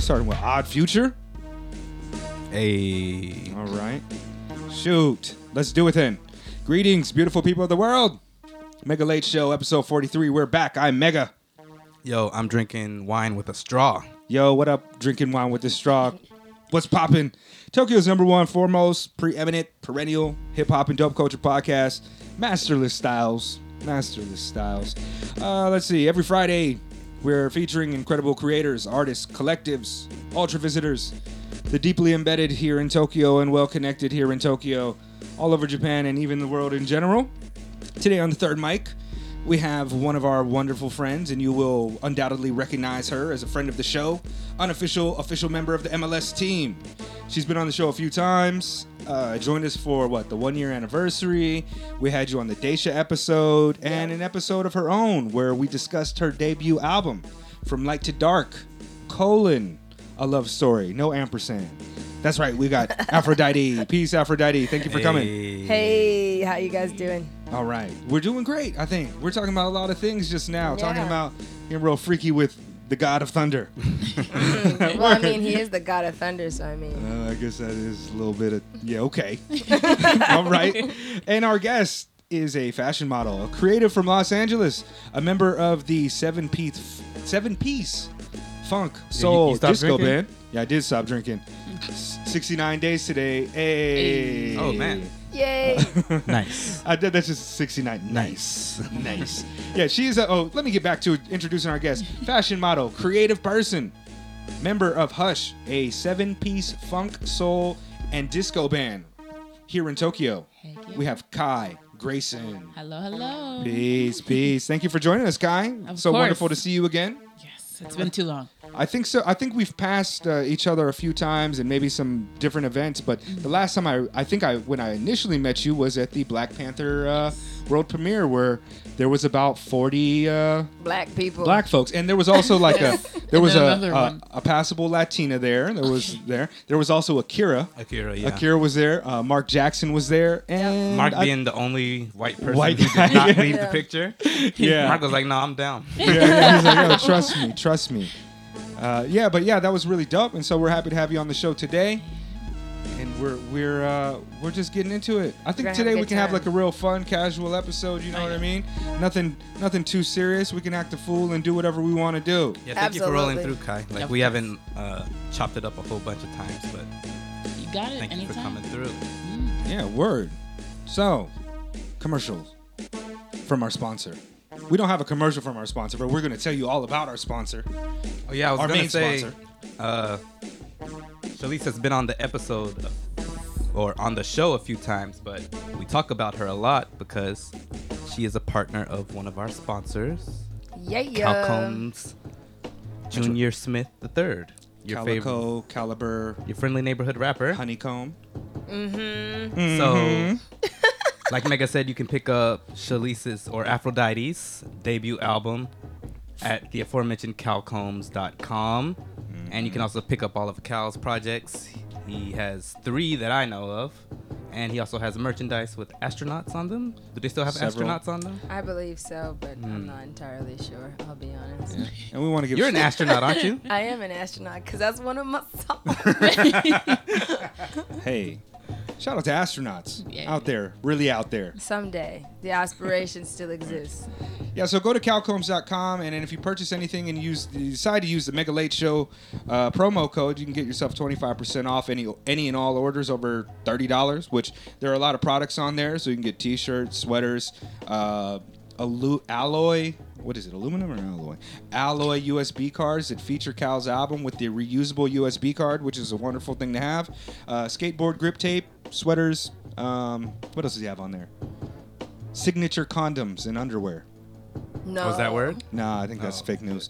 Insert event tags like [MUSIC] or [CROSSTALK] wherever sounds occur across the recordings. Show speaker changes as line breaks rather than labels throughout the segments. starting with Odd Future.
Hey.
All right. Shoot. Let's do it then. Greetings, beautiful people of the world. Mega Late Show, episode 43. We're back. I'm Mega.
Yo, I'm drinking wine with a straw.
Yo, what up? Drinking wine with this straw. What's poppin'? Tokyo's number one, foremost, preeminent, perennial hip hop and dope culture podcast. Masterless styles. Masterless styles. Uh, let's see. Every Friday, we're featuring incredible creators, artists, collectives, ultra visitors, the deeply embedded here in Tokyo and well connected here in Tokyo, all over Japan and even the world in general. Today on the third mic, we have one of our wonderful friends, and you will undoubtedly recognize her as a friend of the show, unofficial, official member of the MLS team. She's been on the show a few times, uh, joined us for what, the one year anniversary. We had you on the Daisha episode and an episode of her own where we discussed her debut album, From Light to Dark, colon, a love story, no ampersand. That's right, we got Aphrodite. Peace, Aphrodite. Thank you for coming.
Hey, how you guys doing?
All right, we're doing great. I think we're talking about a lot of things just now. Talking
Yeah.
about getting real freaky with the God of Thunder.
[LAUGHS] well, I mean, he is the god of thunder, so I mean,
Uh, I guess that is a little bit of yeah.
[LAUGHS]
Okay, all right. And our guest is a fashion model, a creative from Los Angeles, a member of the Seven Piece Seven Piece Funk Soul
stopped
Disco
drinking?
Band. Yeah, I did stop drinking. Sixty nine days today. Hey. [LAUGHS]
Oh, man.
yay!
Nice.
I did that's just 69.
Nice.
nice. [LAUGHS] Yeah, she's a. Oh, let me get back to introducing our guest. Fashion model, creative person, member of Hush, a seven piece funk, soul, and disco band here in Tokyo.
Heck yeah.
We have Kai Grayson.
Hello, hello.
Peace, peace. Thank you for joining us, Kai.
Of
so
course.
wonderful to see you again.
Yes, it's been too long.
I think so. I think we've passed uh, each other a few times and maybe some different events. But the last time I, I think I when I initially met you was at the Black Panther uh, world premiere where there was about forty uh,
Black people.
black folks, and there was also like
[LAUGHS]
a there was
then
a,
another
a
one.
a passable Latina there. There was there there was also Akira.
Akira, yeah.
Akira was there. Uh, Mark Jackson was there, and
Mark
I-
being the only white person
White
who
guy.
did not leave
[LAUGHS]
the
Yeah.
picture.
yeah,
Mark was like, no, I'm down.
yeah, yeah. He's like,
[LAUGHS]
"Yo, trust me, trust me. Uh, yeah, but yeah, that was really dope, and so we're happy to have you on the show today. And we're we're uh, we're just getting into it. I think
We're gonna have a
today we
good
can have
time.
like a real fun, casual episode. You know what I
yeah.
mean? Nothing nothing too serious. We can act a fool and do whatever we want to do.
Yeah, thank you for rolling through,
Absolutely.
Kai. Like,
Of
we
course.
haven't uh, chopped it up a whole bunch of times, but
You got it
thank you for
anytime.
coming through.
Yeah, word. So, commercials from our sponsor. We don't have a commercial from our sponsor, but we're gonna tell you all about our sponsor.
Oh, yeah, I was
Our
going
main
to say,
sponsor.
uh, Shalisa has been on the episode of- or on the show a few times, but we talk about her a lot because she is a partner of one of our sponsors.
Yeah, yeah.
Calcombs Junior Smith the Third. Your favorite,
Calico, Caliber,
your friendly neighborhood rapper.
Honeycomb.
So, like Mega said, you can pick up Shalice's or Aphrodite's debut album at the aforementioned calcombs.com. And
Mm-hmm.
you can also pick up all of Cal's projects. He has three that I know of. And he also has merchandise with astronauts on them. Do they still have
Several.
astronauts on them?
I believe so, but
Hmm.
I'm not entirely sure. I'll be honest.
And we want to give [LAUGHS]
You're an astronaut, aren't you?
I am an astronaut because that's one of my [LAUGHS] songs.
Hey, shout out to astronauts
Yeah.
out there, really out there.
Someday, the aspiration still exists.
Yeah, so go to calcombs.com, and then if you purchase anything and use you decide to use the Mega Late Show uh, promo code, you can get yourself 25% off any any and all orders over $30, which there are a lot of products on there. So you can get t shirts, sweaters, uh, alu- alloy. What is it, aluminum or alloy? Alloy USB cards that feature Cal's album with the reusable USB card, which is a wonderful thing to have. Uh, skateboard grip tape, sweaters. Um, what else does he have on there? Signature condoms and underwear.
No.
Was that word?
Nah, I think that's
Oh.
fake
[LAUGHS]
news.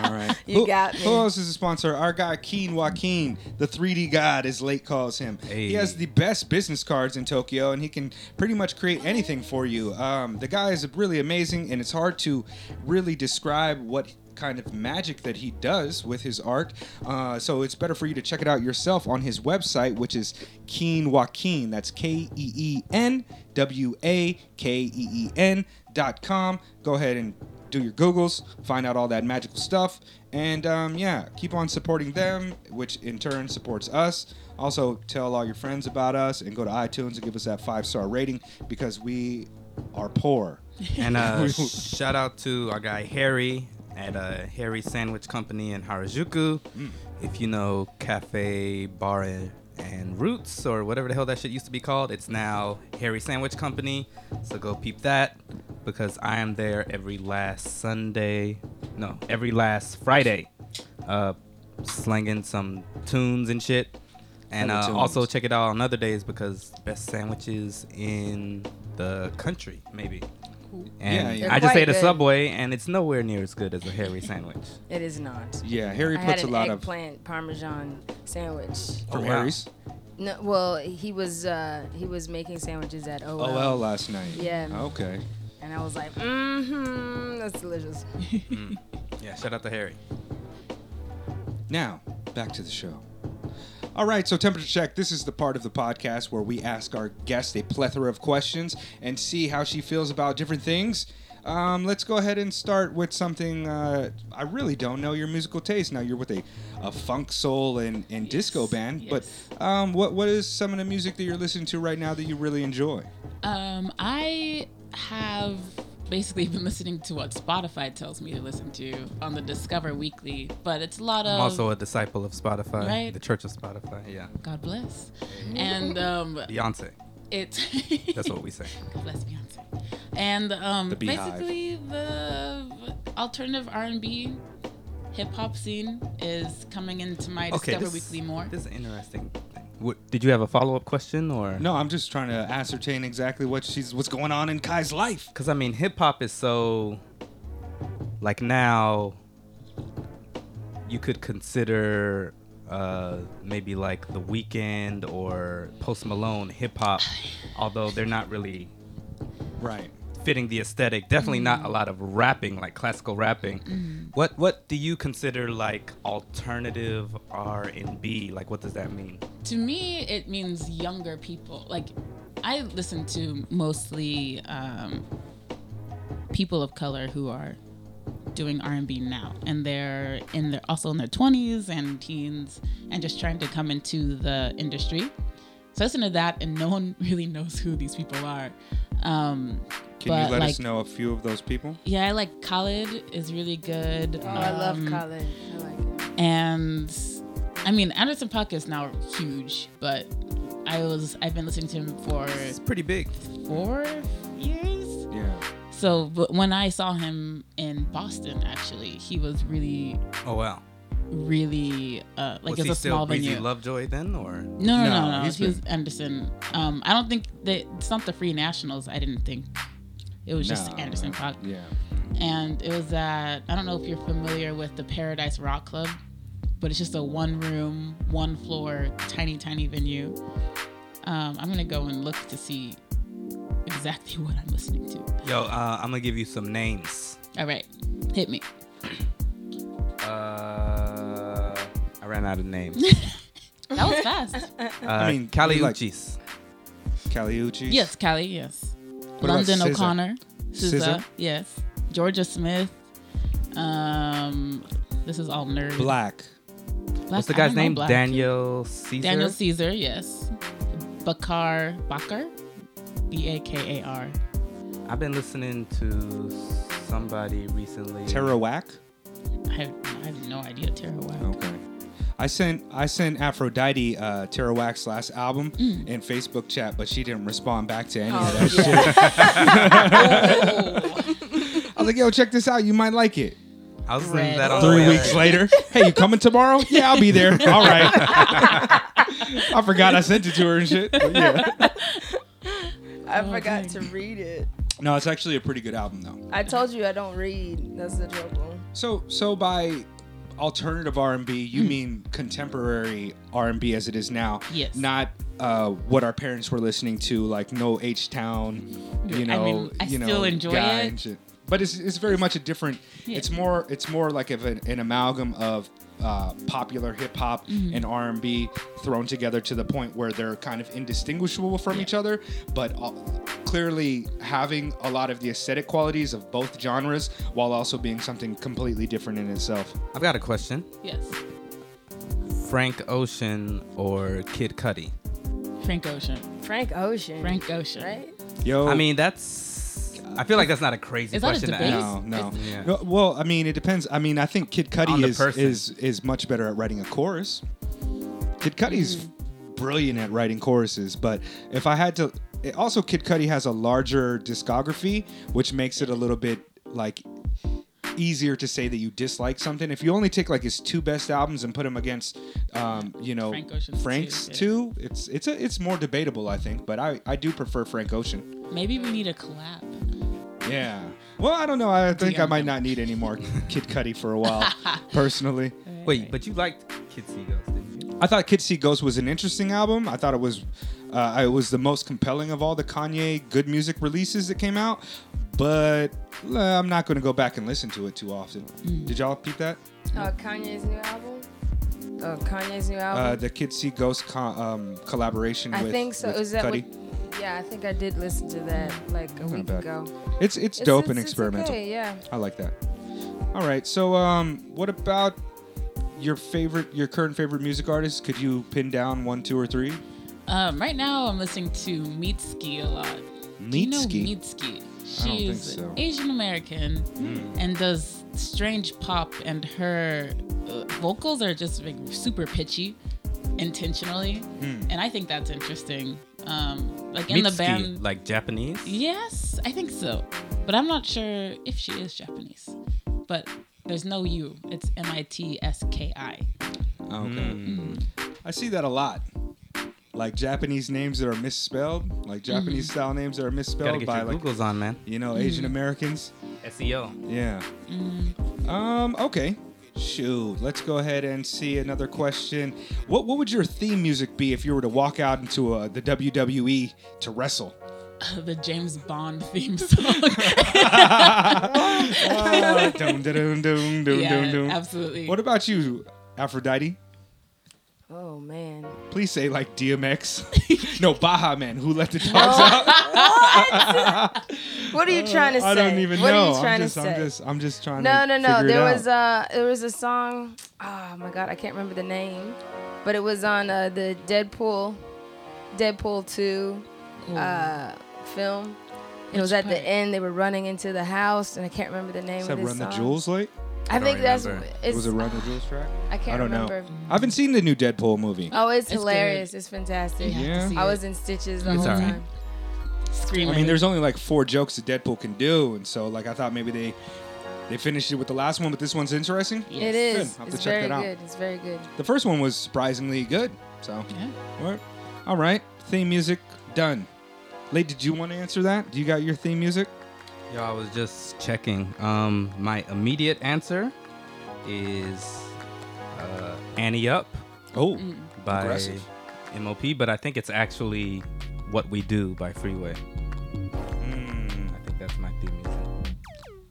All right.
You
who,
got me.
Who else is a sponsor? Our guy Keen Joaquin, the 3D god, as late calls him. He
Hey.
has the best business cards in Tokyo, and he can pretty much create anything for you. Um, the guy is really amazing, and it's hard to really describe what kind of magic that he does with his art. Uh, so it's better for you to check it out yourself on his website, which is Keen Joaquin. That's K E E N W A K E E N dot com. Go ahead and do your Googles, find out all that magical stuff, and um, yeah, keep on supporting them, which in turn supports us. Also, tell all your friends about us and go to iTunes and give us that five star rating because we are
[LAUGHS]
poor. [LAUGHS]
And uh, shout out to our guy Harry at uh, Harry Sandwich Company in Harajuku.
Mm.
If you know Cafe Bar and- and Roots or whatever the hell that shit used to be called, it's now Harry Sandwich Company. So go peep that because I am there every last Sunday, no, every last Friday, uh, slinging some tunes and shit. And
Hella
uh,
tunes.
also check it out on other days because best sandwiches in the country, maybe. And
Yeah,
yeah.
I just
They're
ate a
quite good.
Subway, and it's nowhere near as good as a Harry sandwich.
It is not.
Yeah, Harry
I had
puts a
an
lot of
eggplant parmesan sandwich.
from
Oh, wow.
Harry's
No, well, he was uh, he was making sandwiches at OL,
OL last night.
Yeah.
Okay.
and I was like, mm-hmm, that's delicious.
Yeah, shout out to Harry.
Um,
Now, back to the show. All right, so temperature check. This is the part of the podcast where we ask our guest a plethora of questions and see how she feels about different things. Um, let's go ahead and start with something. Uh, I really don't know your musical taste. Now you're with a, a funk, soul, and, and disco band, but um, what what is some of the music that you're listening to right now that you really enjoy?
Um, I have basically [LAUGHS] been listening to what Spotify tells me to listen to on the Discover Weekly, but it's a lot of
I'm also a disciple of Spotify,
Right.
the Church of Spotify. Yeah,
God bless, and um,
Beyonce.
[LAUGHS] it's
Mm-hmm. That's what
[LAUGHS]
we say.
God bless Beyonce, and um,
The Beehive.
basically the alternative R and B. Hip hop scene is coming into my Discover
this,
Weekly more.
This is an interesting. Thing. What, did you have a follow-up question or?
No, I'm just trying to ascertain exactly what she's what's going on in Kai's life.
Because I mean, hip hop is so. Like now, you could consider uh, maybe like The Weeknd or Post Malone hip hop, although they're not really
Right.
fitting the aesthetic. Definitely not a
Mm.
lot of rapping, like classical rapping.
Mm-hmm.
What What do you consider like alternative R and B? Like, what does that mean?
to me it means younger people like i listen to mostly um, people of color who are doing r&b now and they're in their also in their 20s and teens and just trying to come into the industry so I listen to that and no one [LAUGHS] really knows who these people are um,
Can
but
you let
like,
us know a few of those people?
yeah i like khalid is really good
Oh, I love
Um,
Mm.
college. I like it.
and I mean Anderson Puck is now huge, but I was I've been listening to him for
It's pretty big.
four years.
Yeah.
So, but when I saw him in Boston, actually, he was really,
Oh wow.
really uh, like
Was
it's
he
a small
still Breezy
venue.
Lovejoy then, or?
no,
No,
no, no, no.
he's
He was Anderson. Um, I don't think that it's not the Free Nationals. I didn't think it was just
No.
Anderson Puck,
Yeah.
and it was at I don't know if you're familiar with the Paradise Rock Club. but it's just a one room, one floor, tiny, tiny venue. Um, I'm gonna go and look to see exactly [LAUGHS] what I'm listening to.
Yo, uh, I'm gonna give you some names.
All right, hit me.
Uh, I ran out of names.
[LAUGHS] That was fast.
Uh,
I mean,
Kali
you like-
Uchis.
Caliucci.
yes, Callie. Yes.
What about
London
SZA?
O'Connor. SZA,
SZA?
Yes. Georgia Smith. Um, this is all nerd.
Black.
Black-
What's the
I
guy's
don't know
name?
black.
Daniel Caesar.
Daniel Caesar. Yes. Bakar Bakar. B a k a r.
I've been listening to somebody recently.
Terawak.
I have I have no idea. Tara Wow.
Okay. I sent I sent Aphrodite uh, Terawak's last album
Mm.
in Facebook chat, but she didn't respond back to any of
Oh,
that
yeah.
shit. I
Oh,
was like, "Yo, check this out. You might like it."
I was listening to
Red.
that on the
Three
way
weeks later, hey, you coming
[LAUGHS]
tomorrow? Yeah, I'll be there. All right. [LAUGHS] I forgot I sent it to her and shit. but yeah.
I
Oh,
forgot
dang.
to read it.
No, it's actually a pretty good album though.
I told you I don't read. That's the trouble.
So, so by alternative R and B,
Hmm.
you mean contemporary R and B as it is now?
Yes.
Not uh, what our parents were listening to, like no H Town. You
I
know,
mean, I
you know,
still enjoy
guy
it.
and shit. But it's, it's very much a different.
Yeah.
It's more it's more like of an, an amalgam of uh, popular hip hop
Mm-hmm.
and R and B thrown together to the point where they're kind of indistinguishable from each other. But all, clearly having a lot of the aesthetic qualities of both genres while also being something completely different in itself.
I've got a question.
Yes.
Frank Ocean or Kid Cudi?
Frank Ocean.
Frank Ocean.
Frank Ocean.
Right?
Yo,
I mean, that's. I feel like that's not a crazy
Is that a
question to
debate?
ask.
No, no.
Yeah.
No, Well, I mean, it depends. I mean, I think Kid
On
Cudi
the
is
person.
is is much better at writing a chorus. Kid Cudi's brilliant at writing choruses, but if I had to, it, also Kid Cudi has a larger discography, which makes it a little bit like easier to say that you dislike something if you only take like his two best albums and put them against um you know
Frank Ocean's
frank's two
too,
it's it's a, it's more debatable i think but i i do prefer frank ocean
Maybe we need a collab.
yeah. Well, I don't know. I think I
DM
might
them.
not need any
[LAUGHS]
more Kid Cudi for a while, personally.
Wait, but you liked Kid Seagulls, didn't you?
I thought Kid See Ghost was an interesting album. I thought it was, uh, it was the most compelling of all the Kanye good music releases that came out. But uh, I'm not going to go back and listen to it too often.
Mm.
Did y'all peep that?
Uh, Kanye's new album? Oh, Kanye's new
Uh,
album?
the Kid See Ghost con- um, collaboration
I
with
think so.
with
Is that
Cudi.
what? Yeah, I think I did listen to that like a week
bad.
ago.
It's it's
It's-
dope
it's-
and
it's
experimental.
okay, yeah.
I like that. All right. So, um, what about your favorite, your current favorite music artist? Could you pin down one, two, or three?
Um, right now, I'm listening to Meatski a lot. Do you know
Meatski? I
Meatski?
don't think
She's
so. Hmm.
Asian American and does strange pop, and her uh, vocals are just like super pitchy intentionally.
Hmm.
And I think that's interesting. Um, like in the
Mitski,
band.
like Japanese.
Yes, I think so. But I'm not sure if she is Japanese. But there's no U. It's M I T S K I. [LAUGHS]
Oh, Okay.
Mm.
Mm. I see that a lot. Like Japanese names that are misspelled,
Mm.
like Japanese style names that are
Gotta
misspelled
get
by
your
like
Googles on, man.
you know Asian Americans.
SEO.
Yeah.
Mm.
Um. Okay. Shoot. Let's go ahead and see another question. What What would your theme music be if you were to walk out into uh the WWE to wrestle?
The James Bond theme
[LAUGHS]
song.
[LAUGHS]
Ah, dum, da, dum, dum, dum, dum,
yeah,
dum.
absolutely.
What about you, Aphrodite?
Oh, man.
Please say like
[LAUGHS]
DMX. no, Baha Man, who let the dogs out?
What are you trying to say?
Uh, I don't even
what
know.
are you trying
I'm just,
to say?
I'm just, I'm just trying to.
no, no, no.
figure
There
it
was uh, there was a song. Oh my God, I can't remember the name, but it was on uh, the Deadpool, Deadpool two, uh, film. It was
Which
at the
part?
end. They were running into the house, and I can't remember the name
Is that
of this
Run the
song.
Jewels like?
I,
don't
think that's.
remember.
It's,
was it Run the Jewels track?
I can't
I don't
remember.
know. I haven't seen the new Deadpool movie.
Oh, it's,
good.
hilarious. It's fantastic.
You have to
Yeah.
see
I
it.
was in stitches the
It's
whole
alright.
time.
screaming.
I mean, there's only like four jokes that Deadpool can do, and so like I thought maybe they they finished it with the last one, but this one's interesting.
It is.
I'll have to
It's
check
very
that out.
good. It's very good.
The first one was surprisingly good. So,
Yeah.
what? all right, theme music done. Late, did you want to answer that? Do you got your theme music?
Yo, I was just checking. Um, my immediate answer is uh, Annie Up
Oh,
Mm.
by
Aggressive.
MOP, but I think it's actually What We Do by Freeway.
Hmm.
I think that's my theme music.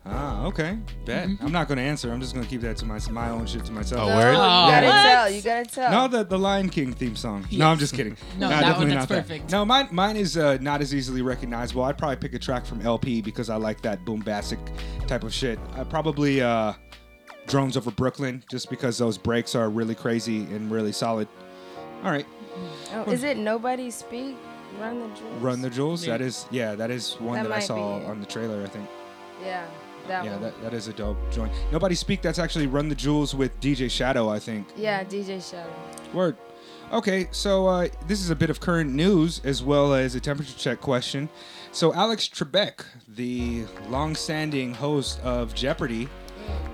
ah, okay, bet.
Mm-hmm.
I'm not gonna answer. I'm just gonna keep that to my my own shit to myself.
Oh, word?
you gotta
What?
tell. You gotta tell.
No, the the Lion King theme song. No, I'm just kidding.
[LAUGHS] No, that one,
definitely
that's
not that.
perfect.
No, mine mine is uh, not as easily recognizable. I'd probably pick a track from LP because I like that bombastic type of shit. I probably uh, Drones Over Brooklyn just because those breaks are really crazy and really solid. All right,
Oh, is it nobody speak? Run the jewels.
Run the Jewels. That
Yeah.
is yeah, that is one that,
That
I
might
saw
be it.
on the trailer. I think
Yeah, that
yeah,
one.
that, that is a dope joint. Nobody Speak. That's actually Run the Jewels with DJ Shadow. I think.
yeah, DJ Shadow.
Word. Okay, so uh, this is a bit of current news as well as a temperature check question. So Alex Trebek, the long-standing host of Jeopardy,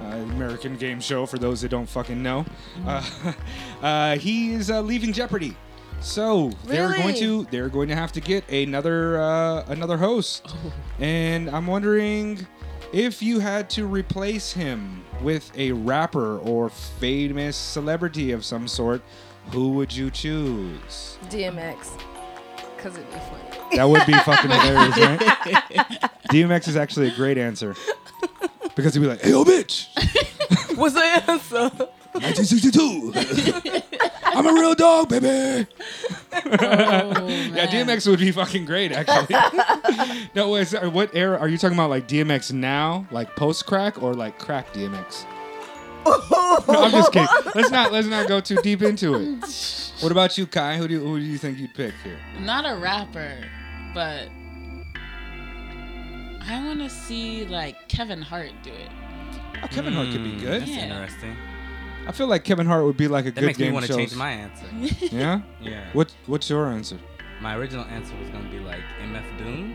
uh, American game show for those that don't fucking know, uh, [LAUGHS] uh, he is uh, leaving Jeopardy. So they're
Really?
going to they're going to have to get another uh, another host, and I'm wondering if you had to replace him with a rapper or famous celebrity of some sort, who would you choose?
DMX. Cause it'd be funny.
That would be fucking hilarious, right? [LAUGHS] DMX is [LAUGHS] actually a great answer because he'd be like, "Hey, yo, bitch,
What's the answer?
1962. I'm a real dog, baby.
Oh,
[LAUGHS] Yeah,
man.
DMX would be fucking great, actually. [LAUGHS] no, wait, sorry, what era are you talking about? Like DMX now, like post crack, or like crack DMX? no, I'm just kidding. Let's not let's not go too deep into it. [LAUGHS] What about you, Kai? Who do you, who do you think you'd pick here?
Not a rapper, but I want to see like Kevin Hart do it.
Oh, Kevin Hart could be
Mm,
good.
That's
Hmm. Yeah.
interesting.
I feel like Kevin Hart would be like a
That
good
makes me
game
want to
shows.
change my answer.
[LAUGHS] Yeah.
Yeah.
What What's your answer?
My original answer was gonna be like MF Doom.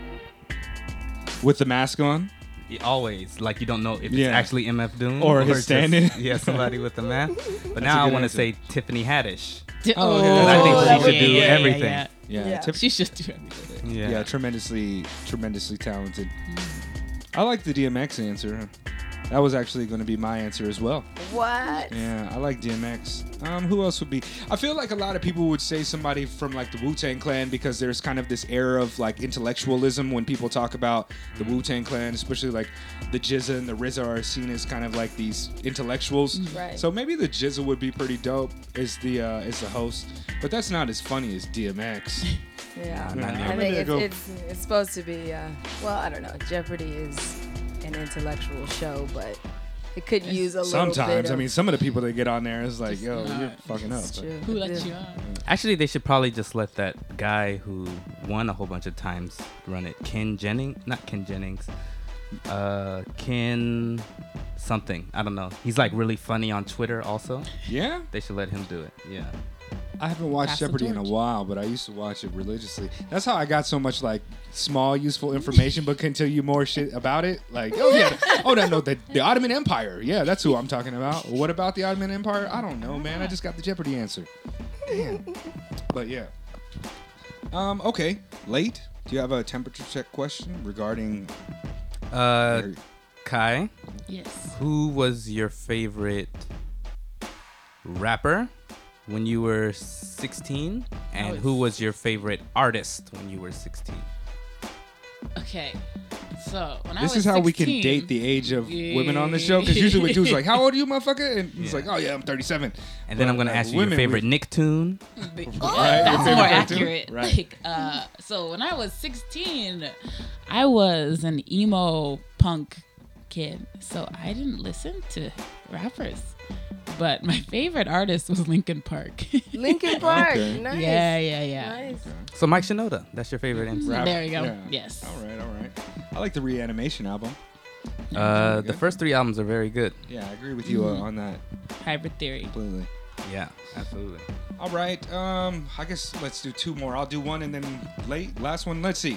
With the mask on?
Yeah, always like you don't know if
Yeah.
it's actually MF Doom
Or his
just-
stand-in.
[LAUGHS] Yeah, somebody with a mask. But
a
now I
good
want to
answer.
say Tiffany Haddish.
[LAUGHS] D-
Oh, okay, that's-
I think
she
that
should
would-
do
yeah, yeah,
everything.
yeah.
Yeah.
Yeah.
Tip-
She should do everything.
yeah. Tremendously, tremendously talented. I like the DMX answer. That was actually going to be my answer as well.
What?
Yeah, I like DMX. Um, who else would be? I feel like a lot of people would say somebody from like the Wu Tang Clan because there's kind of this era of like intellectualism when people talk about the Wu Tang Clan, especially like the Jizza and the RZA are seen as kind of like these intellectuals.
Right.
So maybe the Jizza would be pretty dope as the uh, as the host, but that's not as funny as [LAUGHS] DMX.
Yeah.
Nah, nah,
I
nah.
think it's,
Go.
it's, it's supposed to be, uh, well, I don't know. Jeopardy is an intellectual show, but it could use a little bit
Sometimes, I
of-
mean, some of the people that get on there is like, yo,
not-
you're fucking up.
It's
But-
true.
Who let
Yeah. [LAUGHS]
you on?
Actually, they should probably just let that guy who won a whole bunch of times run it. Ken Jennings, not Ken Jennings. Uh, Ken something. I don't know. He's like really funny on Twitter. Also,
Yeah.
they should let him do it. Yeah.
I haven't watched
Pass the
Jeopardy in a
torch.
while, but I used to watch it religiously. That's how I got so much like small useful information, but can tell you more shit about it. Like, oh yeah, oh no, no, the, the Ottoman Empire. Yeah, that's who I'm talking about. What about the Ottoman Empire? I don't know, man. I just got the Jeopardy answer. Damn. But yeah. Um. Okay. Late. Do you have a temperature check question regarding?
Uh, Kai,
Yes.
who was your favorite rapper when you were 16, and who was your favorite artist when you were 16?
Okay. So when I was
This is how we can
16
date the age of women on the show because
Yeah.
usually what
[LAUGHS]
dudes like, "How old are you, motherfucker?" And he's
Yeah.
like, "Oh yeah, I'm 37."
And then
But,
I'm gonna
like,
ask you your
women, we-
favorite Nick tune.
But-
Right,
that's
your
more
favorite too?
accurate.
Right.
Like, uh, so when I was 16, I was an emo punk kid, so I didn't listen to rappers. But my favorite artist was Linkin Park. [LAUGHS]
Lincoln Park.
Okay.
Nice.
Yeah, yeah, yeah.
Nice.
So Mike Shinoda, that's your favorite MC.
Rap-
There you go. Yes.
All right, all right. I like the reanimation album.
Uh, the first three albums are very good.
Yeah, I agree with you
Mm.
uh, on that
Hybrid Theory.
completely.
Yeah, absolutely.
All right. Um, I guess let's do two more. I'll do one and then late last one. Let's see.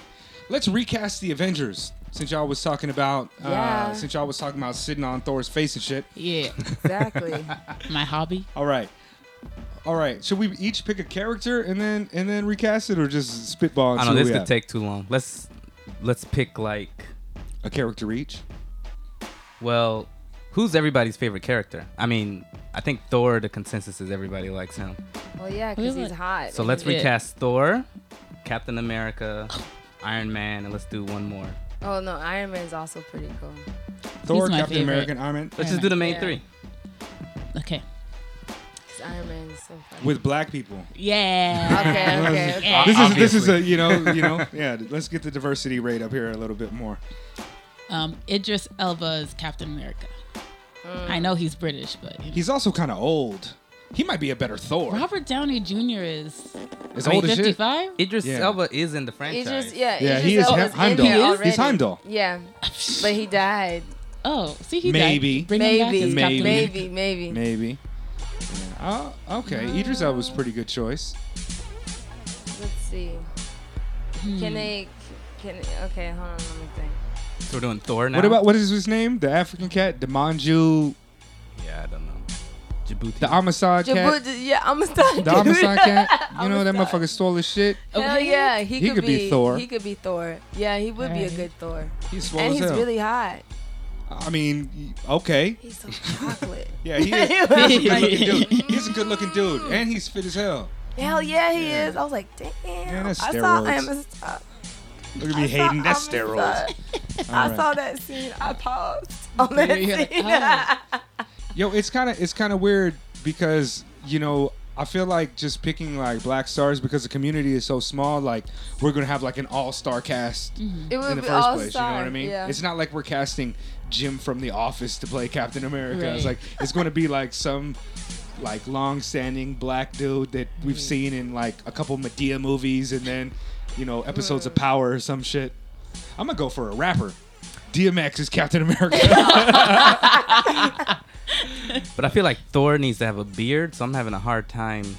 Let's recast the Avengers since y'all was talking about uh,
Yeah.
since y'all was talking about sitting on Thor's face and shit.
Yeah,
[LAUGHS]
Exactly.
my hobby.
All right. All right. Should we each pick a character and then and then recast it, or just spitball? And
I
see
know
who
this
we
could
have?
take too long. Let's let's pick like
a character each.
well, who's everybody's favorite character? I mean, I think Thor. The consensus is everybody likes him.
well, yeah, because he's hot.
So let's
Yeah.
recast Thor, Captain America, Iron Man, and let's do one more.
Oh no, Iron Man's also pretty cool.
Thor,
my
Captain
favorite.
America, and Iron Man
Let's
Iron
just do the
Man.
main
Yeah.
three.
Okay.
'Cause Iron Man's so
[LAUGHS]
funny.
with black people.
Yeah.
okay, okay, okay.
This is this is
Obviously.
a you know you know [LAUGHS] yeah. Let's get the diversity rate up here a little bit more.
[LAUGHS] Um, Idris Elba is Captain America.
Uh,
I know he's British, but you know.
He's also kind of old. He might be a better Thor.
Robert Downey Jr. is
It's
I mean,
old as shit.
55.
Idris
Yeah.
Elba is in the
He's
franchise.
just yeah.
Yeah,
Idris
he is
Elba's
Hem-
in
Heimdall.
there
He is?
already.
He's Heimdall.
Yeah, but he died.
Oh, see, he
Maybe.
died. Bring him back
Maybe,
as
maybe,
Captain America.
maybe, maybe.
Maybe. Yeah. Oh, okay. Idris Elba was pretty good choice.
Let's see. Can they? Can okay? Hold on, let me think.
So we're doing Thor now.
What about what is his name? The African cat, the Manju,
Yeah, I don't know. Djibouti.
the Amasad cat,
Djibouti, yeah, I'm [LAUGHS] starting.
the Amasad cat. You know that motherfucker stole his shit.
Hell
Okay.
yeah, he,
He could be Thor.
He could be Thor. Yeah, he would be a
Alright.
good Thor.
He's swole
And
as
he's
hell.
really hot.
I mean, okay.
He's so chocolate.
Yeah, he is. He's a good looking dude. He's a good looking dude, and he's fit as hell.
Hell yeah, he is. I was like, damn.
that's
I saw
steroids.
him. and stuff.
Look at me hating. That's steroids.
[LAUGHS] I
Alright.
saw that scene. I paused on that
Yeah, yeah,
scene.
Yo, it's kind of it's kind of weird because you know I feel like just picking like black stars because the community is so small. Like we're gonna have like an all star cast
[LAUGHS] It would
in the
Mm-hmm. be
first
all
place. You know what I
star,
mean?
yeah.
It's not like we're casting Jim from The Office to play Captain America. It's
Right.
like it's gonna be like some like long standing black dude that we've
Mm-hmm.
seen in like a couple Medea movies and then you know episodes of Power or some shit. I'm gonna go for a rapper. DMX is Captain
[LAUGHS]
America.
But I feel like Thor needs to have a beard, so I'm having a hard time.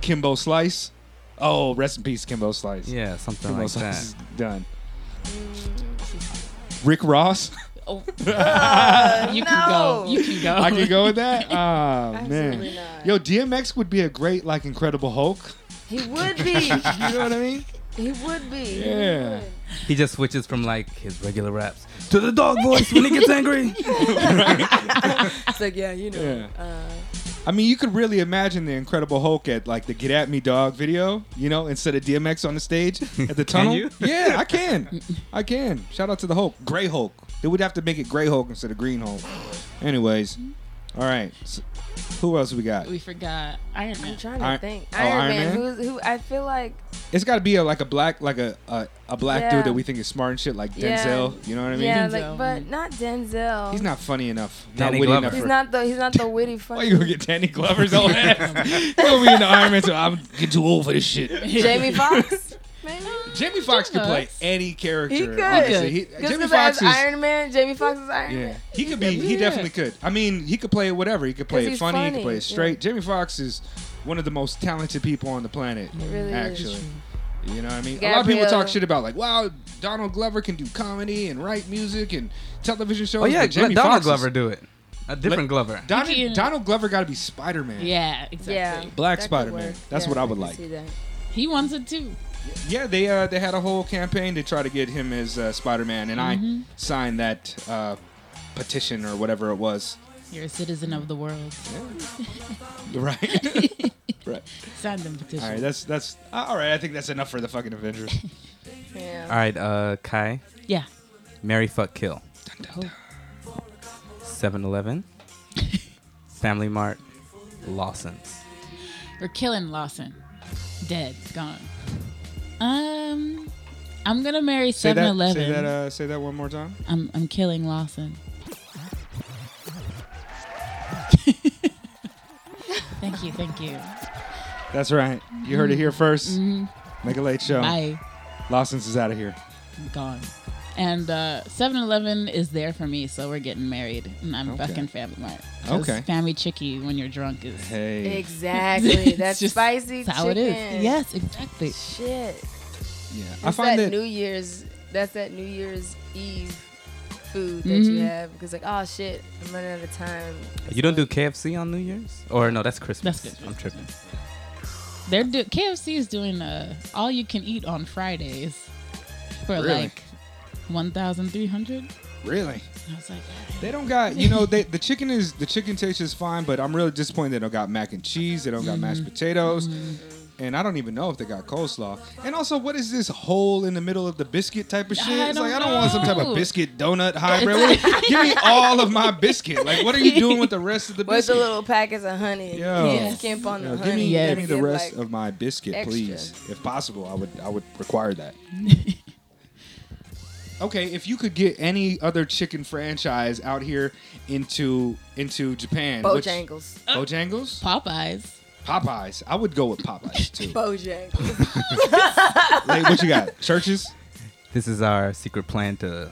Kimbo Slice. Oh, rest in peace, Kimbo Slice.
Yeah, something
Kimbo
like
Slice [LAUGHS]
that.
is done. Rick Ross.
Oh,
you [LAUGHS]
[LAUGHS] you
no.
can go. You can go.
I can go with
[LAUGHS]
that. Ah
Absolutely
man.
not.
Yo, DMX would be a great like Incredible Hulk.
He would
[LAUGHS]
be.
You know what I
[LAUGHS]
mean?
he would be. He
Yeah.
would.
He just switches from like his regular raps to the dog voice when he
[LAUGHS]
gets angry.
[LAUGHS] It's like yeah, you know.
Yeah.
Uh,
I mean, you could really imagine the Incredible Hulk at like the "Get at Me, Dog" video, you know, instead of DMX on the
[LAUGHS]
stage at the tunnel.
you?
Yeah, I
[LAUGHS]
can, I can. Shout out to the Hulk, Gray Hulk. They would have to make it Gray Hulk instead of Green Hulk. Anyways, all right. So, who else we got?
We forgot Iron Man.
I'm trying to
Iron-
think.
oh,
Iron,
Iron
Man.
Man?
Who's who? I feel like
It's got to be a, like a black, like a a, a black
Yeah.
dude that we think is smart and shit, like
Yeah.
Denzel. You know what I mean?
yeah, like
Denzel.
but not Denzel.
He's not funny enough.
Danny
not witty
Glover.
enough.
He's
for-
not the. He's not the witty
Why you
funny.
gonna get Danny Glover's old
[LAUGHS]
ass? He'll be in the Iron Man. So I'm getting too old for this shit. [LAUGHS]
Jamie Foxx. Maybe.
Jamie Foxx could play
Foxx.
any character.
He could.
Honestly. He,
Just
Jamie
because
Foxx is.
Iron Man. Jamie Foxx is Iron
yeah,
Man.
he could be. He
Yeah.
definitely could. I mean, he could play it whatever. He could play
'Cause
it
he's
funny. He could
funny,
play it straight. Jamie Foxx is one of the most talented people on the planet.
really is.
actually. You know what I mean? A lot of people
Gabrielle.
talk shit about like, wow, Donald Glover can do comedy and write music and television shows.
Oh yeah,
but Jamie
let Donald
Foxx is-
Glover do it. A different
Let-
Glover.
Donald,
He can-
Donald Glover got to be Spider Man.
Yeah, exactly.
Yeah.
Black
that could
Spider Man.
work.
That's
Yeah,
what I would
could
like.
see that.
He wants it too.
Yeah, they uh, they had a whole campaign to try to get him as uh, Spider Man, and
Mm-hmm.
I signed that uh, petition or whatever it was.
You're a citizen of the world.
[LAUGHS] Right. [LAUGHS] right.
Sign them petition.
All right. That's that's uh, all right. I think that's enough for the fucking Avengers.
Yeah.
All right, uh, Kai,
yeah.
Mary, fuck, kill.
dun. [LAUGHS]
7-Eleven, Family Mart, Lawson's.
We're killing Lawson. Dead. Gone. Um, I'm gonna marry
Say
7
that. Say that.
Eleven.
Uh, say that one more time.
I'm I'm killing Lawson.
[LAUGHS]
thank you, thank you.
That's right. You heard it here 1st
Mhm.
Make a late show.
Bye.
Lawson's is out of here.
I'm gone. And uh, 7-Eleven is there for me, so we're getting married, and I'm
Okay.
fucking Family Mart. 'Cause
Okay.
Family chicky when you're drunk is
Hey. [LAUGHS]
Exactly.
It's
That's
just-
spicy
that's how it
chicken.
is. Yes, exactly.
Shit.
Yeah. I
That's
find
that
that.
New Year's. That's that New Year's Eve food that you
Mhm.
Mm-hmm.
have because like oh shit, I'm running out of time.
You don't do KFC on New Year's? Or no, that's Christmas.
That's good.
I'm tripping.
They're do- KFC is doing uh, all you can eat on Fridays for
Really?
like 1,300.
really.
I was like,
They don't got you know they the chicken is the chicken taste is fine, but I'm really disappointed they don't got mac and cheese, they don't got mashed potatoes, and I don't even know if they got coleslaw. And also, what is this hole in the middle of the biscuit type of shit?
I
it's
don't
like I don't want some type of
know.
biscuit donut hybrid. What- Give me all of my biscuit. Like what are you doing with the rest of the
With the
biscuit?
little packets of honey.
Yo.
You
Yes.
skimp on
You know,
the
give
honey.
me,
Yes.
give me the
Give,
rest
like,
of my biscuit,
extra.
please. If possible, I would I would require that. [LAUGHS] okay, if you could get any other chicken franchise out here into into Japan, which-
Bojangles.
Bojangles?
Popeyes.
Popeyes. I would go with Popeyes
[LAUGHS]
too.
Bojangles.
Like, what you got? [LAUGHS] Churches?
This is our secret plan to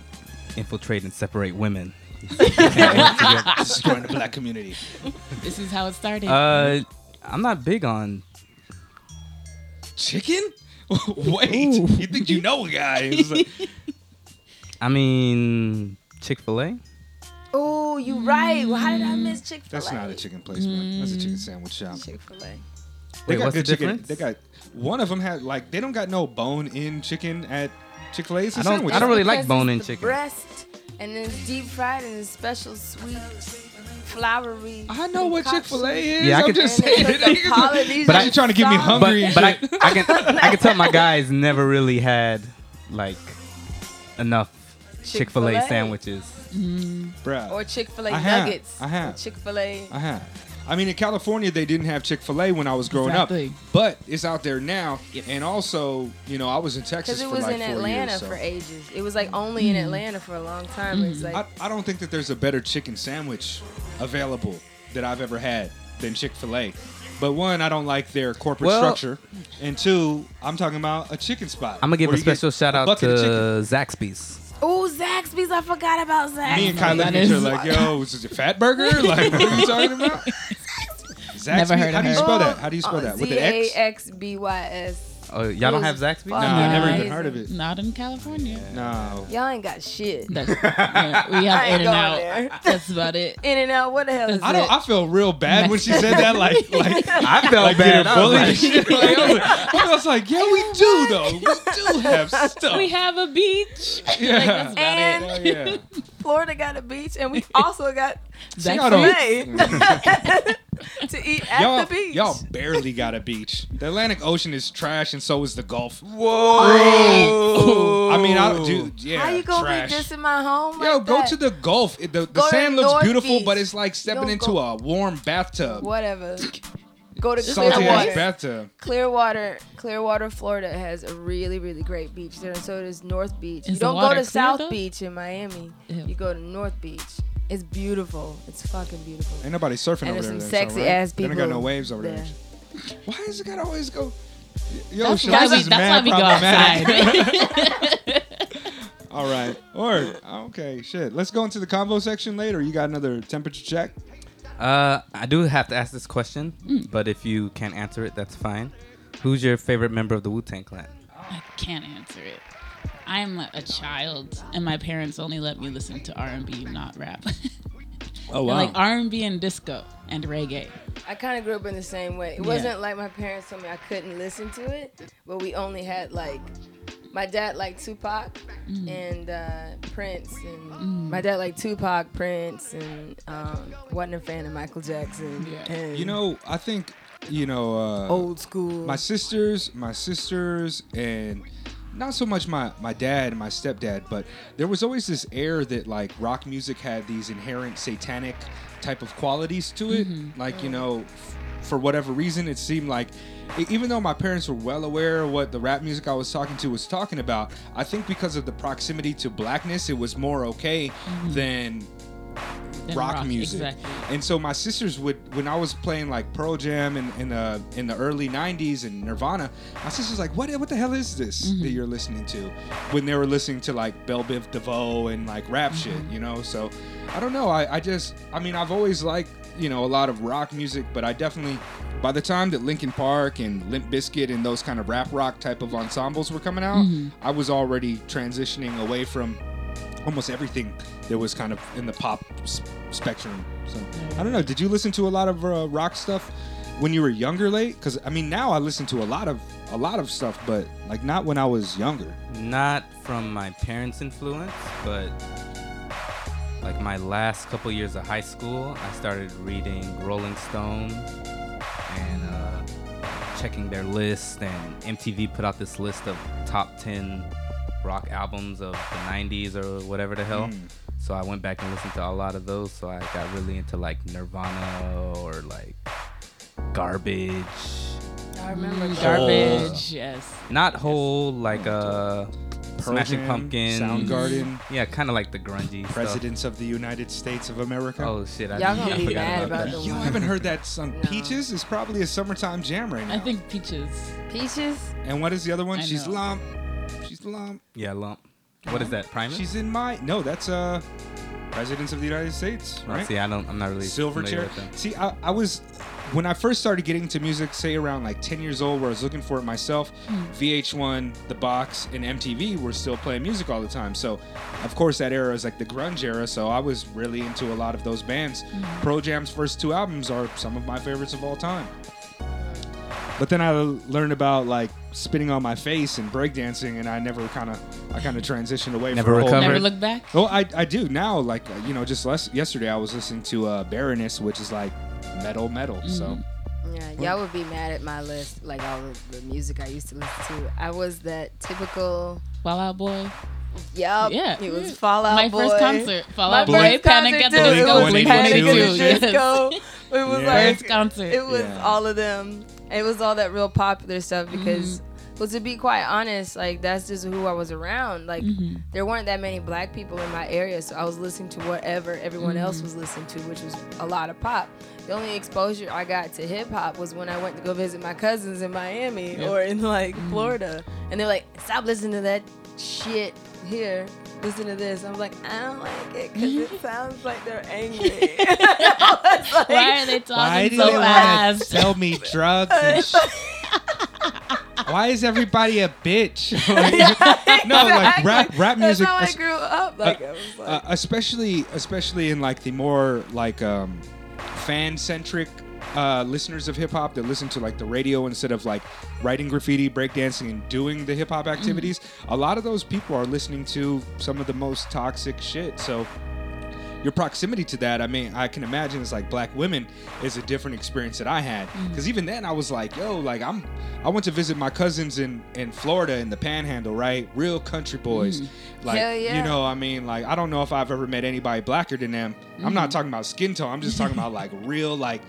infiltrate and separate women.
[LAUGHS]
[LAUGHS]
Destroying the black community.
This is how it started.
Uh, I'm not big on.
Chicken? [LAUGHS] Wait, you think you know a guy? It's
[LAUGHS]
like-
I mean, Chick Fil A.
oh, you right. Well, how did I miss Chick Fil A?
that's not a chicken place, man. That's a chicken sandwich shop.
Chick Fil A.
They
Wait,
got
what's the
good chicken.
difference?
They got one of them had like they don't got no bone in chicken at Chick Fil A.
I don't- I don't really like
Because
bone-in
it's the
chicken.
Breast, and then it's deep fried and it's special sweet, flowery.
I know what Chick Fil A is.
Yeah, I
I'm
can-
just
And it's
saying.
like a
[LAUGHS]
Polynesian
but I, you trying to get me
sauce.
hungry?
But
and
but I,
shit.
I can I can tell my guys never really had like enough Chick Fil A
Chick-fil-A.
sandwiches.
[LAUGHS] Bruh.
Or Chick Fil A
I have,
nuggets.
I have.
Chick Fil A.
I have. I mean, in California, they didn't have Chick Fil A when I was growing
Exactly.
up, but it's out there now. And also, you know, I was in Texas
Because it
for
was
like
in
four
Atlanta
years. so-
for ages. It was like only
Mm.
in Atlanta for a long time. It's like
I, I don't think that there's a better chicken sandwich available that I've ever had than Chick Fil A. But one, I don't like their corporate
Well-
structure, and two, I'm talking about a chicken spot.
I'm gonna give
where
a
you get
special shout out to
bucket of chicken.
Zaxby's.
oh Zaxby's, I forgot about Zaxby's.
me and Kyle
That
looked at each
is-
other like, "Yo, is this a fat burger? [LAUGHS] Like, what are you talking about?"
[LAUGHS]
Zaxby's.
Never heard of
How do you
her. Oh,
spell that? How do you spell that? With
Z
an
a
X?
x b y s.
Oh, y'all don't
It
have
was
Zaxby's?
Nah,
fun.
I never even
Amazing.
heard of it.
Not in California.
No.
Y'all ain't got shit.
That's, yeah, we
[LAUGHS]
have
I ain't
In and
going
Out.
there. [LAUGHS]
That's about it.
In and out. What the hell is
I don't.
that?
I feel real bad when she said that. Like, [LAUGHS] like
I felt
like
bad.
getting
I was
bullied.
like,
and shit. Like, [LAUGHS] I was like- I was like, yeah, we do though. We
[LAUGHS]
do have stuff.
We have a beach.
yeah.
That's about
and
Hell Oh, yeah.
Florida got a beach, and
[LAUGHS]
we also got
Y'all
Zaxby's.
don't-
[LAUGHS]
Mm.
May to eat at
y'all,
the beach.
y'all barely got a beach. The Atlantic Ocean is trash, and so is the Gulf.
whoa.
I mean, I do. Yeah,
How you gonna
trash.
be dissing my home?
Yo,
like
go
that?
to the Gulf. It- The, the
Go to
sand looks
North
beautiful,
Beach.
but it's like stepping
Don't
into
go-
a warm bathtub,
whatever. Go to
salty ass
Clearwater.
bathtub.
Clearwater, Clearwater, Florida has a really, really great beach there, and so does North Beach.
Is
you
the
don't go
water
to
clear,
South
though?
Beach in Miami.
Ew.
You go to North Beach. It's beautiful. It's fucking beautiful.
Ain't nobody surfing
And
over
there's
there. then,
some
so,
sexy
right?
ass
They don't got no
people
waves over there.
there.
Why is it gotta always go? Yo,
That's
shit,
why
this
we,
is
that's
mad
why we go
problematic.
outside.
All right. Or okay, shit. Let's go into the convo section later. You got another temperature check?
Uh, I do have to ask this question, but if you can't answer it, that's fine. Who's your favorite member of the Wu Tang Clan?
I can't answer it. I'm a child, and my parents only let me listen to R&B, not rap. [LAUGHS]
Oh
like R&B and disco and reggae.
I kind of grew up in the same way. It
Yeah.
wasn't like my parents told me I couldn't listen to it, but we only had like my dad liked Tupac
Mm.
and uh, Prince, and my dad liked Tupac, Prince, and um, wasn't a fan of Michael Jackson.
Yeah.
And
you know, I think you know. Uh,
old school.
my sisters, my sisters, and not so much my my dad and my stepdad, but there was always this air that like rock music had these inherent satanic type of qualities to it. Like you know, f- for whatever reason, it seemed like e- even though my parents were well aware of what the rap music I was talking to was talking about, I think because of the proximity to blackness, it was more okay than
Than
rock,
rock,
music.
exactly.
And so my sisters would, when I was playing like Pearl Jam in, in the in the early '90s and Nirvana, my sisters like, what what the hell is this that you're listening to? When they were listening to like Bell Biv DeVoe and like rap shit, you know. So I don't know. I, I just, I mean, I've always liked you know a lot of rock music, but I definitely. By the time that Linkin Park and Limp Bizkit and those kind of rap rock type of ensembles were coming out, I was already transitioning away from almost everything that was kind of in the pop s- spectrum. So I don't know. Did you listen to a lot of uh, rock stuff when you were younger, late? Because I mean, now I listen to a lot of a lot of stuff, but like not when I was younger.
Not from my parents' influence, but like my last couple years of high school, I started reading Rolling Stone and uh, checking their list. And MTV put out this list of top 10 rock albums of the 90s or whatever the hell.
Mm.
So I went back and listened to a lot of those. So I got really into like Nirvana or like Garbage.
I remember
Mm,
that.
Garbage,
Oh.
yes.
Not whole, like uh,
Pearl
Smashing
Jam,
Pumpkins.
Soundgarden,
Yeah, kind of like the grungy stuff.
Presidents of the United States of America.
Oh shit! I,
Y'all gonna
I
be
forgot
mad about
that.
the
Yo, I
one.
haven't heard that song.
No.
Peaches is probably a summertime jam right now.
I think Peaches.
Peaches.
And what is the other one?
I
She's
know.
lump. She's lump.
Yeah, lump. What is that? Primus.
She's in my. No, that's uh, Presidents of the United States.
Oh,
Right.
See, I don't. I'm not really familiar
Silverchair.
with them.
See, I, I was when I first started getting into music, say around like 10 years old, where I was looking for it myself. VH1, The Box, and MTV were still playing music all the time. So, of course, that era is like the grunge era. So I was really into a lot of those bands. Pro Jam's first two albums are some of my favorites of all time. But then I learned about like spitting on my face and breakdancing, and I never kind of, I kind of transitioned away.
Never
from the whole-
recovered.
Never look back.
well, I, I do now. Like uh, you know, just less, yesterday I was listening to uh, Baroness, which is like metal, metal. So
Yeah, y'all would be mad at my list, like all of the music I used to listen to. I was that typical
Wild Out Boy.
Yup.
Yeah.
It was Fallout
My
Boy.
first concert, Fall Out
first
Boy, Panic at the
too.
Disco,
Blink
Blink
Panic
182.
at the
Yes.
Disco. It was
Yeah.
like
First concert.
It was
Yeah.
all of them. It was all that real popular stuff
Mm-hmm.
because, well, to be quite honest, like that's just who I was around. Like
Mm-hmm.
there weren't that many black people in my area, so I was listening to whatever everyone else
Mm-hmm.
was listening to, which was a lot of pop. The only exposure I got to hip hop was when I went to go visit my cousins in Miami
Yeah.
or in like
Mm-hmm.
Florida, and they're like, "Stop listening to that shit here." Listen to this. I'm like, I don't like it because it sounds like they're angry. [LAUGHS]
[LAUGHS]
I was like,
Mm-hmm. Why are they talking
Why do
so
they want to
fast?
sell
[LAUGHS]
me drugs and shit? Why is everybody a
[LAUGHS]
bitch? [LAUGHS] Like, no, like rap,
Exactly.
rap music.
That's how I grew up. Like I was
uh,
like,
especially especially in like the more like um, fan centric uh, listeners of hip hop that listen to like the radio instead of like writing graffiti, breakdancing, and doing the hip hop activities. A lot of those people are listening to some of the most toxic shit. So your proximity to that, I mean, I can imagine it's like black women is a different experience that I had.
Mm-hmm.
Because even then, I was like, yo, like I'm, I went to visit my cousins in in Florida in the Panhandle, right? Real country boys, like
Mm-hmm. Hell yeah.
you know, I mean, like I don't know if I've ever met anybody blacker than them. I'm
Mm-hmm.
not talking about skin tone. I'm just talking about
[LAUGHS]
like real, like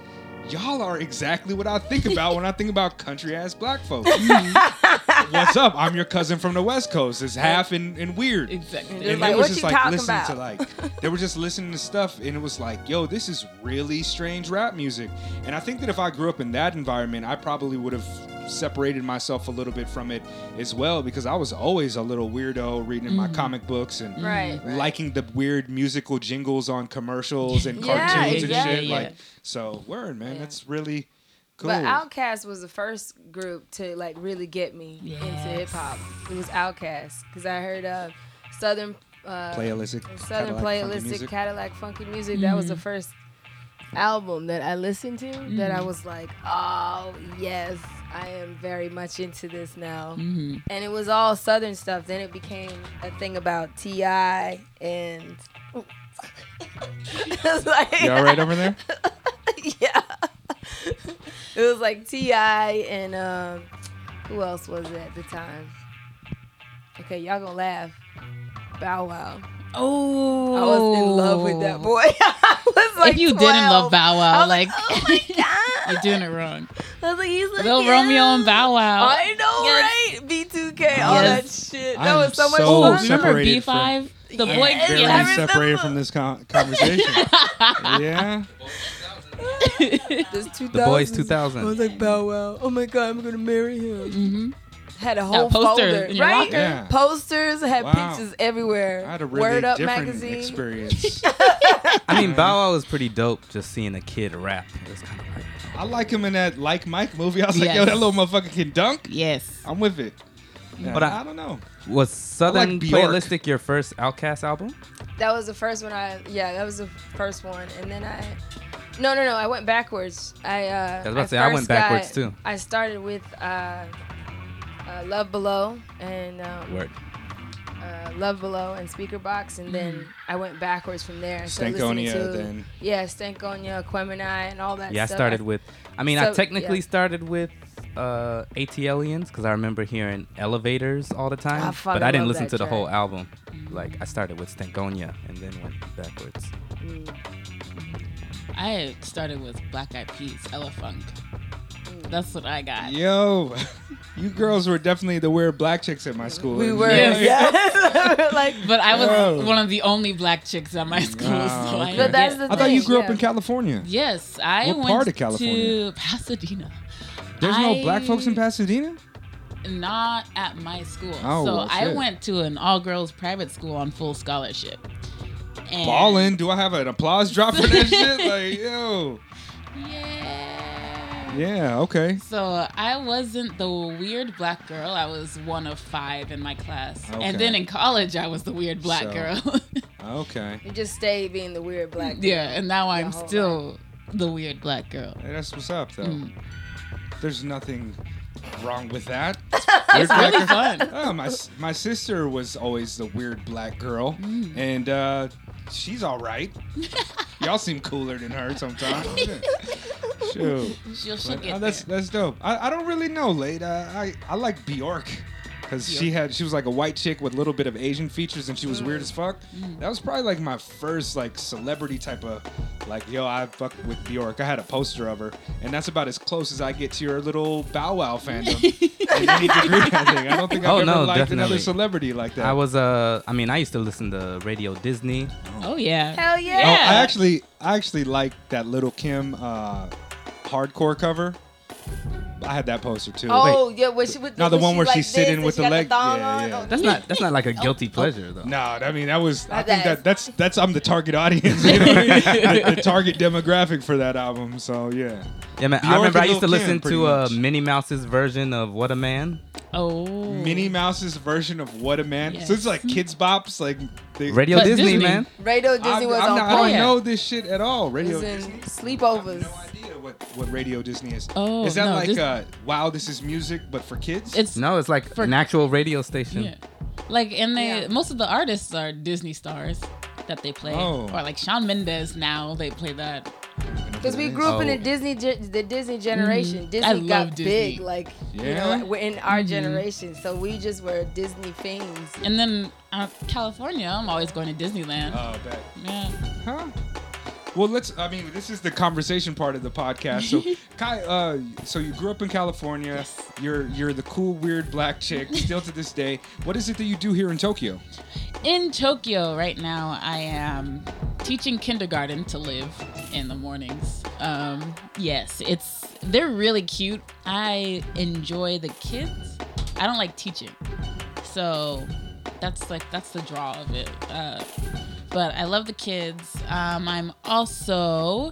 y'all are exactly what I think about when I think about country ass black folks.
Mm-hmm.
What's up? I'm your cousin from the West Coast. It's half and, and weird
[LAUGHS] Exactly.
They're
and
like,
they were
"What
just
you
like
talking
listening to
about?" [LAUGHS]
like they were just listening to stuff and it was like yo this is really strange rap music and i think that if i grew up in that environment i probably would have separated myself a little bit from it as well because i was always a little weirdo reading my comic books and
Mm-hmm. Right, right.
liking the weird musical jingles on commercials and
[LAUGHS] Yeah,
cartoons and
exactly.
shit
Yeah, yeah.
like so word man
Yeah.
that's really cool
but Outkast was the first group to like really get me into hip
Yes.
hop. It was Outkast because I heard uh, Southern uh,
playalistic
Southern
Cadillac funky
playlistic
music.
Cadillac funky music. That was the first album that I listened to that I was like, oh yes, I am very much into this now.
Mhm.
And it was all Southern stuff. Then it became a thing about Ti and. [LAUGHS] It was like-
you all right over there
[LAUGHS] yeah. it was like Ti and um, who else was it at the time? Okay, y'all gonna laugh. Bow Wow.
Oh,
I was in love with that boy. [LAUGHS] I was like,
if you didn't
12.
love Bow
I
Wow,
was
like,
like,
[LAUGHS]
oh my
you're
god.
doing it
[LAUGHS]
wrong.
I was like, he's like
Little
yeah.
Romeo and Bow Wow.
I know,
Yes.
right? B2K, all that
Yes.
shit.
I
That
am
was so much
so
oh,
fun.
separate.
remember
separated
B five? The
Yeah.
boy,
Yes,
very
I
yeah.
remember-
separated from this con-
[LAUGHS]
conversation yeah
[LAUGHS]
This 2000.
The boys
I was
2000.
like, Bow Wow. Oh my god, I'm gonna marry him.
hmm
had a whole
poster
folder,
in your
right?
locker.
Yeah.
posters had
Wow.
pictures everywhere.
I had a really
Word Up
different
magazine. [LAUGHS]
experience.
I mean, Bow Wow was pretty dope. Just seeing a kid rap. It was kind of like,
I like him in that Like Mike movie. I was like,
Yes.
yo, that little motherfucker can dunk.
Yes.
I'm with it. Yeah,
But
I,
I-
don't know.
was Southern
like Bjork.
Playlistic your first Outcast album?
That was the first one I yeah, that was the first one. And then I No, no, no, I went backwards. I uh
was about to say, I went
first
backwards,
got-
too.
I started with uh, uh Love Below and um,
Word.
uh, Love Below and Speaker Box
Hmm.
and then I went backwards from there. So listening
Stankonia,
to-
then.
Yeah, Stankonia, Quemini and all that
Yeah, I
stuff.
started with. I mean, I
So,
technically
yeah.
started with uh, ATLians because I remember hearing Elevators all the time,
I
but
fucking
I didn't
love
listen to
that
the whole
track.
album. Like, I started with Stankonia and then went backwards.
I started with Black Eyed Peas, Ella Funk.
Mm.
That's what I got.
Yo, [LAUGHS] you girls were definitely the weird black chicks at my school.
We were
Yes.
yes. [LAUGHS] like
But I was
Oh.
one of the only black chicks at my school,
Wow,
so
okay.
I
But
that's
get-
the
I thought you
thing,
grew up
yeah.
in California.
Yes, I
What
went
part of California?
to Pasadena.
There's no
I-
black folks in Pasadena?
Not at my school.
Oh,
so
well,
I
shit.
went to an all girls private school on full scholarship. And
Ballin'. Do I have an applause drop for
[LAUGHS]
that shit? Like, yo.
Yeah.
Yeah, okay.
So I wasn't the weird black girl. I was one of five in my class.
Okay.
And then in college, I was the weird black
So-
girl.
Okay.
you just stayed being the weird
[LAUGHS]
black girl.
yeah, and now I'm
whole life.
still the weird black girl.
Hey, that's what's up, though.
Mm.
There's nothing wrong with that.
[LAUGHS] It's
Weird
really
black- [LAUGHS]
fun.
Oh, my s- my sister was always the weird black girl,
Hmm.
and uh, she's all
[LAUGHS]
right. Y'all seem cooler than her sometimes. Shoot.
She'll, she'll
But,
get
uh, that's
there.
that's dope. I, I don't really know, late. Uh, I I like Bjork. because she had she was like a white chick with a little bit of Asian features, and she was weird as fuck. That was probably like my first like celebrity type of like yo, I fuck with Bjork. I had a poster of her, and that's about as close as I get to your little Bow Wow fandom. in any degree, I think. I don't think I've
Oh,
ever
no,
liked another
definitely.
celebrity like that.
I was uh I mean I used to listen to Radio Disney.
Oh yeah.
Hell yeah.
Oh,
Yeah.
I actually, I actually like that little Kim uh, hardcore cover. I had that poster too.
Oh yeah, when she with
No, the
when
one
she
where
like
she's sitting
this and
with
she
the
got
leg.
thong
Yeah,
on.
yeah.
Oh,
That's not that's not like a guilty pleasure though.
No, I mean that was. I
My
think
bad.
that that's that's I'm the target audience, [LAUGHS] you know? the, the target demographic for that album. So yeah,
Yeah man,
Bjork
I remember I
and
used to
Lil' Kim,
listen
pretty
to uh,
much.
Minnie Mouse's version of What a Man.
Oh.
Minnie Mouse's version of What a Man. So it's like
Yes.
kids bops, like they,
Radio
But
Disney,
Disney.
man.
Radio
I,
Disney was
I'm
on
not- I
point.
don't know this shit at all.
It
Radio
was in
Disney. I have
sleepovers.
no idea what, what Radio Disney is.
Oh,
is that
no,
like
this-
uh, wow, this is music, but for kids?
It's
No, it's like
For-
an actual radio station.
yeah. Like and they
Yeah.
most of the artists are Disney stars that they play.
Oh.
Or like Shawn Mendes now they play that.
Because we grew up in
Oh.
the Disney, ge- the Disney generation. Disney
Mm. I
got big,
love Disney. Mm-hmm.
like you
Yeah?
know, we're in our generation, so we just were Disney fiends.
And then uh, California, I'm always going to Disneyland.
Oh, bet.
yeah.
Huh? Well, let's. I mean, this is the conversation part of the podcast.
[LAUGHS]
So, Kai, uh, so you grew up in California.
Yes.
You're you're the cool, weird black chick still to this day. What is it that you do here in Tokyo?
In Tokyo right now, I am teaching kindergarten to live in the mornings. Um, yes, it's they're really cute. I enjoy the kids. I don't like teaching, so that's like that's the draw of it. Uh, but I love the kids. Um, I'm also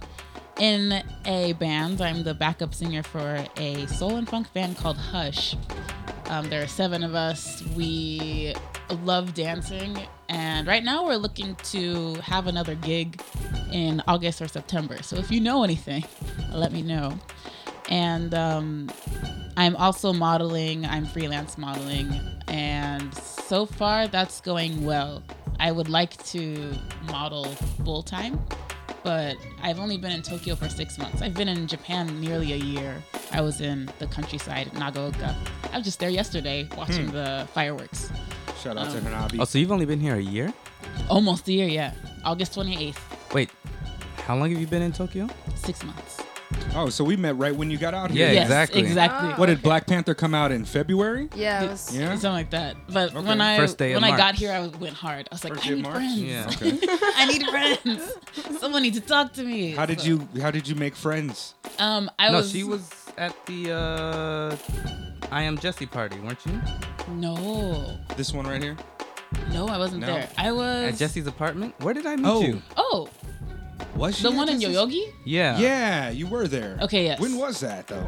in a band. I'm the backup singer for a soul and funk band called Hush. Um, there are seven of us. We love dancing, and right now we're looking to have another gig in August or September. So if you know anything, let me know. And um, I'm also modeling, I'm freelance modeling, and so far that's going well. I would like to model full time, but I've only been in Tokyo for six months. I've been in Japan nearly a year. I was in the countryside, Nagaoka. I was just there yesterday watching the fireworks.
Shout out to
Um,
Hanabi.
Oh, so you've only been here a year?
Almost a year, yeah. August 28th,
Wait, how long have you been in Tokyo?
six months.
Oh, so we met right when you got out here.
Yeah,
yes,
exactly.
Exactly.
What did Black Panther come out in February?
Yeah, it
Did-
was,
Yeah.
Something like that. But
Okay.
when I
First day of
when I got
March.
here, I was- went hard. I was like,
First
I
day of
need
March?
friends.
Yeah.
Okay.
[LAUGHS] I need friends. Someone needs to talk to
[LAUGHS]
me.
How did
So,
you How did you make friends?
Um, I
no,
was.
she was at the uh, I Am Jesse party, weren't you?
No,
This one right here.
no, I wasn't
No.
there. I was.
At Jesse's apartment? Where did I meet
Oh.
you?
oh,
Was she
the
at
one in
this-
Yoyogi.
Yeah.
Yeah, you were there.
Okay, yes.
When was that though?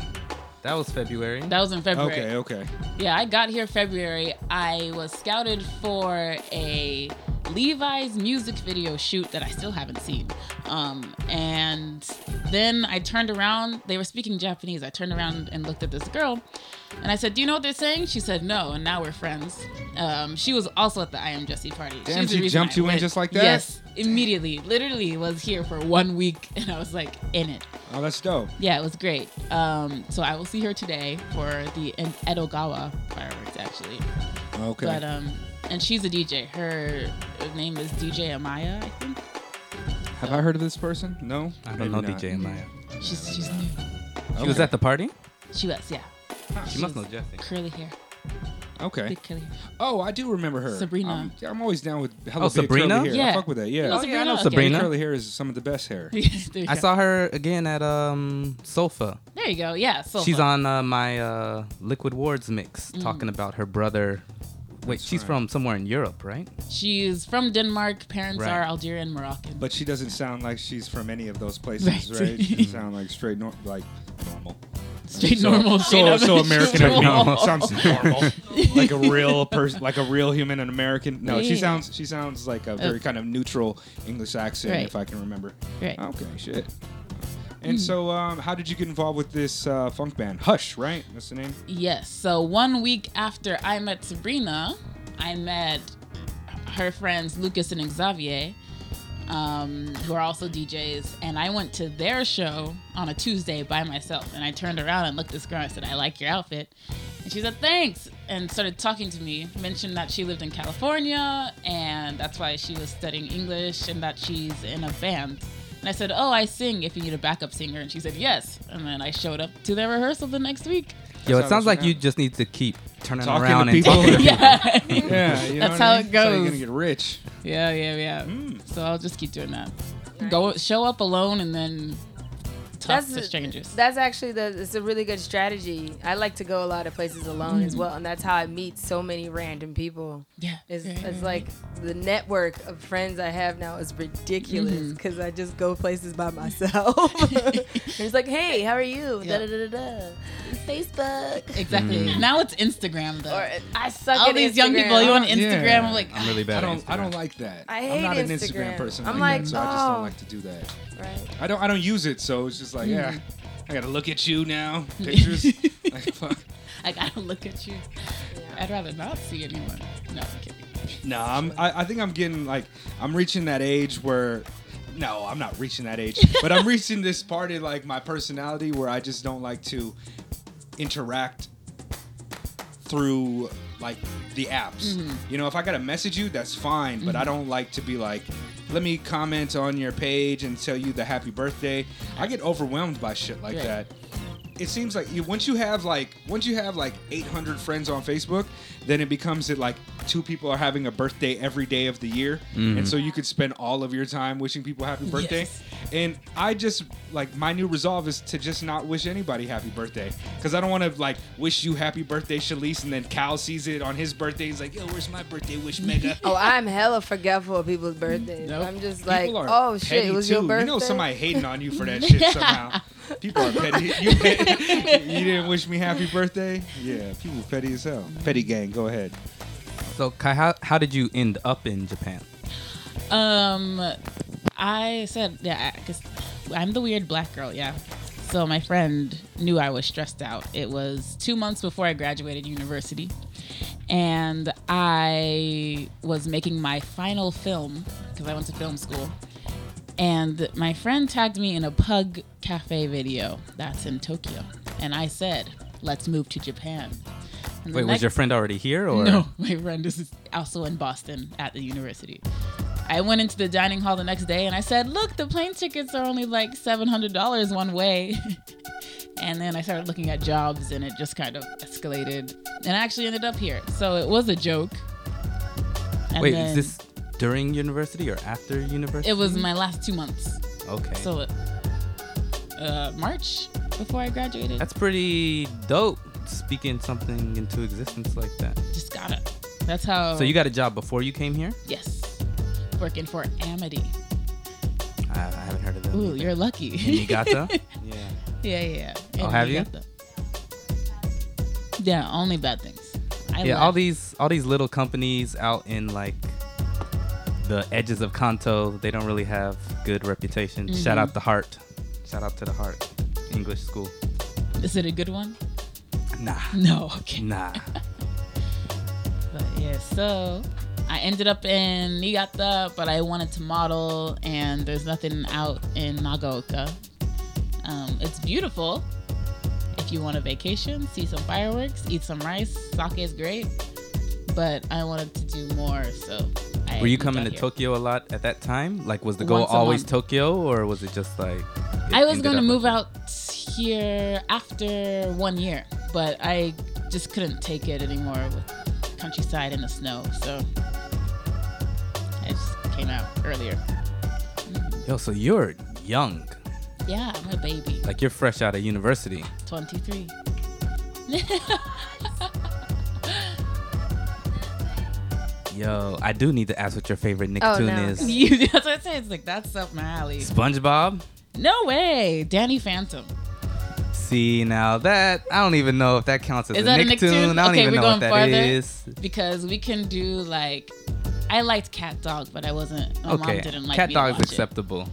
That was February.
That was in February.
Okay, okay.
Yeah, I got here February. I was scouted for a Levi's music video shoot that I still haven't seen. Um, and then I turned around. They were speaking Japanese. I turned around and looked at this girl, and I said, "Do you know what they're saying?" She said, "No." And now we're friends. Um, she was also at the I Am Jesse party.
Damn,
She's the
she
reason
jumped
I
you in
went.
just like that?
Yes, immediately. Literally was here for one week, [LAUGHS] and I was like in it.
Oh, that's dope.
Yeah, it was great. Um, so I will see her today for the En- Edogawa fireworks, actually.
Okay.
But um, and she's a DJ. Her name is DJ Amaya, I think.
Have I heard of this person? No.
I don't know DJ Maya.
She's she's new.
She was at the party?
She was yeah,
She must know Jesse.
curly hair,
Okay.
big curly hair.
Oh, I do remember her.
Sabrina.
Um, yeah, I'm always down with hello
Oh,
big
Sabrina?
curly hair. I
Yeah.
fuck with that. Yeah.
You
Oh, yeah, I know Sabrina.
Curly hair is some of the best hair.
[LAUGHS] there, you
I
go.
saw her again at um Sofa.
there you go. Yeah, so
She's on uh, my uh, Liquid Wards mix
Mm.
talking about her brother. Wait, she's
right.
from somewhere in
[LAUGHS]
Europe, right?
She's from Denmark. Parents
Right.
are Algerian, Moroccan.
But she doesn't sound like she's from any of those places, right?
Right.
She
[LAUGHS]
sound like straight nor- like normal.
straight normal.
So
straight up.
so American as
Straight
we know.
normal. [LAUGHS]
Sounds
[LAUGHS]
normal. like a real person like a real human and American. No, she
Yeah.
sounds she sounds like a very kind of neutral English accent
Oh. Right.
if I can remember.
Right.
Oh.
Hmm.
Okay, shit. And so um, how did you get involved with this uh, funk band? Hush, right? That's
[LAUGHS]
the name?
Yes. So one week after I met Sabrina, I met her friends Lucas and Xavier, um, who are also DJs, and I went to their show on a Tuesday by myself. And I turned around and looked at this girl. and I said, "I like your outfit," And she said, thanks, and started talking to me. Mentioned that she lived in California and that's why she was studying English and that she's in a band. And I said, oh, I sing if you need a backup singer. And she said, yes. And then I showed up to their rehearsal the next week.
Yo, it
how
sounds
it
like
should
you
happen.
just need to keep turning
Talking to
around and
people.
talking
[LAUGHS]
to people.
yeah.
Yeah, you know
That's
what I
how
mean?
it
That's how you're
goes.
gonna get rich.
Yeah, yeah, yeah.
Mm.
So I'll just keep doing that. Go show up alone and then talk to strangers.
That's actually the. It's a really good strategy. I like to go a lot of places alone
Mm.
as well, and that's how I meet so many random people.
yeah,
It's,
yeah,
it's
yeah.
like the network of friends I have now is ridiculous
Mm-hmm.
because I just go places by
[LAUGHS]
myself. [LAUGHS] And it's like, hey, how are you?
Yeah.
Da, da, da, da, da. Facebook.
exactly. Now it's Instagram though.
Mm. Or I suck
All
at
these young
Instagram.
people, you on
Yeah.
Instagram? I'm like,
I'm
[LAUGHS]
really
I
bad.
don't.
at
I don't
Instagram.
like that.
I
am
hate
not an Instagram
Instagram.
person.
I'm
like,
like,
that, so I just don't
oh.
like to do that.
Right.
I don't. I don't use it, so it's just like,
Hmm.
yeah, I gotta look at you
[LAUGHS]
now. Pictures. like, fuck.
[LAUGHS] I gotta look at you. I'd rather not see anyone. No, I'm kidding.
No, I'm, I, I think I'm getting like I'm reaching that age where. No, I'm not reaching that age, but I'm reaching this part of like my personality where I just don't like to interact through like the apps. You know, if I gotta message you, that's fine, but I don't like to be like, let me comment on your page and tell you the happy birthday. I get overwhelmed by shit like
Right.
that. It seems like you, once you have like once you have like 800 friends on Facebook, then it becomes that like two people are having a birthday every day of the year, and so you could spend all of your time wishing people happy birthday.
Yes.
And I just like my new resolve is to just not wish anybody happy birthday because I don't want to like wish you happy birthday, Shalise, and then Cal sees it on his birthday. He's like, "Yo, where's my birthday wish, mega?"
Oh, I'm hella forgetful of people's birthdays.
Nope.
I'm just like,
People are
oh shit,
petty,
it was
too.
your birthday.
You know somebody hating on you for that
[LAUGHS]
shit somehow. People are petty. You, you didn't wish me happy birthday. Yeah, people petty as hell. Petty gang, go ahead.
So, Kai, how, how did you end up in Japan?
Um, I said, yeah, because I'm the weird black girl, yeah. So my friend knew I was stressed out. It was two months before I graduated university, and I was making my final film because I went to film school. And my friend tagged me in a pug cafe video that's in Tokyo, and I said, "Let's move to Japan." And the
Wait, was
next-
your friend already here, or
no, [LAUGHS] my friend is also in Boston at the university. I went into the dining hall the next day and I said, Look, the plane tickets are only like $700 one way. [LAUGHS] and then I started looking at jobs and it just kind of escalated. And I actually ended up here. So it was a joke. And
wait,
then
is this during university or after university?
It was my last two months.
okay.
So uh, March before I graduated.
That's pretty dope. Speaking something into existence like that.
just got it. That's how.
So you got a job before you came here?
Yes. Working for Amity.
I, I haven't heard of that.
Ooh, you're lucky.
in
[LAUGHS]
Niigata. yeah.
Yeah, yeah. yeah.
Oh,
And
have
we
you?
got the- Yeah, only bad things. I
Yeah, all
left.
these all these little companies out in like the edges of Kanto, they don't really have good reputation. Shout out the Heart. Shout out to the Heart English School.
Is it a good one? [LAUGHS]
Nah,
No. Okay.
nah.
But yeah, so I ended up in Niigata, but I wanted to model, and there's nothing out in Nagaoka. Um, it's beautiful. If you want a vacation, see some fireworks, eat some rice, sake is great. But I wanted to do more, so. I
Were you
ended
coming
up
to
here.
Tokyo a lot at that time? Like, was the goal
Once a
always
month.
Tokyo, or was it just like? it
I was
ended
going to
up
move
like
out here after one year, but I just couldn't take it anymore with countryside and the snow. So I just came out earlier.
that? Yo, so you're young.
Yeah, I'm a baby,
Like you're fresh out of university.
23.
Yo, I do need to ask what your favorite Nicktoon
Oh, no.
is.
[LAUGHS] You, [LAUGHS] that's what I say. It's like that's up my alley.
SpongeBob.
No way, Danny Phantom.
See now that I don't even know if that counts as
Is
a
that a
Nicktoon.
Nicktoon?
I don't
Okay,
even
we're
know what
going
that
farther.
is.
Because we can do like, I liked Cat Dog, but I wasn't. My mom
Okay,
didn't like
cat
me to
dog's
watch it.
acceptable.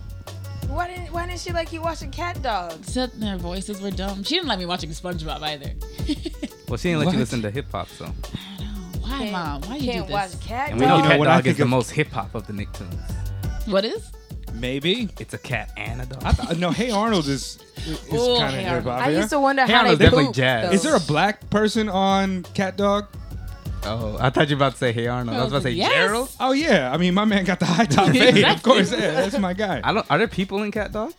Why didn't Why didn't she like you watching cat dogs?
Except their voices were dumb. She didn't like me watching SpongeBob either. [LAUGHS]
Well, she didn't let
What?
you listen to hip hop, so.
Why,
Can't-
mom? Why you
Can't
do
watch
this?
cat
And
dogs.
we know
You know,
cat
when I
dog is
think
the
of-
most hip hop of the Nicktoons.
What is?
Maybe.
It's a cat and a dog.
I thought, no, Hey Arnold is It's
Ooh,
kind of
Hannah.
hip hop.
I used to wonder how
Hannah's
they
definitely
poop.
jazz.
though.
Is there a black person on Cat Dog?
Oh, I thought you were about to say Hey Arnold. I was about to say
Yes.
Gerald.
Oh yeah, I mean my man got the high
[LAUGHS]
top fade. Of
Exactly.
course, yeah, that's my guy.
I don't. Are there people in Cat Dog?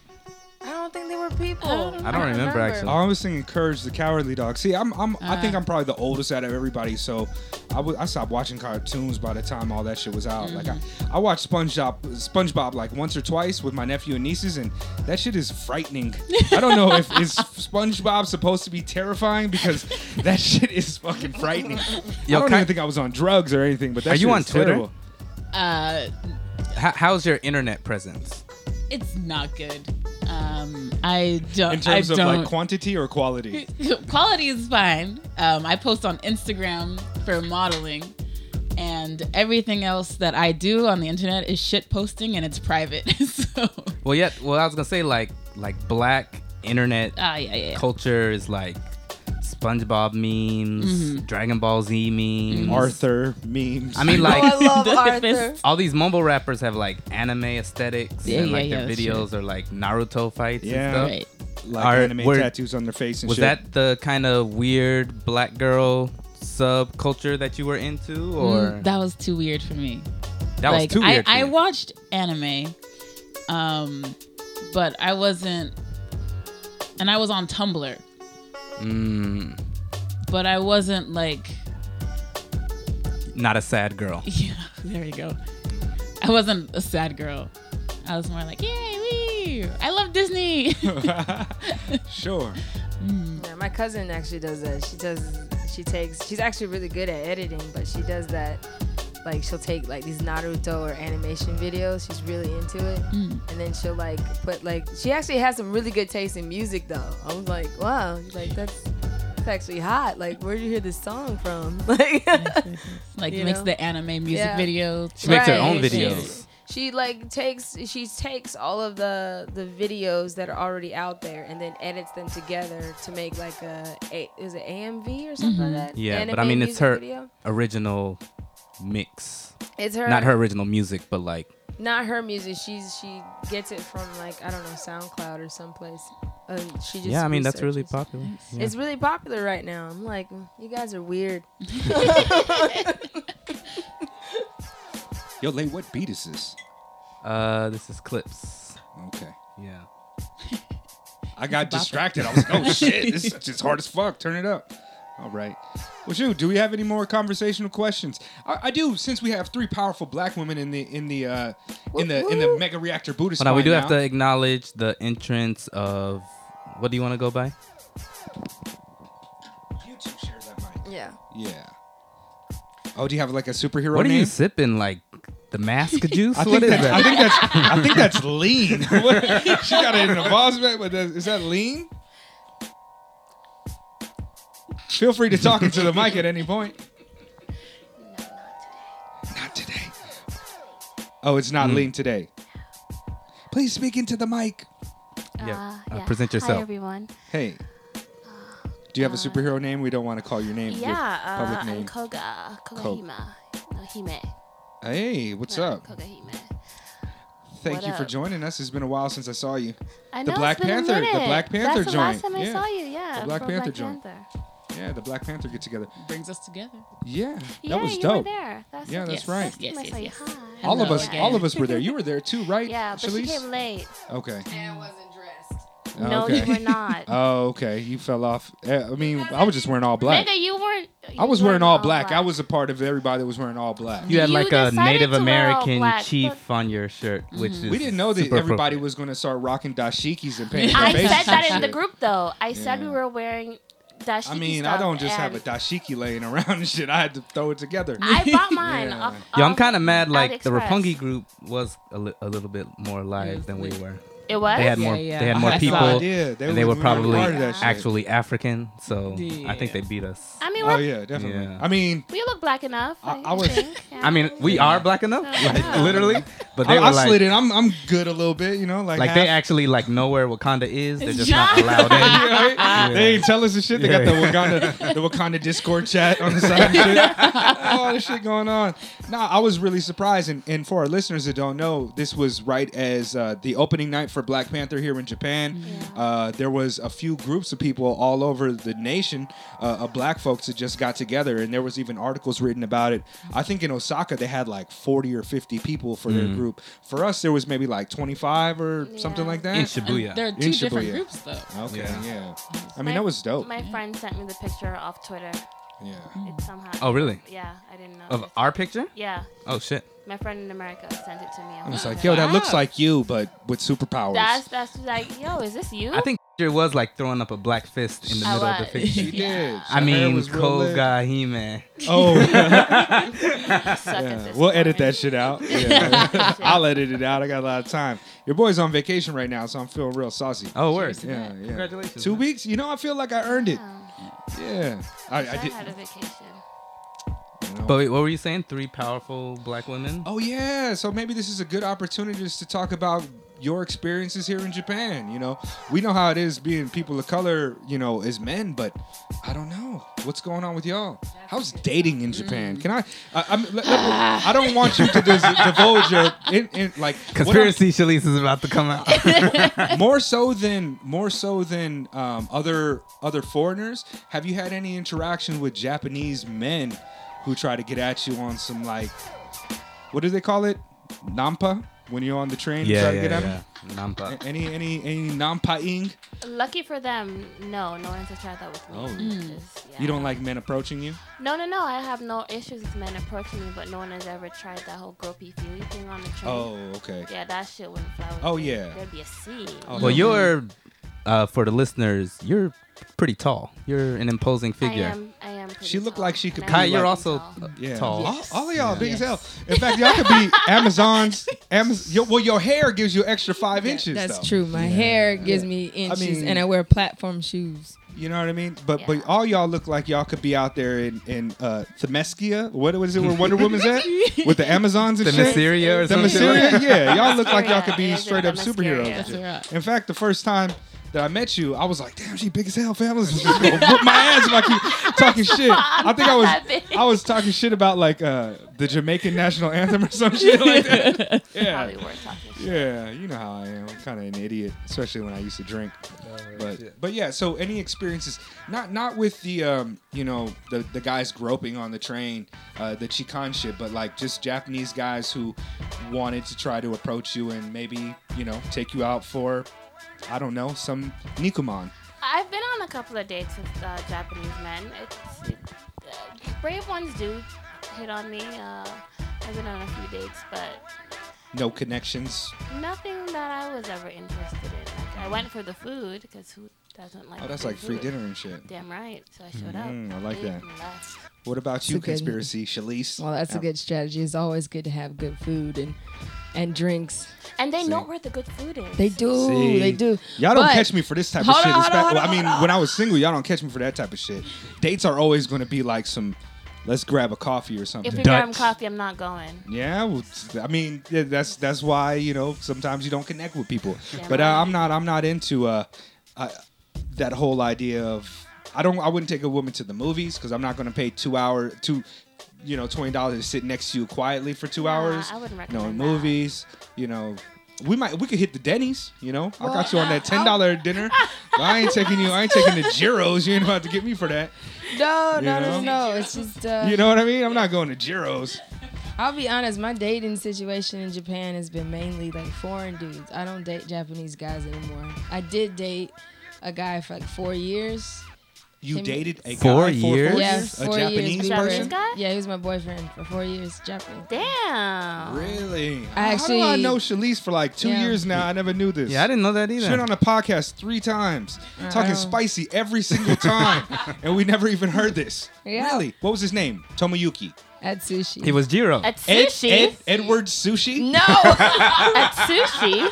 I don't think they were people.
I don't
I don't remember, actually.
I was thinking Courage the Cowardly Dog. See, I'm, I'm I think
Uh.
I'm probably the oldest out of everybody, so I wa- I stopped watching cartoons by the time all that shit was out. Like I,
Mm-hmm.
I watched SpongeBob SpongeBob like once or twice with my nephew and nieces, and that shit is frightening. I don't know if
[LAUGHS]
is SpongeBob supposed to be terrifying because that shit is fucking
[LAUGHS]
frightening.
Yo,
I don't
can-
even think I was on drugs or anything, but that
Are you
shit
on
is
Twitter?
terrible.
Uh,
How, how's your internet presence?
it's not good. Um, I don't.
In terms
I
of
don't.
like quantity or
[LAUGHS]
quality?
quality is fine. Um, I post on Instagram for modeling, and everything else that I do on the internet is shit posting, and it's private. [LAUGHS] so,
Well, yeah. Well, I was gonna say like like black internet
ah, yeah, yeah, yeah.
culture is like SpongeBob memes,
Mm-hmm.
Dragon Ball Z memes.
Arthur memes.
I mean,
Oh, I
like
love
[LAUGHS] The
Arthur.
fist.
all these mumble rappers have like anime aesthetics,
Yeah,
and
yeah,
like
yeah,
their
that's
videos are like Naruto fights
Yeah.
and stuff.
Right.
like
Are-
anime
were-
tattoos on their face and
Was
shit.
that the kind of weird black girl subculture that you were into, or
Mm, that was too weird for me.
that
like,
was too weird? for
I, I
you?
watched anime, um, but I wasn't, and I was on Tumblr,
Mm,
but I wasn't like, [LAUGHS]
not a sad girl.
yeah, there you go. I wasn't a sad girl. I was more like, yay, wee, I love Disney. [LAUGHS]
sure.
Yeah, my cousin actually does that. She does. She takes. She's actually really good at editing, but she does that. Like she'll take like these Naruto or animation videos. She's really into it,
Mm.
and then she'll like put like. She actually has some really good taste in music, though. I was like, wow, like that's. that's actually hot. Like, where'd you hear this song from? [LAUGHS] Like,
like
You
makes
know?
the anime music
Yeah.
videos.
She makes her own
Right.
videos.
she like takes she takes all of the the videos that are already out there and then edits them together to make like a, a is it AMV or something like that?
Mm-hmm. Yeah, but I
Anime
mean, it's
music
her
video?
original mix,
It's her.
not her original music, but like
Not her music. She's she gets it from like I don't know SoundCloud or someplace. Um, she just
yeah. I mean, that's really
researches.
popular. Yeah.
It's really popular right now. I'm like, you guys are weird.
Yo, Lay, what beat is this?
Uh, this is clips.
Okay.
Yeah.
I got
bopper.
distracted. I was like, oh shit, this is just hard as fuck. Turn it up. All right. Well, shoot, do we have any more conversational questions? I, I do, since we have three powerful black women in the in the uh, in the in the mega reactor Buddhist.
Well, now we do have
now.
to acknowledge the entrance of what do you want to go by?
You two share that mic.
Yeah.
Yeah. Oh, do you have like a superhero
What are
name?
you sipping? Like the mask juice?
I
what
think,
is
that, I
that?
think that's I think that's
[LAUGHS]
lean. What- she got it in a boss bag, but that, is that lean? Feel free to talk into the mic at any point. Not today. Oh, it's
Hmm.
not lean today. Please speak into the mic.
Yeah.
Uh,
Uh, present yourself.
Hi, everyone.
Hey. Do you have a superhero name? We don't want to call your name. your
Uh, Yeah, uh,
public
I'm
name.
Koga,
Ko-
Kogahima. No, Hime.
hey, what's
Yeah,
up?
Kogahime.
Thank
what
you for
up?
joining us. It's been a while since I saw you.
I
The
know, it's
Black
been a
Panther- the
minute.
Black Panther
That's the last
joint,
time I
yeah.
saw you, yeah.
The Black
for
Panther
Black
joint.
Panther.
Yeah, the Black Panther get together.
Brings us together.
Oh,
Yeah,
Yeah,
that was
you
dope.
were there. That's
Yeah,
the
that's
Yes.
right.
last time
Yes,
I
yes,
saw you.
yes.
Hi.
All of
Hello
us,
again.
all of us were there. You were there too, right?
Yeah, but she
Shalice?
came late.
Okay.
And wasn't dressed.
Oh,
No,
okay.
you
[LAUGHS]
were not.
Oh, okay. You fell off. Eh, I mean, I was just wearing all black.
Nigga, you were.
I was wearing all black. I was a part of everybody that was wearing all black.
You had
You
like a
decided
Native
to wear all
American
black,
chief
but-
on your shirt, which is
We didn't know that
super
everybody
appropriate.
was going to start rocking dashikis and painting
[LAUGHS] I
their faces
said that
and
in [LAUGHS] the
shit.
group though. I said we
Yeah.
were wearing dashiki
I mean, I
stuff,
don't just have a
and
dashiki laying around and shit. I had to throw it together.
I
[LAUGHS]
bought mine.
Yeah.
Off,
Yo, I'm
off
kind of mad. Like the
AliExpress.
Rapungi group was a, li- a little bit more alive than we were.
It was.
They had
Yeah,
more.
yeah.
They had
I
more
had no
people,
idea. They
and they
were-
were
we weren't
probably
part of that shit.
actually African. So I think
Yeah.
they beat us.
I mean,
Oh
we're,
yeah, definitely.
Yeah.
I mean,
we look black enough.
I-
I,
I was-
think, yeah.
I mean, we are black enough, like, literally. But
I,
they
I
were like,
slid in. I'm I'm good a little bit, you know. Like,
like they
half-
actually like know where Wakanda is. They're just not
Yeah.
allowed in. [LAUGHS]
Right? They ain't tell us the shit. They got the
Yeah.
Wakanda, the Wakanda Discord chat on the side. And
[LAUGHS]
shit. All this shit going on. Nah, I was really surprised. And, and for our listeners that don't know, this was right as uh, the opening night for Black Panther here in Japan. Uh, there was a few groups of people all over the nation uh, of black folks that just got together, and there was even articles written about it. I think in Osaka they had like 40 or 50 people for
Mm.
their group. For us, there was maybe like 25 or something
Yeah.
like that.
in Shibuya.
There are
In
two different
Shibuya.
groups though.
Okay, yeah.
Yeah.
I mean,
My-
that was dope.
My friend sent me the picture off Twitter.
yeah.
It somehow.
Oh, really?
Yeah, I didn't know.
Of our picture?
yeah,
Oh shit.
my friend in America sent it to me.
I was
like,
like, yo, that looks
Wow.
like you, but with superpowers.
That's that's like, yo, is this you?
I think [LAUGHS] it was like throwing up a black fist in the
I
middle of the
was.
[LAUGHS] she
picture.
did.
I
Her hair
mean,
was real
cold
lit.
guy He Man. [LAUGHS]
Oh, yeah.
I suck at this
we'll edit
point.
that shit out. Yeah. [LAUGHS] I'll edit it out. I got a lot of time. Your boy's on vacation right now, so I'm feeling real saucy.
Oh, word.
Seriously.
yeah, yeah.
Congratulations.
Two
man.
weeks? You know, I feel like I earned it.
Oh,
Yeah. I,
I,
I did.
had a vacation.
you know.
But wait, what were you saying? Three powerful black women.
Oh yeah, so maybe this is a good opportunity just to talk about your experiences here in Japan. You know, we know how it is being people of color, you know, as men, but I don't know what's going on with y'all. How's dating in Japan? Can I? I, I'm, let- let- I don't want you to dis- divulge your in, in, like what I'm-
Conspiracy Shalise is about to
[LAUGHS]
come out.
more so than more so than um, other other foreigners. Have you had any interaction with Japanese men who try to get at you on some like what do they call it? Nampa when you're on the train and try to get at them?
Nampa.
A- Any any any nampaing?
Lucky for them, no, no one's tried that with me.
Oh.
Just- yeah.
You don't like men approaching you?
No, no, no. I have no issues with men approaching me, but no one has ever tried that whole gropey feely thing on the train.
Oh, okay.
Yeah, that shit wouldn't fly. With
Oh,
me.
yeah.
There'd be a scene.
Oh,
Well, you're uh, for the listeners. You're pretty tall. You're an imposing figure.
I am. I am. pretty
She looked
tall,
like she could
and
be
I'm
Kai, you're
pretty
also
tall.
uh,
Yeah.
tall.
All,
Yes.
all of y'all big as
Yes.
hell. In fact, y'all could be Amazon's. Amaz- your, well, your hair gives you extra five inches.
That's
though.
true. My hair gives me inches,
mean-
and I wear platform shoes.
You know what I mean? But
Yeah.
but all y'all look like y'all could be out there in in uh, Themyscira. What was it where Wonder Woman's at with the Amazons and
The
shit?
Mysteria or something.
Themyscira. Yeah, y'all look like y'all could
It
be
is in
straight up
Themyscira.
superheroes. and
That's
shit.
right.
In fact, the first time that I met you, I was like, "Damn, she big as hell, fam." I was just gonna whoop my ass if I keep talking shit. I think I
not that
was
big.
I was talking shit about like uh, the Jamaican national anthem or some shit like that. Yeah.
uh,
Probably worth talking. shit.
Yeah, you know how I am. I'm kind of an idiot, especially when I used to drink. But but Oh, yeah, so any experiences not not with the um, you know, the the guys groping on the train, uh the Chikan shit, but like just Japanese guys who wanted to try to approach you and maybe, you know, take you out for I don't know, some nikuman.
I've been on a couple of dates with uh, Japanese men. It's it, uh, brave ones do hit on me. Uh, I've been on a few dates, but
No connections.
nothing that I was ever interested in. Like I went for the food because who doesn't like?
Oh, that's
good
like free
food?
dinner and shit.
Damn right. So I showed
Mm,
up.
I like
ate
that.
and left.
What about you,
It's a good-
conspiracy, Shalise?
Well, that's a
Um,
good strategy. It's always good to have good food and and drinks.
And they know
See?
where the good food is.
They do.
See?
They do.
Y'all don't
But-
catch me for this type of
Hold
shit.
on, hold on,
Respect-
hold
well, I
on,
mean, when I was single, y'all don't catch me for that type of shit. Dates are always going to be like some, let's grab a coffee or
If
something.
we grab coffee, I'm not going.
yeah, well, it's- I mean yeah, that's that's why you know sometimes you don't connect with people.
Yeah,
but uh,
right.
I'm not I'm not into uh, I, that whole idea of I don't I wouldn't take a woman to the movies because I'm not going to pay two hour two, you know twenty dollars to sit next to you quietly for two
Nah,
hours.
I wouldn't
No
recommend that.
movies, you know. We might we could hit the Denny's, you know. I got you on
[LAUGHS]
that
oh.
ten dollar dinner. But I ain't taking you. I ain't taking the Giros. You ain't about to get me for that.
No,
You
no, no, no,
know?
no. It's just uh,
You know what I mean? I'm not going to Giros.
I'll be honest. My dating situation in Japan has been mainly like foreign dudes. I don't date Japanese guys anymore. I did date a guy for like four years.
You
Him-
dated a
Four
guy for
years?
four
Yeah,
years, a
four years
Japanese
we
Japanese
person.
were-
guy?
Yeah, he was my boyfriend for four years. Japanese.
Damn.
I
Really? How do I
actually-
know Shalise for like two
Yeah.
years now? I never knew this.
Yeah, I didn't know that
She's
either.
been on the podcast three times,
I
talking
know.
spicy every single time, and we never even heard this.
Yeah.
Really? What was his name? Tomoyuki.
At sushi.
He was
[LAUGHS]
Jiro.
At
Ed,
sushi.
Ed- Edward [LAUGHS]
[LAUGHS]
Sushi.
[LAUGHS]
no. At sushi.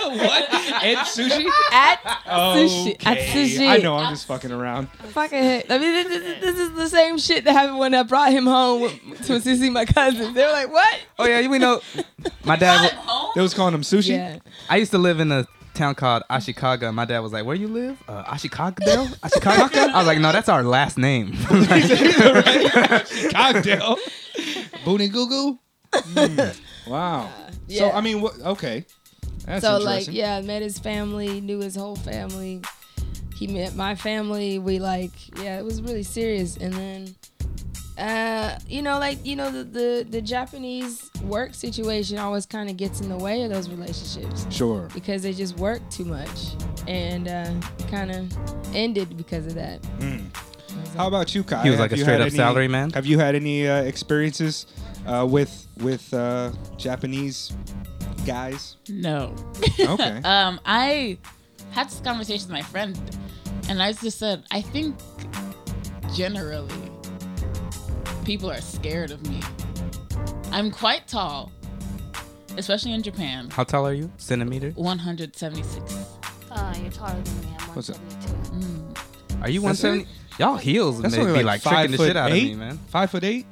what? And sushi?
At
Okay.
At sushi.
I know. I'm just fucking around.
fucking hit. I mean, this, this, this is the same shit that happened when I brought him home with- to see my cousins. They were like, "What?"
Oh yeah, we know. My dad.
They was calling him sushi.
Yeah.
[LAUGHS]
I used to live in a town called Ashikaga, and my dad was like, "Where you live? Uh, Ashikagadale? Ashikaga?" I was like, "No, that's our
[LAUGHS]
last name." [LAUGHS]
Cocktail. Boonie Goo Goo. Mm. Wow. So
yeah.
I mean, what? Okay. That's
so like,
interesting.
yeah, met his family, knew his whole family. He met my family. We like, yeah, it was really serious. And then, uh, you know, like you know, the the, the Japanese work situation always kind of gets in the way of those relationships
Sure.
because they just work too much, and uh, kind of ended because of that.
How about you, Kyle?
He was
Have
like a
you had
straight-up
any-
salary man.
Have you had any uh, experiences uh, with with uh, Japanese guys?
No.
Okay.
[LAUGHS] um, I had this conversation with my friend, and I just said, I think generally people are scared of me. I'm quite tall, especially in Japan.
[LAUGHS] How tall are you? Centimeter?
176.
Uh, you're taller than me. I'm
What's up?
172.
Mm,
Are you
That's
170? Y'all heels
That's
may
only
be
like
like,
five
tricking the
foot
shit out
eight?
of me, man.
Five foot eight.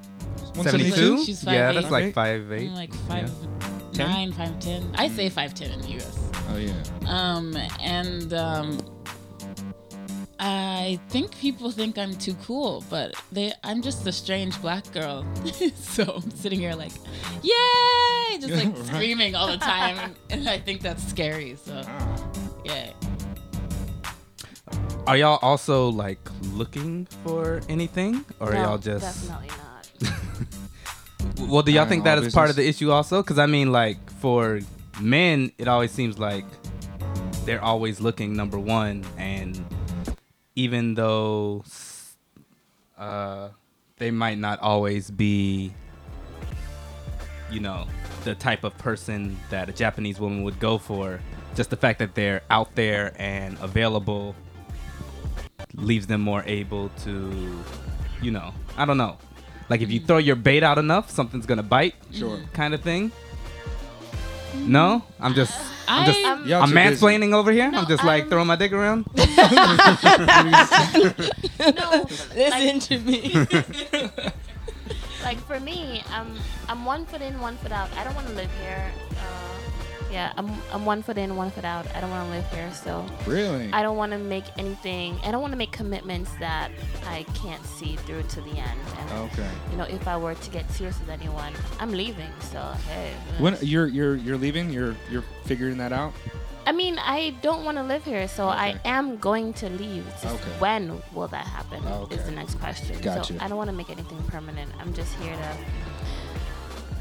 72?
She's
yeah,
5'8".
that's like
Okay.
five eight.
I'm like five
Ten? Mm.
nine, five ten. I say five ten in the U.S.
Oh yeah.
Um, and um, I think people think I'm too cool, but they I'm just a strange black girl. [LAUGHS] so I'm sitting here like, yay,
[LAUGHS]
just like
Right.
screaming all the time, and I think that's scary. So
Ah,
yeah,
Are y'all also like looking for anything, or
No,
are y'all just?
Definitely not.
[LAUGHS] Well, do y'all
Alright,
think
all
that is part of
business.
the issue also? Because I mean, like for men, it always seems like they're always looking number one, and even though s- uh, they might not always be, you know, the type of person that a Japanese woman would go for, just the fact that they're out there and available leaves them more able to, you know, I don't know. Like if you throw your bait out enough, something's gonna bite,
Sure.
kind of thing. No, I'm just, I'm just,
I-
I'm,
Y'all too busy.
mansplaining over here.
No, um,
I'm just like
I'm-
throwing my dick around.
No,
Listen to me.
like for me, I'm I'm one foot in, one foot out. I don't want to live here. Uh, yeah, I'm I'm one foot in, one foot out. I don't want to live here, so
Really?
I don't want to make anything. I don't want to make commitments that I can't see through to the end. And
Oh.
Oh, Okay.
you know, if I were to get serious with anyone, I'm leaving. So hey. mm.
When you're you're you're leaving, you're you're figuring that out.
I mean, I don't want to live here, so
Okay.
I am going to leave. It's just
Okay.
when will that happen?
Okay.
Is the next question.
Gotcha.
So I don't want to make anything permanent. I'm just here to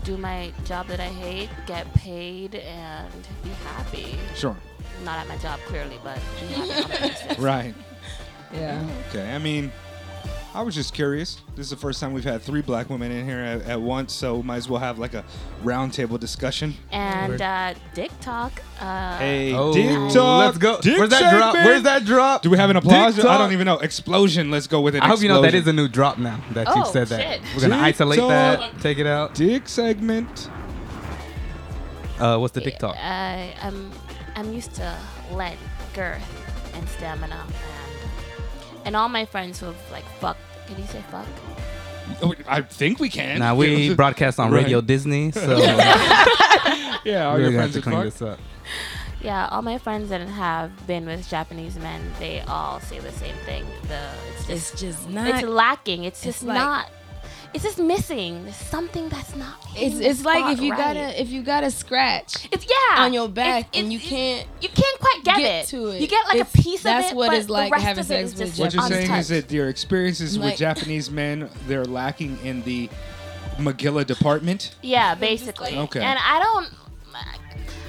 do my job that I hate, get paid, and be happy.
Sure.
Not at my job clearly, but be happy
[LAUGHS]
on my business.
Right.
[LAUGHS] yeah.
Okay. I mean, I was just curious. This is the first time we've had three black women in here at, at once, so might as well have like a roundtable discussion.
and uh, dick talk. Uh,
Hey,
Oh,
dick talk.
let's go.
Dick
Where's that drop?
segment.
Where's that drop?
Do we have an applause?
Dick
I
talk.
don't even know. Explosion. Let's go with it.
I hope you know that is a new drop now that you
Oh,
said that.
shit.
We're gonna
Dick
isolate
talk.
that, take it out.
dick segment.
Uh, what's the dick talk?
I, I'm I'm used to length, girth, and stamina, and and all my friends who have like fucked. Can you say fuck?
Oh, I think we can. [LAUGHS]
Now we broadcast on
Right. [LAUGHS]
Radio Disney, so
Yeah, all
we're
your
gonna have
friends
to
are
clean
fucked.
this up.
Yeah, all my friends that have been with Japanese men, they all say the same thing. The it's
It's
just
just
it's
not.
lacking. It's just
it's like-
not. It's just missing. There's something that's not.
It's
hitting
it's
the
like
spot
if you
right.
got a if you got a scratch
It's yeah
on your back
It's-
and you
it's-
can't.
You can't quite get,
get
it.
to it.
You get like
It's-
a piece of
that's
it.
what
but
it's
the
like
rest
having
of it
sex
is
with
just
What you're saying is
untouched.
that your experiences with
Like-
Japanese men, they're lacking in the Magilla department.
Yeah, basically.
Okay.
And I don't.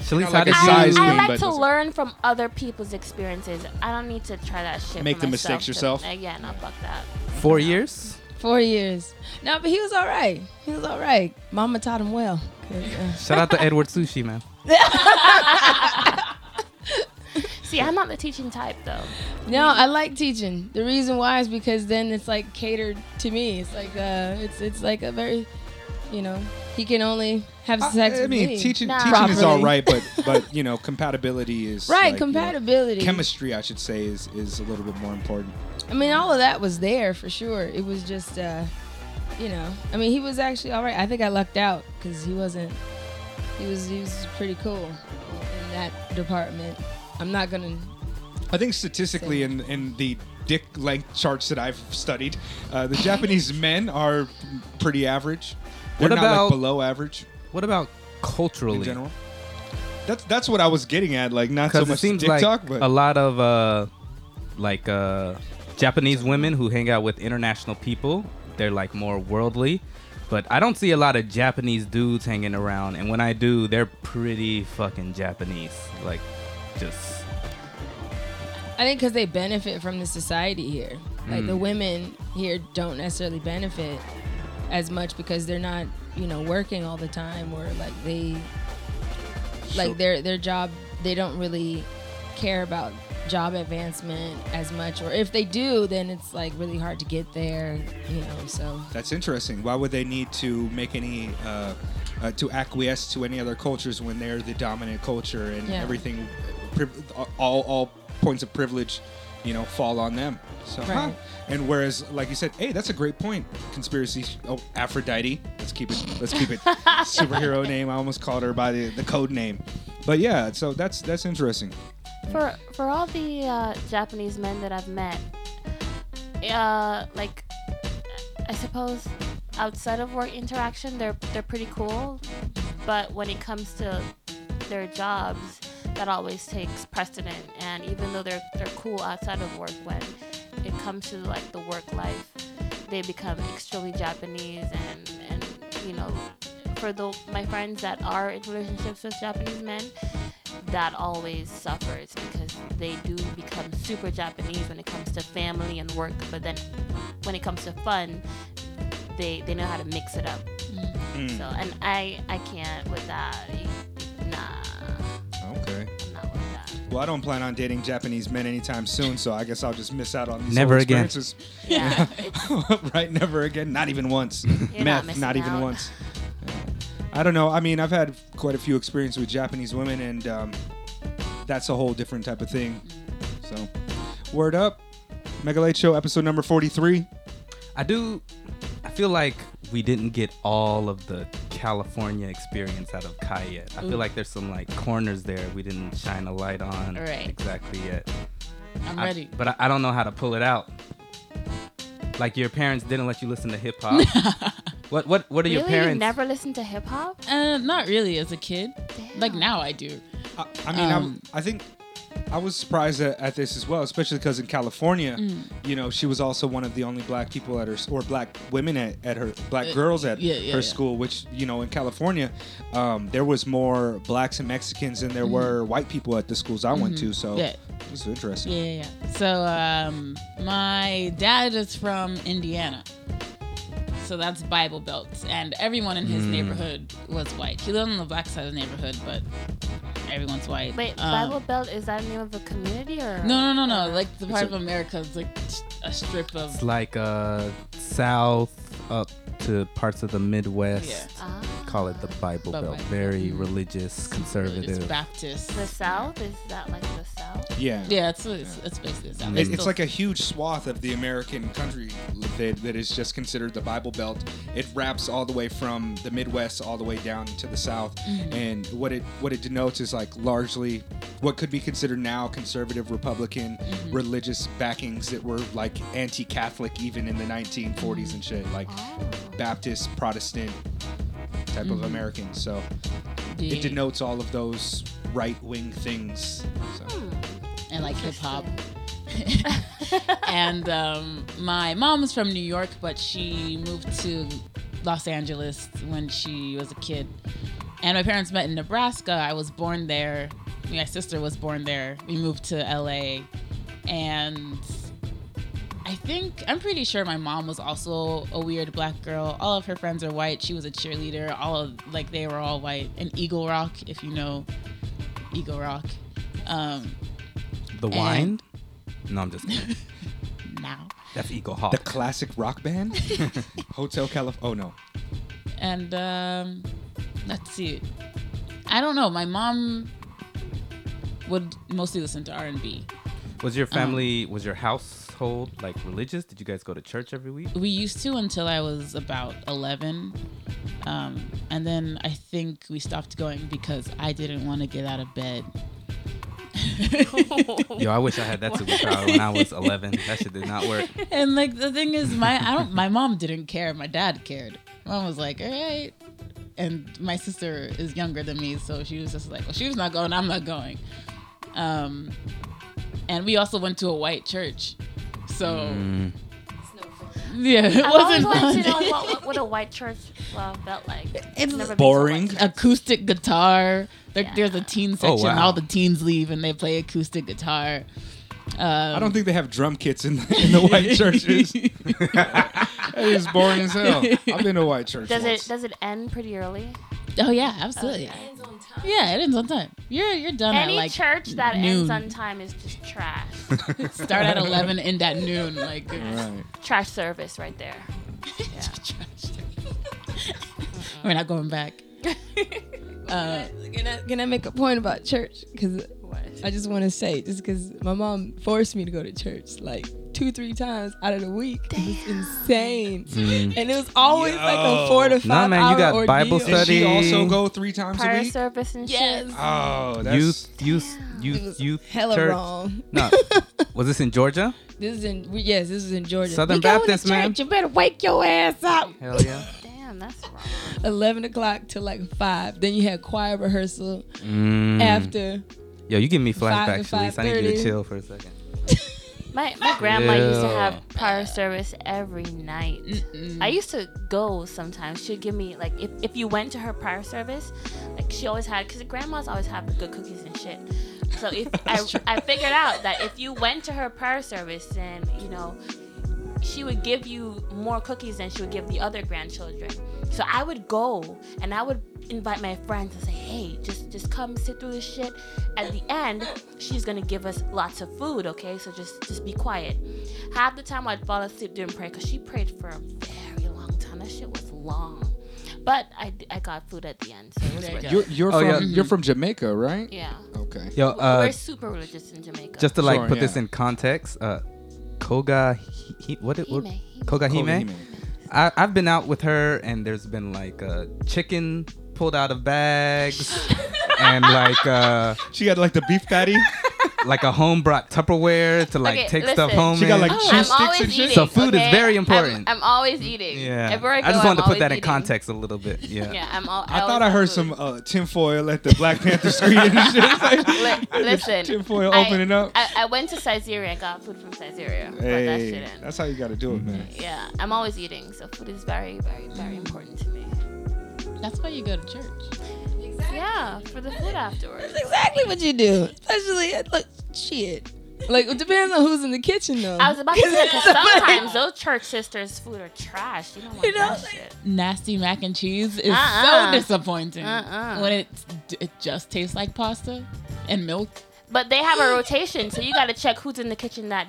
Shalisa,
like a
how
I,
did
size
you-
I
queen, but
like to
doesn't-
learn from other people's experiences. I don't need to try that shit.
Make
for
the
myself
mistakes
to-
yourself?
Uh, yeah, no, fuck that.
Four years.
Four years. No, but he was all right. He was all right. Mama taught him well. 'Cause, uh,
Shout out to Edward Sushi, man.
See, I'm not the teaching type though.
No, I like teaching. The reason why is because then it's like catered to me. It's like uh, it's it's like a very
You know, he can only have
I-
sex
I,
with
mean,
me.
teaching
Nah.
teaching is all
Properly.
right,
[LAUGHS]
but but you know, compatibility is
Right,
like, you know,
compatibility.
chemistry, I should say, is is a little bit more important.
I mean, all of that was there for sure. It was just, uh, you know, I mean, he was actually all right. I think I lucked out because he wasn't. He was he was pretty cool in that department. I'm not gonna.
I think statistically, in in the dick length charts that I've studied, uh, the Japanese men are pretty average. They're
What
not
about-
like below average
What about culturally?
in general. That's that's what I was getting at. Like not so
Because
much
it seems
dick
like
talk, but
a lot of uh, like uh, Japanese women who hang out with international people, they're like more worldly. But I don't see a lot of Japanese dudes hanging around, and when I do, they're pretty fucking Japanese. Like, just
I think because they benefit from the society here. Like the women here don't necessarily benefit as much because they're not, you know, working all the time or like they, like their their job, they don't really care about job advancement as much. Or if they do, then it's like really hard to get there, you know. So
that's interesting. Why would they need to make any uh, uh, to acquiesce to any other cultures when they're the dominant culture and
Yeah.
everything? priv- All all points of privilege, you know, fall on them. So, huh.
Right.
and whereas, like you said, hey, that's a great point. Conspiracy, oh, Aphrodite. Let's keep it. Let's keep
[LAUGHS]
it. superhero name. I almost called her by the, the code name, but yeah. So that's that's interesting.
For for all the uh, Japanese men that I've met, uh, like I suppose outside of work interaction, they're they're pretty cool, but when it comes to their jobs, that always takes precedent. And even though they're they're cool outside of work, when it comes to like the work life, they become extremely Japanese and and you know. For the, my friends that are in relationships with Japanese men, that always suffers because they do become super Japanese when it comes to family and work, but then when it comes to fun, they they know how to mix it up.
Hmm.
Hmm.
So and I I can't with that. Nah,
Okay.
I'm not with that.
Well, I don't plan on dating Japanese men anytime soon, so I guess I'll just miss out on these
Never
whole
again.
experiences.
Yeah,
[LAUGHS]
[LAUGHS]
it's,
right? Never again. Not even once.
not
Meth, not,
missing
even
out.
once. Yeah. I don't know. I mean, I've had quite a few experiences with Japanese women, and um, that's a whole different type of thing. So, word up. Mega Late Show, episode number 43.
I do. I feel like we didn't get all of the California experience out of Kai yet. I feel like there's some like corners there we didn't shine a light on
Right.
exactly yet.
I'm
I-
ready.
but I, I don't know how to pull it out. Like your parents didn't let you listen to hip hop. what what what are your
really, you
parents?
never listen to hip hop.
Uh, not really as a kid. Like
Damn.
now I do.
I, I mean,
Um,
I'm, I think I was surprised at, at this as well, especially because in California,
Mm.
you know, she was also one of the only black people at her s- or black women at, at her black
Uh,
girls at
yeah, yeah,
her
yeah.
school, which you know, in California, um, there was more blacks and Mexicans than there were white people at the schools I went to. So
Mm-hmm. Yeah.
it was interesting.
Yeah, yeah, yeah. So um, my dad is from Indiana. So that's Bible Belt. And everyone in
Hmm.
his neighborhood was white. He lived on the black side of the neighborhood, but everyone's white.
Wait,
Um,
Bible Belt is that the name of a community or?
No, no, no, no. Like the part
a-
of America is like a strip
It's
of.
like uh south up to parts of the Midwest.
Yeah.
Ah,
Call it the Bible
But
Belt.
like-
Very religious,
It's
conservative.
Baptist.
the South is that like the South?
Yeah.
Yeah, it's, it's, it's basically the South.
It- it's
still-
like a huge swath of the American country that, that is just considered the Bible Belt. It wraps all the way from the Midwest all the way down to the South, and what it what it denotes is like largely what could be considered now conservative Republican religious backings that were like anti-Catholic even in the 1940s and shit, like
Oh.
Baptist, Protestant type of American. So
yeah,
it denotes all of those right wing things. So.
and like hip hop. [LAUGHS] and um, my mom was from New York, but she moved to Los Angeles when she was a kid. And my parents met in Nebraska. I was born there. My sister was born there. We moved to LA. And I think, I'm pretty sure my mom was also a weird black girl. All of her friends are white. She was a cheerleader. All of, like, they were all white. And Eagle Rock, if you know Eagle Rock. Um,
The wine? No, I'm just kidding.
now.
That's Eagle Hawk. [LAUGHS]
The classic rock band? Hotel California. Oh no.
And um, let's see. I don't know. My mom would mostly listen to R and B.
Was your family, was your household like religious? Did you guys go to church every week?
We used to until I was about eleven, um, and then I think we stopped going because I didn't want to get out of bed.
Yo, I wish I had that superpower when I was 11. That shit did not work.
And like the thing is, my I don't. My mom didn't care. My dad cared. Mom was like, all right. And my sister is younger than me, so she was just like, well, she was not going. I'm not going. Um, and we also went to a white church, so yeah, it
I
wasn't
always wanted to
fun.
know what, what, what a white church uh, felt like.
It's
Never been to a white
boring.
church.
acoustic guitar. There, There's a
Oh,
teen section.
wow.
All the teens leave and they play acoustic guitar. Um,
I don't think they have drum kits in the,
[LAUGHS]
in the white churches.
[LAUGHS]
that is boring as hell. I've been to a white church.
Does it
once.
does it end pretty early?
Oh yeah, absolutely. Yeah, it ends on time. You're you're done
Any
at like
church that
noon.
ends on time is just trash.
[LAUGHS]
start at eleven, end at noon. Like
Right.
trash service right there.
[LAUGHS] we're not
[LAUGHS]
going back. Uh,
Can I, can I make a point about church? Because I just want to say, just because my mom forced me to go to church like two, three times out of the week. It was insane. And it was always like
Yo.
a four to five
Mm. Nah, man, you
hour
got Bible
ordeal.
Did she
Study.
also go three times a
Prior
week?
service and
Yes.
shit.
Oh, that's
Youth, youth,
It was
youth, youth.
hella
church.
wrong.
[LAUGHS] No. Was this in Georgia?
This is in, we- yes, this is in Georgia.
Southern
We going to
Baptist, man.
church, You better wake your ass up.
Hell yeah.
Damn, that's wrong.
11 o'clock to like 5. Then you had choir rehearsal
Mm.
after.
Yo, you give me
Five
flashbacks,
to
Shalise. I need you to
5:30.
chill for a second.
My my grandma used to
Ew.
have prior service every night.
mm-mm.
I used to go sometimes. She'd give me like if, if you went to her prior service, like she always had because grandmas always have good cookies and shit. So if I I figured out that if you went to her prior service, then you know she would give you more cookies than she would give the other grandchildren. So I would go and I would invite my friends and say, "Hey, just just come sit through this shit." At the end, she's gonna give us lots of food, okay? So just just be quiet. Half the time I'd fall asleep during prayer because she prayed for a very long time. That shit was long, but I, I got food at the end, so it was
There you
worth
go.
it.
You're, you're
Oh,
from
yeah.
you're from Jamaica, right?
Yeah,
Okay.
Yo,
we're
uh,
super religious in Jamaica.
just to like
Sure,
put this
yeah.
in context, uh, Koga, he, he, what it, what,
Hime, Hime.
Koga Hime.
Kohima.
I, I've been out with her, and there's been like uh, chicken pulled out of
[LAUGHS]
bags, and like uh,
She got like the beef patty.
like a home brought Tupperware to like
Okay,
take
listen.
stuff home.
She got
in.
like
Oh,
cheese
I'm
sticks
always
and shit.
eating.
So food is
okay?
very
I'm-
important.
I'm, always eating.
yeah,
Everywhere I, go,
I just wanted to
I'm
put that
always
in
eating.
context a little bit.
[LAUGHS]
Yeah.
Yeah, I'm all.
I thought
always
I heard
have
some
food.
uh, tinfoil at the Black Panther screen and shit. It's like,
[LAUGHS] Li- listen,
tinfoil
I-
opening up.
I, I went to Caesarea and got food from Caesarea. But that
hey,
shouldn't.
that's how you got to do it, man.
Yeah, I'm always eating, so food is very, very, very important to me.
That's why you go to church.
Yeah, for the food afterwards.
That's exactly what you do. Especially, at, like, shit. Like, it depends on who's in the kitchen,
Uh,
though.
I was about to say, 'cause
Somebody-
sometimes those church sisters' food are trash. You don't want
You know,
that
like-
shit.
Nasty mac and cheese is
Uh-uh.
so disappointing
Uh-uh.
when it it just tastes like pasta and milk.
But they have a rotation, so you got to check who's in the kitchen that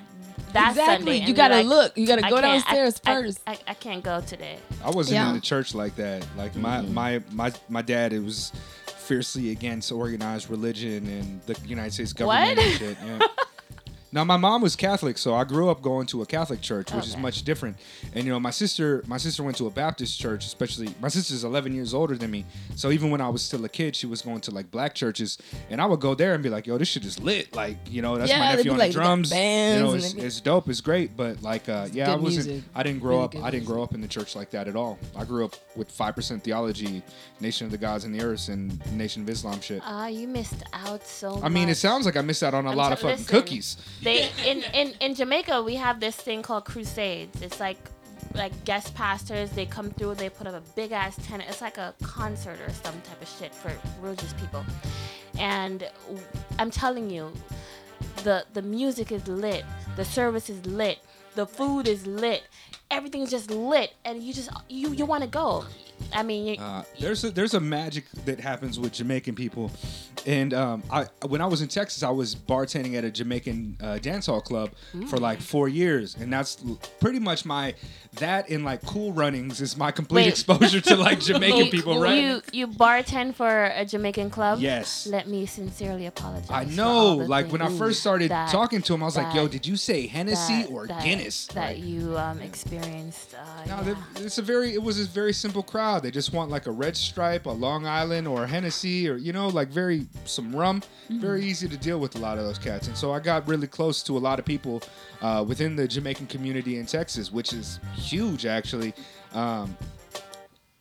that Sunday.
exactly.
and
You
be
gotta
like,
look. You gotta
I
go
can't- I-
downstairs
I-
first.
I, I can't go today.
I wasn't
Yeah.
in the church like that. Like my my my my dad, it was fiercely against organized religion and the United States government
What?
and shit. Yeah. [LAUGHS] now my mom was Catholic, so I grew up going to a Catholic church, which is
Okay.
much different. And you know, my sister my sister went to a Baptist church, especially my sister's 11 years older than me. So even when I was still a kid, she was going to like black churches, and I would go there and be like, "Yo, this shit is lit!" Like you know, that's
Yeah,
my
they'd be
nephew on
like,
the
they got
drums. You
bands
know,
and
it's,
they be-
it's dope, it's great, but like, uh, yeah, I
good
wasn't.
music.
I didn't grow
Really
up.
good
I didn't grow up in the church like that at all. I grew up with five percent theology, Nation of the Gods and the Earth, and Nation of Islam shit.
Ah, you missed out so much.
I mean, it sounds like I missed out on a
I'm
lot
t-
of fucking
listen.
cookies.
they
[LAUGHS]
in, in in Jamaica we have this thing called crusades. It's like like guest pastors, they come through, they put up a big ass tent. It's like a concert or some type of shit for religious people. And w- I'm telling you, the the music is lit, the service is lit, the food is lit. everything's just lit, and you just you you want to go. I mean, you,
Uh, there's a, there's a magic that happens with Jamaican people, and um, I when I was in Texas, I was bartending at a Jamaican uh, dancehall club for
Mm.
like four years, and that's l- pretty much my that and like Cool Runnings is my complete
Wait.
exposure to
[LAUGHS]
like Jamaican
you-
people, right?
You you bartend for a Jamaican club.
Yes.
Let me sincerely apologize.
I
for
know,
all the
like when I
things
first started
that-
talking to him, I was like,
that-
"Yo, did you say Hennessy
that-
or
that-
Guinness?"
that
Like,
you um, experienced. Uh,
No,
yeah.
they- it's a very it was a very simple crowd. They just want like a red stripe, a Long Island, or a Hennessy, or you know, like very some rum.
Mm-hmm.
Very easy to deal with a lot of those cats. And so I got really close to a lot of people uh, within the Jamaican community in Texas, which is huge actually. Um,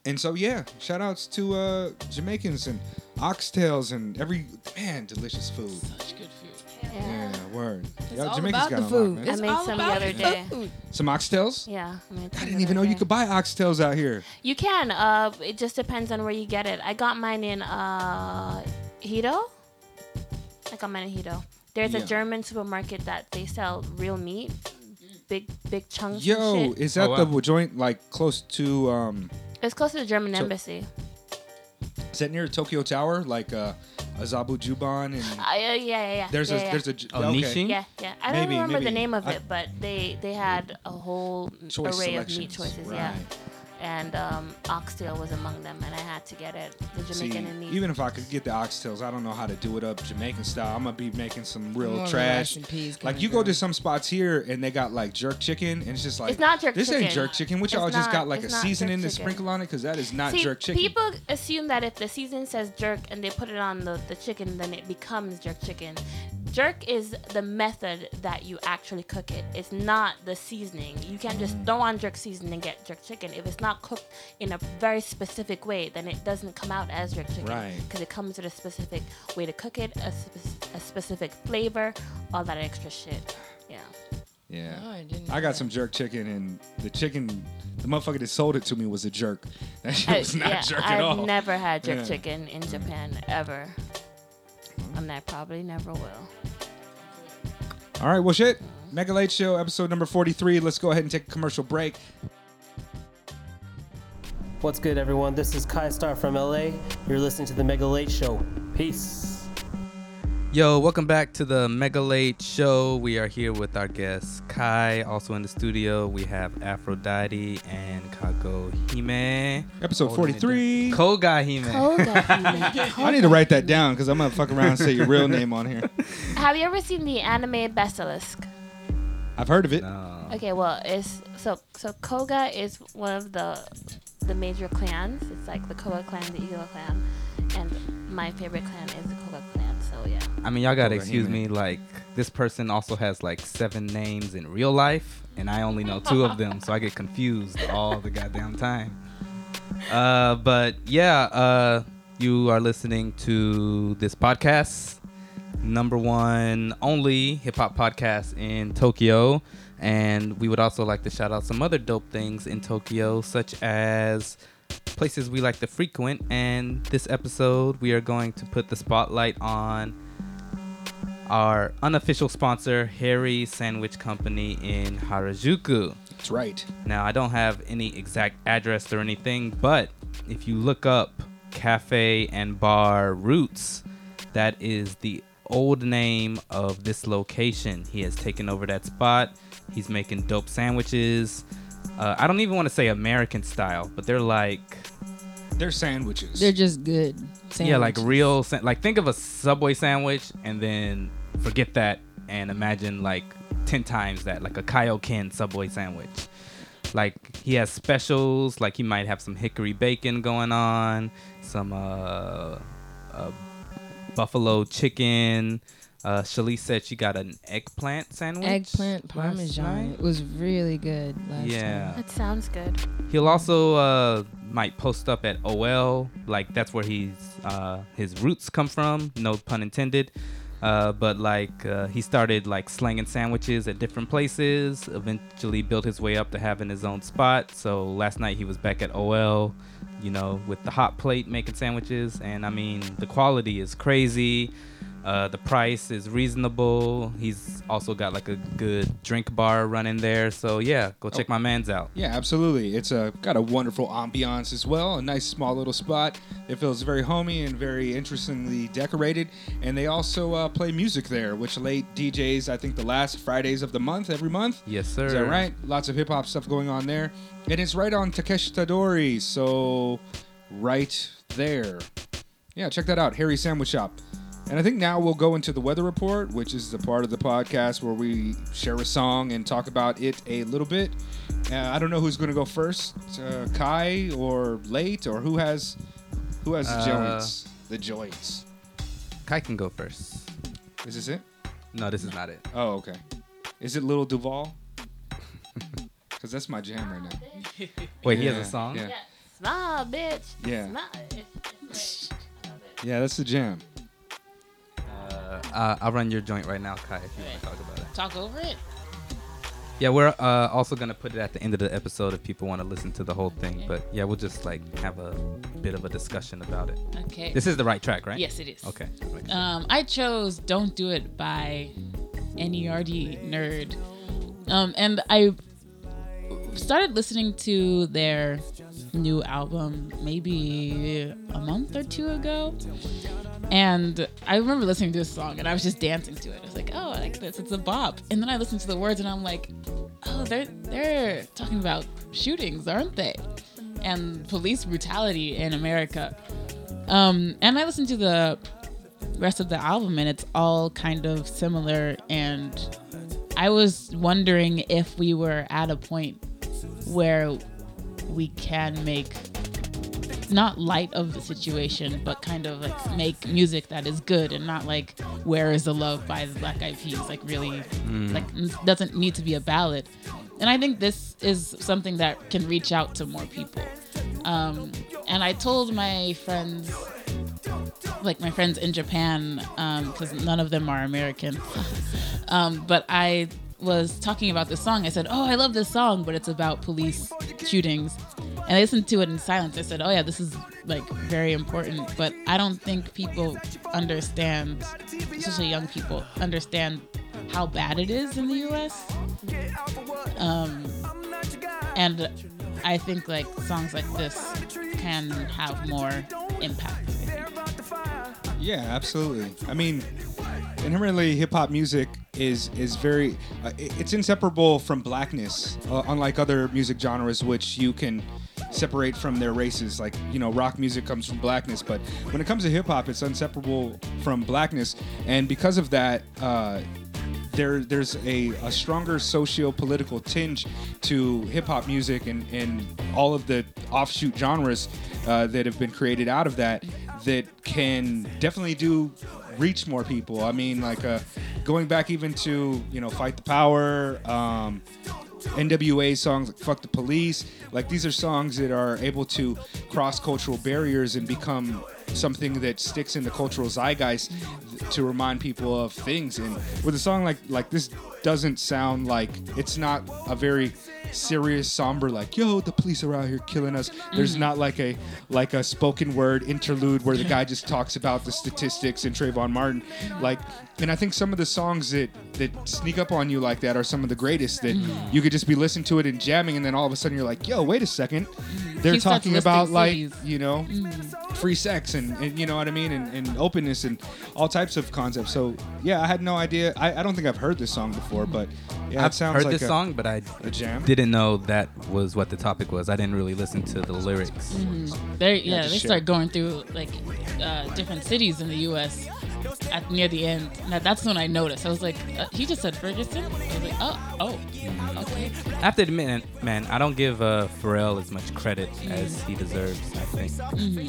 and so yeah, shout outs to uh, Jamaicans and oxtails and every man delicious food.
Such good food.
Yeah, word.
It's
Y'all
all
Jamaicans
about
got
the
a lot,
food.
man.
It's
I made
all
some the
about
other
the
day.
food.
Some oxtails.
Yeah, I, mean,
I didn't even know you could buy oxtails out here.
You can. Uh, it just depends on where you get it. I got mine in uh, Hito. I got mine in Hito. There's
Yeah.
a German supermarket that they sell real meat, big big chunks. and
Yo,
shit.
is that
Oh,
the
wow.
joint like close to um
it's close to the German
So-
embassy.
is that near Tokyo Tower? Like uh Azabu Juban and
Uh, yeah, yeah, yeah, yeah.
there's
yeah,
a
yeah.
there's a j-
Oh, Nishin?
Yeah, yeah. I don't
Maybe,
remember
maybe.
the name of
I-
it, but they they had a whole
Choice
array of meat
selections,
choices.
right.
Yeah, and um, oxtail was among them, and I had to get it, the
See,
Jamaican and meat.
even if I could get the oxtails, I don't know how to do it up Jamaican style. I'm gonna be making some real
More of a
trash.
rice and peas
Like
kinda
you go to
girl.
some spots here and they got like jerk chicken, and it's just like
It's not jerk
This ain't
chicken.
jerk chicken. Which
It's
y'all just
not-
got like a
it's not
seasoning
jerk
to
chicken.
sprinkle on it because that is not
See,
jerk chicken.
people assume that if the season says jerk and they put it on the, the chicken, then it becomes jerk chicken. Jerk is the method that you actually cook it. It's not the seasoning. You can't
Mm.
just throw on jerk seasoning and get jerk chicken. If it's not cooked in a very specific way, then it doesn't come out as jerk chicken.
Right.
Because it comes with a specific way to cook it, a, spec- a specific flavor, all that extra shit. Yeah.
Yeah.
No, I didn't
I
know
got
that.
some jerk chicken, and the chicken, the motherfucker that sold it to me was a jerk. [LAUGHS] That shit
Uh,
I-
was not
yeah,
jerk
I've
at all.
never had jerk
Yeah.
chicken in Japan ever. And I probably never will.
all right, well, shit. Mega Late Show, episode number 43. Let's go ahead and take a commercial break.
What's good, everyone? This is Kai Star from LA. You're listening to The Mega Late Show. Peace.
Yo, welcome back to the Mega Late Show. We are here with our guest Kai. Also in the studio, we have Aphrodite and Kako Hime.
Episode 43.
Koga Hime.
I need to write that down because I'm going to fuck around and say your real name on here.
Have you ever seen the anime Basilisk?
I've heard of it.
No.
Okay, well, it's so so Koga is one of the the major clans. It's like the Koga clan, the Eagle clan, and my favorite clan is the Koga clan. So yeah.
I mean, y'all gotta
Koga
excuse
Hime.
me. Like, this person also has like seven names in real life, and I only know two of them, so I get confused all the goddamn time. Uh, but yeah, uh, you are listening to this podcast, number one only hip hop podcast in Tokyo. And we would also like to shout out some other dope things in Tokyo, such as places we like to frequent. And this episode, we are going to put the spotlight on our unofficial sponsor, Harry Sandwich Company in Harajuku.
That's right.
Now, I don't have any exact address or anything, but if you look up Cafe and Bar Roots, that is the old name of this location. He has taken over that spot. He's making dope sandwiches. Uh, I don't even want to say American style, but they're like,
They're sandwiches.
They're just good.
yeah, like
sandwiches.
real. Sa- like, think of a Subway sandwich and then forget that and imagine like 10 times that, like a Kaioken Subway sandwich. like he has specials like he might have some hickory bacon going on some uh, uh buffalo chicken uh Shalise said she got an eggplant sandwich
eggplant
last
parmesan.
night.
It was really good. Last
yeah
That sounds good.
He'll also uh, might post up at OL, like that's where he's uh, his roots come from. No pun intended. Uh, but like uh, he started like slanging sandwiches at different places. Eventually built his way up to having his own spot. So last night he was back at OL, you know, with the hot plate making sandwiches, and I mean the quality is crazy. Uh, the price is reasonable. He's also got like a good drink bar running there. So yeah, go check my man's out.
Yeah, absolutely. It's a, got a wonderful ambiance as well. A nice small little spot. It feels very homey and very interestingly decorated. And they also uh, play music there, which late DJs, I think the last Fridays of the month, every month.
Yes, sir.
Is that right? Lots of hip hop stuff going on there. And it's right on Takeshi Tadori. So, right there. Yeah, check that out. Harry Sandwich Shop. And I think now we'll go into the weather report, which is the part of the podcast where we share a song and talk about it a little bit. Uh, I don't know who's going to go first, uh, Kai or Late, or who has who has the
Uh,
joints. The joints.
Kai can go first.
Is this it?
No, this is not it.
Oh, okay. Is it Little Duval? [LAUGHS] Because that's my jam right now.
Wait, he
Yeah,
has a song.
yeah.
Smile, bitch.
Yeah.
Smile. It's- it's great. I love it.
Yeah, that's the jam.
Uh, uh, I'll run your joint right now, Kai. If you want to talk about it.
Talk over it.
Yeah, we're uh, also gonna put it at the end of the episode if people want to listen to the whole thing. But yeah, we'll just like have a bit of a discussion about it.
Okay.
This is the right track, right?
yes, it is.
Okay.
Um, I chose "Don't Do It" by NERD Nerd, um, and I started listening to their new album maybe a month or two ago. And I remember listening to this song and I was just dancing to it. I was like, "Oh, I like this. It's a bop." And then I listened to the words and I'm like, "Oh, they're they're talking about shootings, aren't they?" And police brutality in America. Um, and I listened to the rest of the album and it's all kind of similar and i was wondering if we were at a point where we can make not light of the situation but kind of like make music that is good and not like where is the love by the black eyed peas like really like n- doesn't need to be a ballad and i think this is something that can reach out to more people um, and i told my friends like my friends in Japan, because none of them are American. um, but I was talking about this song. I said, "Oh, I love this song, but it's about police shootings." And I listened to it in silence. I said, "Oh yeah, this is like very important." But I don't think people understand, especially young people, understand how bad it is in the U.S. Um, and I think like songs like this can have more impact. I think.
Yeah, absolutely. I mean, inherently, hip hop music is is very uh, it- it's inseparable from blackness, uh, unlike other music genres, which you can separate from their races. Like you know, rock music comes from blackness, but when it comes to hip hop, it's inseparable from blackness, and because of that. Uh, there, there's a, a stronger socio-political tinge to hip-hop music and, and all of the offshoot genres uh, that have been created out of that that can definitely do reach more people i mean like uh, going back even to you know fight the power um, NWA songs like Fuck the Police. Like these are songs that are able to cross cultural barriers and become something that sticks in the cultural zeitgeist th- to remind people of things. And with a song like like this doesn't sound like it's not a very serious somber like yo the police are out here killing us there's not like a like a spoken word interlude where the guy just talks about the statistics and Trayvon Martin like and I think some of the songs that that sneak up on you like that are some of the greatest that you could just be listening to it and jamming and then all of a sudden you're like yo wait a 2nd they they're
He starts
talking
listing
about like
cities. Mm-hmm.
you know free sex and, and you know what i mean and, and openness and all types of concepts so yeah i had no idea i, I don't think i've heard this song before but yeah it
I've
sounds
heard
like
this
a,
song, but I
a jam
didn't know that was what the topic was. I didn't really listen to the lyrics.
Mm-hmm. They yeah,
just
they
share.
start going through like uh, different cities in the U.S. at near the end. Now that's when I noticed. I was like, uh, he just said Ferguson. I was like, oh,
Mm-hmm.
oh, okay.
I have to admit, man, I don't give uh, Pharrell as much credit as he deserves. I think,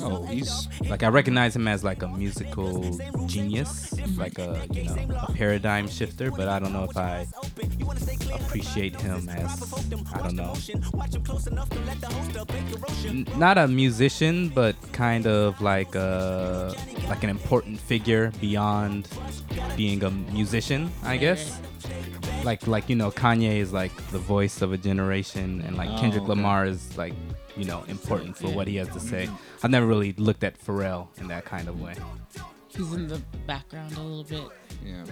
oh he's
like, I recognize him as like a musical genius, like a you know a paradigm shifter. But I don't know if I appreciate him as I don't know, N- not a musician, but kind of like a like an important figure beyond being a musician, I guess. Like like you know, Kanye is like the voice of a generation, and like
Oh,
Kendrick
okay.
Lamar is like you know important for what he has to say. I've never really looked at Pharrell in that kind of way.
He's in the background a little bit.
Yeah.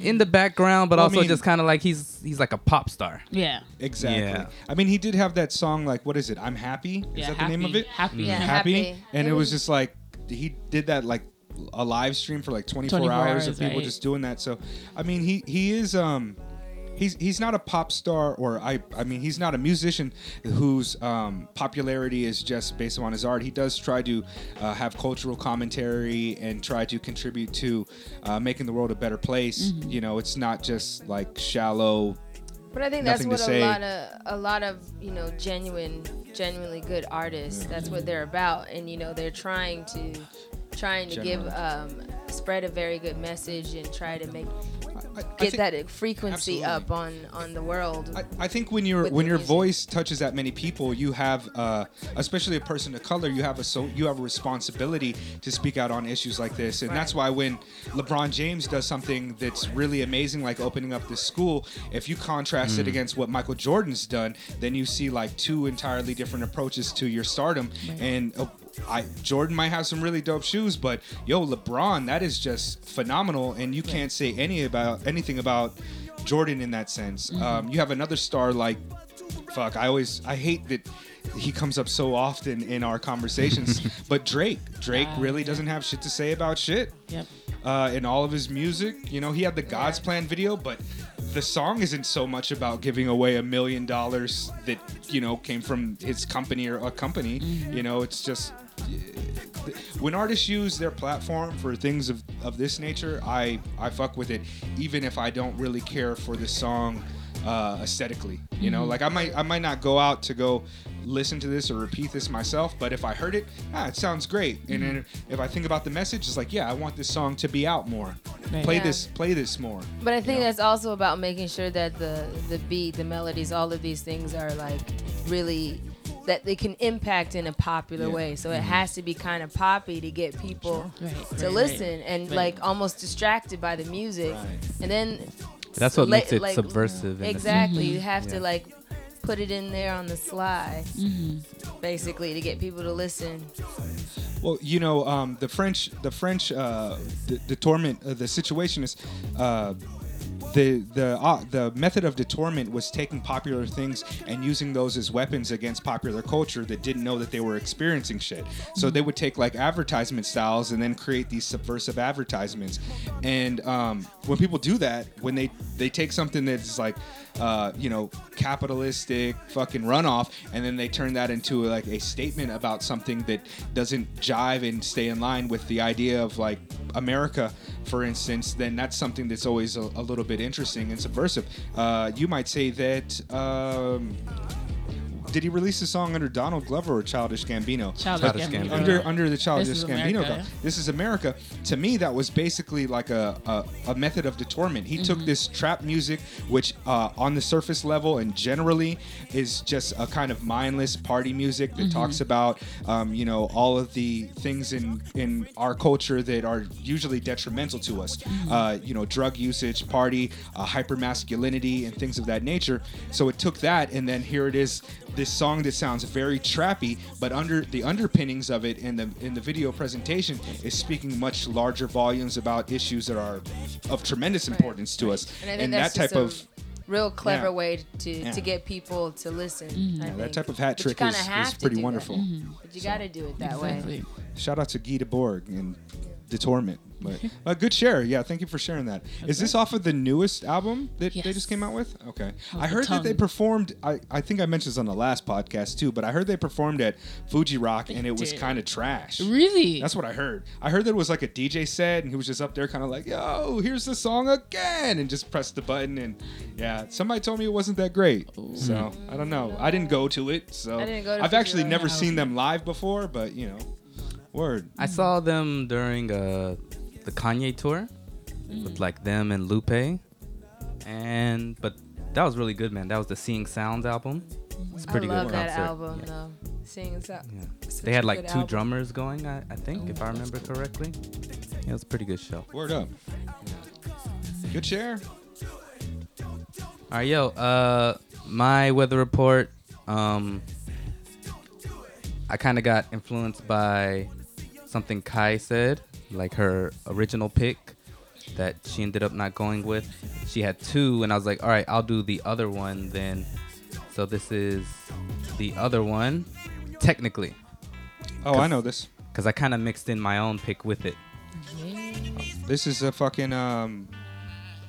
in the background, but
Well, I
also
mean-
just kind of like he's he's like a pop star.
Yeah.
Exactly.
Yeah.
I mean, he did have that song, like, what is it? I'm Happy? Is
yeah,
that
happy,
the name of it? Mm-hmm.
Happy.
Yeah.
Happy.
Happy.
And
It
it was
was-
just like, he did that, like, a live stream for like 24,
24
hours, of
hours,
people
right.
just doing that. So, I mean, he, he is, um, He's, he's not a pop star or I I mean he's not a musician whose um, popularity is just based on his art. He does try to uh, have cultural commentary and try to contribute to uh, making the world a better place. You know, it's not just like shallow
But I think that's
Nothing to
what a
say.
lot of a lot of you know genuine, genuinely good artists. That's what they're about, and you know they're trying to, trying to give, um, spread a very good message and try to make
I- I
get
thi-
that uh, frequency
Absolutely.
up on on the world.
I, I think when your
with
when
the
your
music.
voice touches that many people, you have, uh, especially a person of color, you have a so you have a responsibility to speak out on issues like this, and that's why when LeBron James does something that's really amazing, like opening up this school, if you contrast it against what Michael Jordan's done, then you see like two entirely different approaches to your stardom, and. Uh, I Jordan might have some really dope shoes, but yo, LeBron, that is just phenomenal, and you can't say any about anything about Jordan in that sense.
Mm-hmm.
Um, you have another star like, fuck. I always I hate that he comes up so often in our conversations, but Drake, Drake really doesn't have shit to say about shit
Yep.
uh, in all of his music. You know, he had the God's Plan video, but the song isn't so much about giving away a million dollars that you know came from his company or a company. You know, it's just when artists use their platform for things of, of this nature, I I fuck with it, even if I don't really care for the song uh, aesthetically. You know, like I might I might not go out to go listen to this or repeat this myself, but if I heard it, ah, it sounds great. And then if I think about the message, it's like, yeah, I want this song to be out more.
Right.
Play
Yeah.
this, play this more.
But I think
Yeah.
that's also about making sure that the the beat, the melodies, all of these things are like really that they can impact in a popular
Yeah. Mm-hmm.
way. So it has to be kind of poppy to get people
Sure. Right,
to
right,
listen and
Right.
like almost distracted by the music. And then
That's what
la-
makes it
like-
subversive. in a sense.
Exactly. You have
Yeah.
to like put it in there on the sly basically to get people to listen.
Well, you know, um, the French, the French, uh, the, the torment, uh, the situation is, uh, the the uh, the method of detorment was taking popular things and using those as weapons against popular culture that didn't know that they were experiencing shit. So they would take like advertisement styles and then create these subversive advertisements. And um, when people do that, when they they take something that's like uh, you know capitalistic fucking runoff, and then they turn that into like a statement about something that doesn't jive and stay in line with the idea of like America, for instance, then that's something that's always a, a little bit interesting and subversive. Uh, you might say that. Um, did he release a song under Donald Glover or Childish Gambino?
Childish
Childish
Gambino.
Gambino.
under under the Childish
This is
Gambino
America.
guy. This is America. To me, that was basically like a, a, a method of detorment. He
Mm-hmm.
took this trap music, which uh, on the surface level and generally is just a kind of mindless party music that
Mm-hmm.
talks about um, you know all of the things in in our culture that are usually detrimental to us. Uh, you know, drug usage, party, uh, hyper masculinity, and things of that nature. So it took that, and then here it is this song that sounds very trappy, but under the underpinnings of it in the in the video presentation is speaking much larger volumes about issues that are of tremendous importance to us.
And I think that's
that type
just a
of
real clever
Yeah.
way to
Yeah.
to get people to listen. I
yeah, that
think.
type of hat
But you
trick is,
kinda have
is
to
pretty
do that.
wonderful.
But you got to do it that way.
Exactly.
Shout out to Gita Borg and the Torment.
[LAUGHS]
But uh, good share, yeah. Thank you for sharing that. Is this off of the newest album that they
Yes.
just came out with? Okay,
Oh,
I
the
heard that they
tongue.
performed. I, I think I mentioned this on the last podcast too, but I heard they performed at Fuji Rock and it was
did.
kind of trash.
Really?
That's what I heard. I heard that it was like a DJ set, and he was just up there, kind of like, "Yo, here's the song again," and just pressed the button. And yeah, somebody told me it wasn't that great, so I don't know. I didn't go to it, so
I didn't go to
I've actually
Fuji Rock.
never seen them live before, but you know, word.
I saw them during uh, the Kanye tour with like them and Lupe, and but that was really good, man. That was the Seeing Sounds album. It's a pretty
I love
good
that
concert.
album
Yeah.
though. Seeing so-
Yeah.
such
They
a
had like
good
two
album. Oh,
drummers going, I, I think, if I remember correctly. Yeah, it was a pretty good show.
Word up. Good share.
All right, yo. Uh, my weather report. Um, I kind of got influenced by something Kai said, like her original pick that she ended up not going with. She had two, and I was like, all right, I'll do the other one then. So this is the other one, technically,
Oh, I know this.
because I kind of mixed in my own pick with it.
This is a fucking um,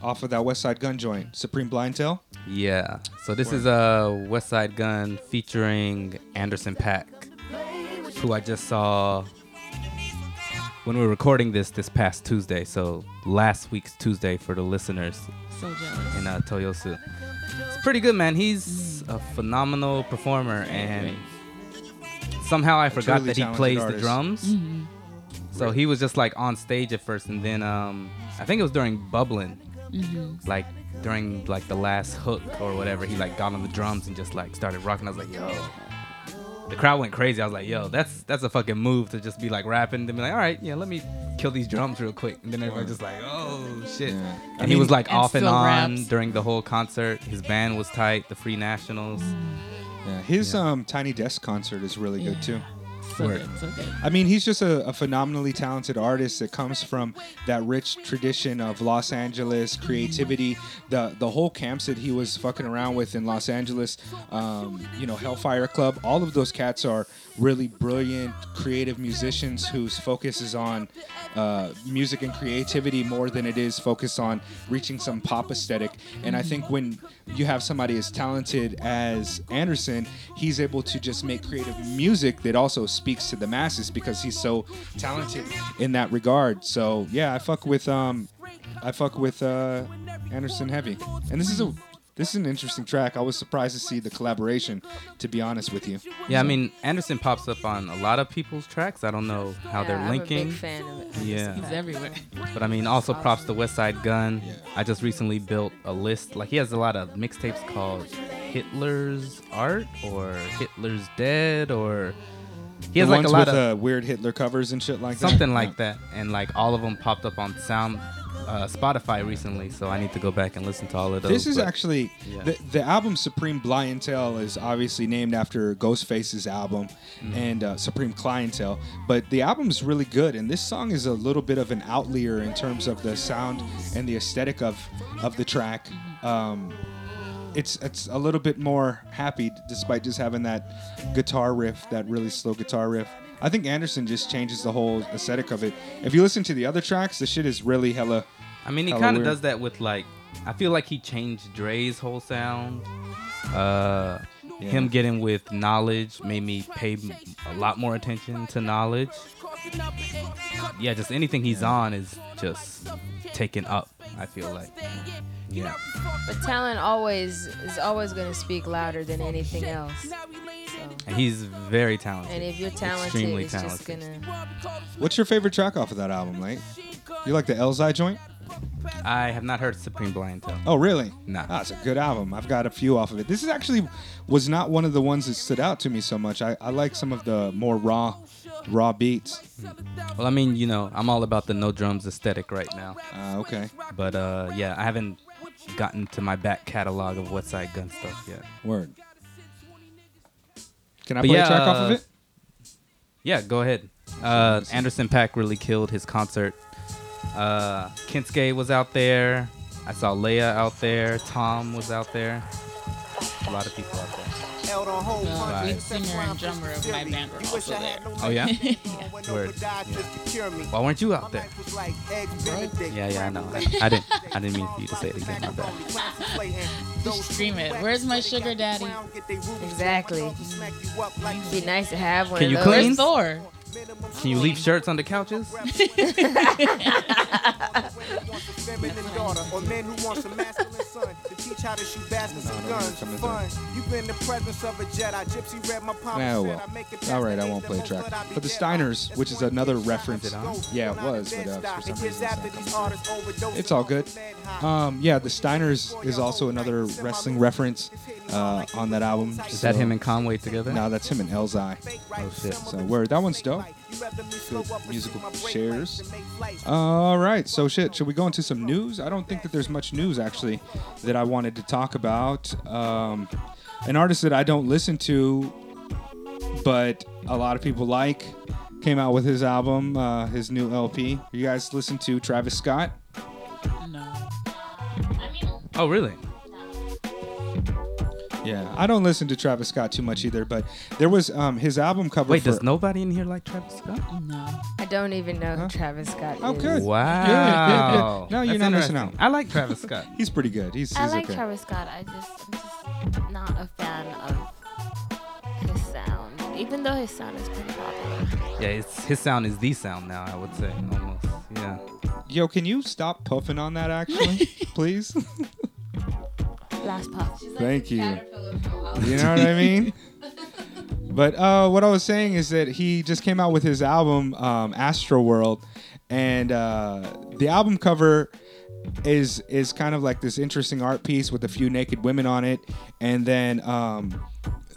off of that West Side Gun joint, Supreme Blind Tail.
Yeah. So this is a West Side Gun featuring Anderson Pack, who I just saw when we were recording this this past Tuesday. So last week's Tuesday for the listeners
So jealous.
in uh, Toyosu. It's pretty good, man. He's a phenomenal performer, and somehow I forgot
Truly
that he
talented
plays the
artist.
drums. So he was just like on stage at first, and then um, I think it was during Bubbling, like during like the last hook or whatever, he like got on the drums and just like started rocking. I was like, yo. The crowd went crazy. I was like, "Yo, that's that's a fucking move to just be like rapping." Then be like, "All right, yeah, let me kill these drums real quick." And then everybody's just like, "Oh shit!" And he was like
And
off and
still
on
raps.
during the whole concert. His band was tight. The Free Nationals.
Mm-hmm.
Yeah, his um, Tiny Desk concert is really good too.
So
Word.
good. So good.
I mean, he's just a, a phenomenally talented artist that comes from that rich tradition of Los Angeles creativity. The the whole camps that he was fucking around with in Los Angeles, um, you know, Hellfire Club. All of those cats are really brilliant, creative musicians whose focus is on uh, music and creativity more than it is focused on reaching some pop aesthetic. And I think when you have somebody as talented as Anderson, he's able to just make creative music that also speaks to the masses because he's so talented in that regard. So yeah, I fuck with um, I fuck with uh, Anderson heavy, and this is a. This is an interesting track. I was surprised to see the collaboration, to be honest with you.
Yeah, I mean Anderson pops up on a lot of people's tracks. I don't know how
Yeah,
they're linking.
I'm a big fan of it.
He's
Yeah,
everywhere.
but I mean also props to West Side Gun. I just recently built a list. Like he has a lot of mixtapes called Hitler's Art or Hitler's Dead or he has
the
like a
ones
lot
with
of
uh, weird Hitler covers and shit like that.
something
Yeah.
like that and like all of them popped up on sound uh, spotify recently so i need to go back and listen to all of those
This is
but-
actually
Yeah.
the, the album Supreme Clientele is obviously named after Ghostface's album
Mm.
and uh, Supreme Clientele, but the album is really good and this song is a little bit of an outlier in terms of the sound and the aesthetic of of the track. Um, it's it's a little bit more happy despite just having that guitar riff, that really slow guitar riff. I think Anderson just changes the whole aesthetic of it. If you listen to the other tracks, the shit is really hella
I mean, he
Hella
kind of
weird.
does that with like. I feel like he changed Dre's whole sound. Uh, Him getting with knowledge made me pay m- a lot more attention to knowledge. Yeah, just anything he's on is just taken up. I feel like. Yeah.
But talent always is always going to speak louder than anything else. So,
And he's very talented.
and if you're talented,
Extremely
it's just
talented.
gonna.
What's your favorite track off of that album, Late? You like the Elzai joint?
I have not heard Supreme Blind Tell.
Oh, really?
Nah.
Ah, it's a good album. I've got a few off of it. This is actually was not one of the ones that stood out to me so much. I, I like some of the more raw, raw beats.
Well, I mean, you know, I'm all about the no drums aesthetic right now.
Uh, okay,
But uh, yeah, I haven't gotten to my back catalog of West Side Gun stuff yet.
word. Can I
But
play
yeah,
a track off of
uh,
it?
Yeah, go ahead. Uh, Anderson Pack really killed his concert. Uh, Kinsuke was out there. I saw Leia out there. Tom was out there. A lot of people out there.
The
Right.
uh, lead singer and drummer of my band were also there.
Oh, yeah?
[LAUGHS]
Word. Why weren't you out there? Yeah, yeah, I know. I, [LAUGHS] I didn't. I didn't mean for you to say it again. My bad.
[LAUGHS] Just stream it. Where's my sugar daddy?
Exactly. Be nice to have one.
Can
of
you
those.
clean?
Where's Thor?
Can you leave shirts on the couches?
Oh well. All right, I won't play a track. But the Steiners, which is another reference.
Is it on?
Yeah, it was, but uh, for some reason it's not coming up. it's all good. Um, yeah, the Steiners is also another wrestling reference uh, on that album.
Is that
so-
him and Conway together?
No, that's him and Elzai.
Oh shit.
So word, that one's dope. Good musical shares. All right, so shit, should we go into some news? I don't think that there's much news actually that I wanted to talk about. Um, an artist that I don't listen to, but a lot of people like came out with his album, uh, his new LP. You guys listen to Travis Scott?
No.
I mean,
Oh, really?
Yeah, I don't listen to Travis Scott too much either, but there was um, his album cover.
Wait,
for,
does nobody in here like
[LAUGHS]
Travis Scott?
No.
I don't even know who Travis Scott
Oh,
is.
good.
Wow.
yeah, yeah. No, you're
That's
not missing out.
interesting. I like Travis Scott.
He's pretty good. He's, he's
I like
okay.
Travis Scott. I just, I'm just not a fan of his sound, even though his sound is pretty popular.
yeah, it's, his sound is the sound now, I would say, almost. Yeah.
Yo, can you stop puffing on that
[LAUGHS]
actually, please?
Last puff.
Thank you. You know what I mean? But uh, what I was saying is that he just came out with his album um, Astro World, and uh, the album cover is is kind of like this interesting art piece with a few naked women on it, and then um,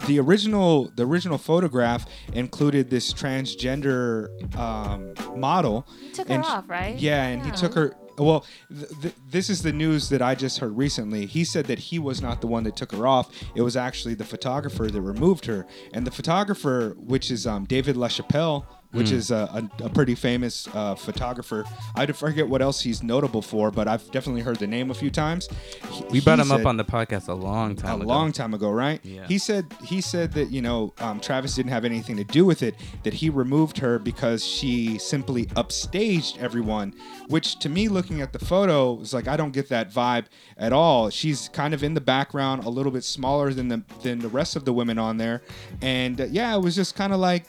the original the original photograph included this transgender um, model. He
took her off, right?
Yeah, and he took her. Well, th- th- this is the news that I just heard recently. He said that he was not the one that took her off. It was actually the photographer that removed her. And the photographer, which is um, David LaChapelle, which
Hmm.
is a, a, a pretty famous uh, photographer. I d- forget what else he's notable for, but I've definitely heard the name a few times. He-
We brought
he
him up
said-
on the podcast a long time
a
ago.
long time ago, right?
Yeah.
He said he said that you know um, Travis didn't have anything to do with it. That he removed her because she simply upstaged everyone. Which to me, looking at the photo, is like I don't get that vibe at all. She's kind of in the background, a little bit smaller than the than the rest of the women on there, and uh, yeah, it was just kind of like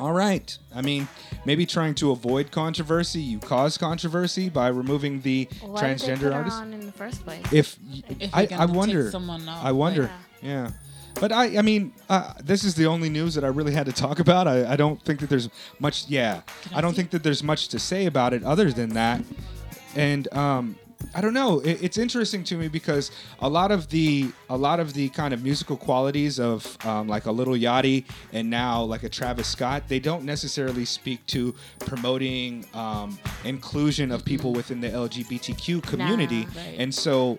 all right. I mean, maybe trying to avoid controversy, you cause controversy by removing the
Why did they
transgender
put her
artist.
on in the first place?
[LAUGHS]
If,
If
I,
you're gonna
I
take
wonder,
someone off,
I wonder,
like-
yeah. But I, I mean, uh, this is the only news that I really had to talk about. I, I don't think that there's much. Yeah, I don't think that there's much to say about it other than that. And um, I don't know. It, it's interesting to me because a lot of the a lot of the kind of musical qualities of um, like a little Yachty and now like a Travis Scott, they don't necessarily speak to promoting um, inclusion of people within the LGBTQ community.
Right.
And so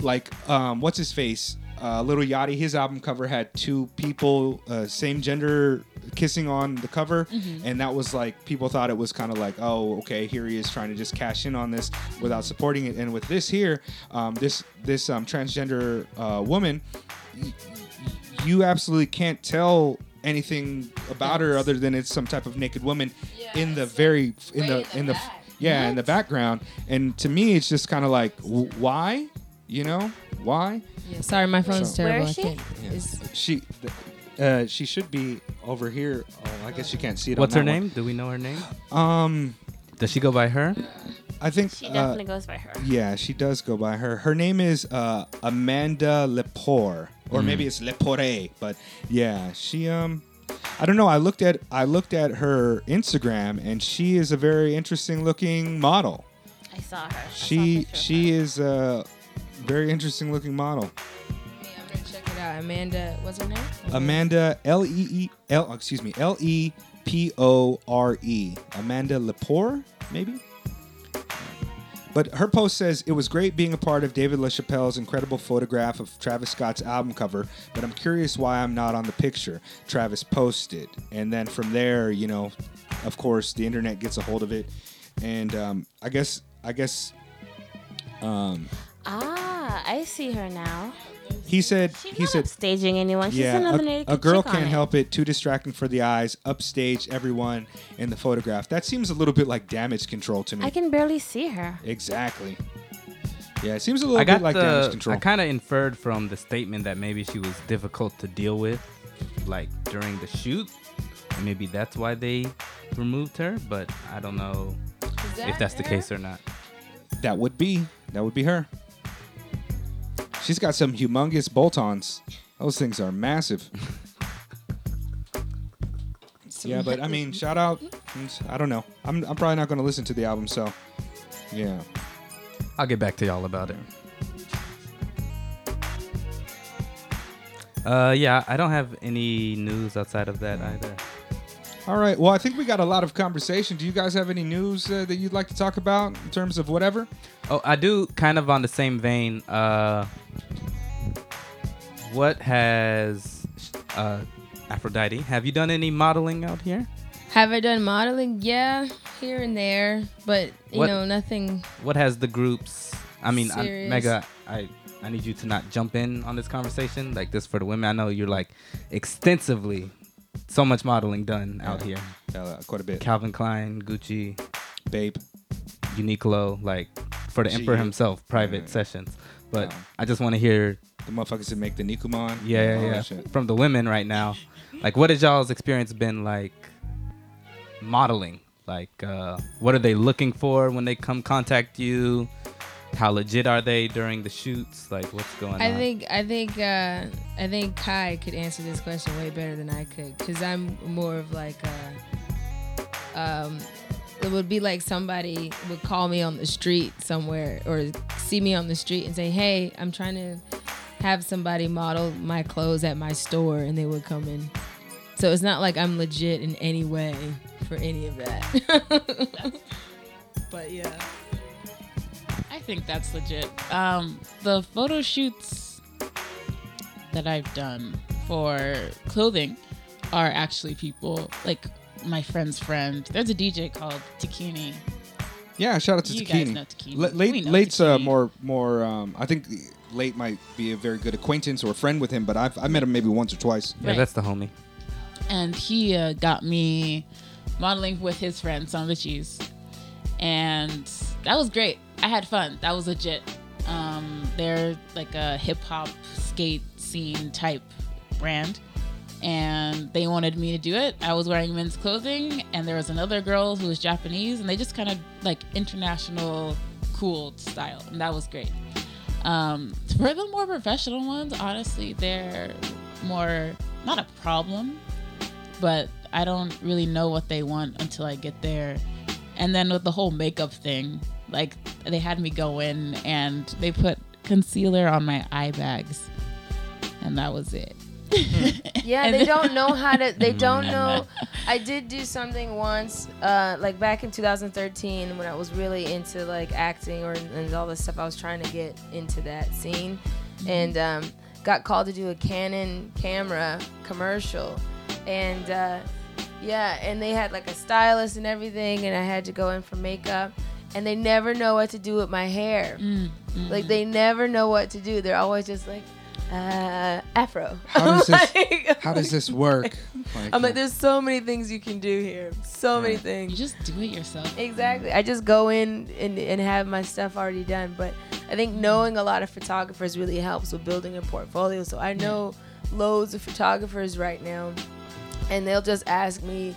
like um, what's his face uh, little yachty his album cover had two people uh, same gender kissing on the cover and that was like people thought it was kind of like oh okay here he is trying to just cash in on this without supporting it and with this here um, this this um, transgender uh, woman y- y- you absolutely can't tell anything about her other than it's some type of naked woman in the very in the in the, yeah in the background and to me it's just kind of like w- why you know why
Yeah, sorry, my phone's
So-
Where
terrible.
is
I
she?
can't. It's,
she th- uh, she should be over here oh i guess you can't see it on
What's her
that one.
name? Do we know her name?
um
Does she go by her?
i think
She
uh,
definitely goes by her.
yeah she does go by her her name is uh, amanda lepore or maybe it's lepore but yeah she um I don't know. I looked at I looked at her Instagram, and she is a very interesting looking model.
I saw her. I saw a
She
picture of
she
her.
is a very interesting looking model.
I'm gonna check it out. Amanda, what's her name?
Uh,
Amanda L E E L excuse me L E P O R E Amanda Lepore maybe. But her post says it was great being a part of David LaChapelle's incredible photograph of Travis Scott's album cover, but I'm curious why I'm not on the picture. Travis posted, and then from there, you know, of course, the internet gets a hold of it, and um, I guess I guess
Ah, I see her now.
he said
She's
he
not
said
staging anyone. She's
yeah,
another
a,
naked
a girl
chick on
can't
it.
help it. Too distracting for the eyes. Upstage everyone in the photograph. That seems a little bit like damage control to me.
I can barely see her.
exactly. Yeah, it seems a little
I got
bit like damage
the.
control.
I kind of inferred from the statement that maybe she was difficult to deal with, like during the shoot. And maybe that's why they removed her, but I don't know if that's the case or not.
that would be that would be her. She's got some humongous bolt-ons. Those things are massive.
[LAUGHS]
yeah, but I mean, shout out. I don't know. I'm, I'm probably not going to listen to the album, so yeah.
I'll get back to y'all about it. Uh, yeah, I don't have any news outside of that either.
All right. Well, I think we got a lot of conversation. Do you guys have any news uh, that you'd like to talk about in terms of whatever?
Oh, I do kind of on the same vein. Uh, what has uh, Aphrodite? Have you done any modeling out here?
Have I done modeling? Yeah, here and there, but you
What-
know nothing.
What has the groups? I mean, I,
Serious.
Mega, I I need you to not jump in on this conversation like this for the women. I know you're like extensively so much modeling done out here.
Uh, quite a bit.
Calvin Klein, Gucci,
Babe.
Uniqlo, like for the
Gee.
emperor himself, private
Yeah.
sessions. But
Wow.
I just want to hear,
The motherfuckers that make the Nikuman.
yeah,
all that
yeah, yeah,
shit.
from the women right now. Like, what has y'all's experience been like modeling? Like, uh, what are they looking for when they come contact you? How legit are they during the shoots? Like, what's going
I
on?
think I think uh, I think Kai could answer this question way better than I could because I'm more of like a, um, it would be like somebody would call me on the street somewhere or see me on the street and say, "Hey, I'm trying to have somebody model my clothes at my store," and they would come in. So it's not like I'm legit in any way for any of [LAUGHS] that. but yeah.
I think that's legit. Um, the photo shoots that I've done for clothing are actually people like my friend's friend. There's a DJ called Tikini.
Yeah, shout out to
You
Takini.
guys know Takini.
La-
We
late,
know
late's uh,
Takini.
more, more. Um, I think late might be a very good acquaintance or friend with him, but I've I met him maybe once or twice.
yeah,
Right.
that's the homie.
and he uh, got me modeling with his friend Son of a Cheese, and that was great. I had fun. That was legit. Um, they're like a hip hop skate scene type brand, and they wanted me to do it. I was wearing men's clothing, and there was another girl who was Japanese, and they just kind of like international cool style, and that was great. Um, for the more professional ones, honestly, they're more not a problem, but I don't really know what they want until I get there. And then with the whole makeup thing, like they had me go in and they put concealer on my eye bags, and that was it.
Yeah,
And
they
then-
don't know how to. They don't know. I did do something once, uh, like back in 2013, when I was really into like acting or and all this stuff. I was trying to get into that scene,
Mm-hmm.
and um, got called to do a Canon camera commercial, and uh, yeah, and they had like a stylist and everything, and I had to go in for makeup, and they never know what to do with my hair.
Mm-hmm.
Like they never know what to do. They're always just like. Uh, afro.
How
[LAUGHS]
does this-
Like-
How does this
[LAUGHS]
work? Like,
I'm like, there's so many things you can do here. So many
[LAUGHS] You
things.
just do it yourself.
Exactly. I just go in and, and have my stuff already done. But I think knowing a lot of photographers really helps with building a portfolio. So I know loads of photographers right now, and they'll just ask me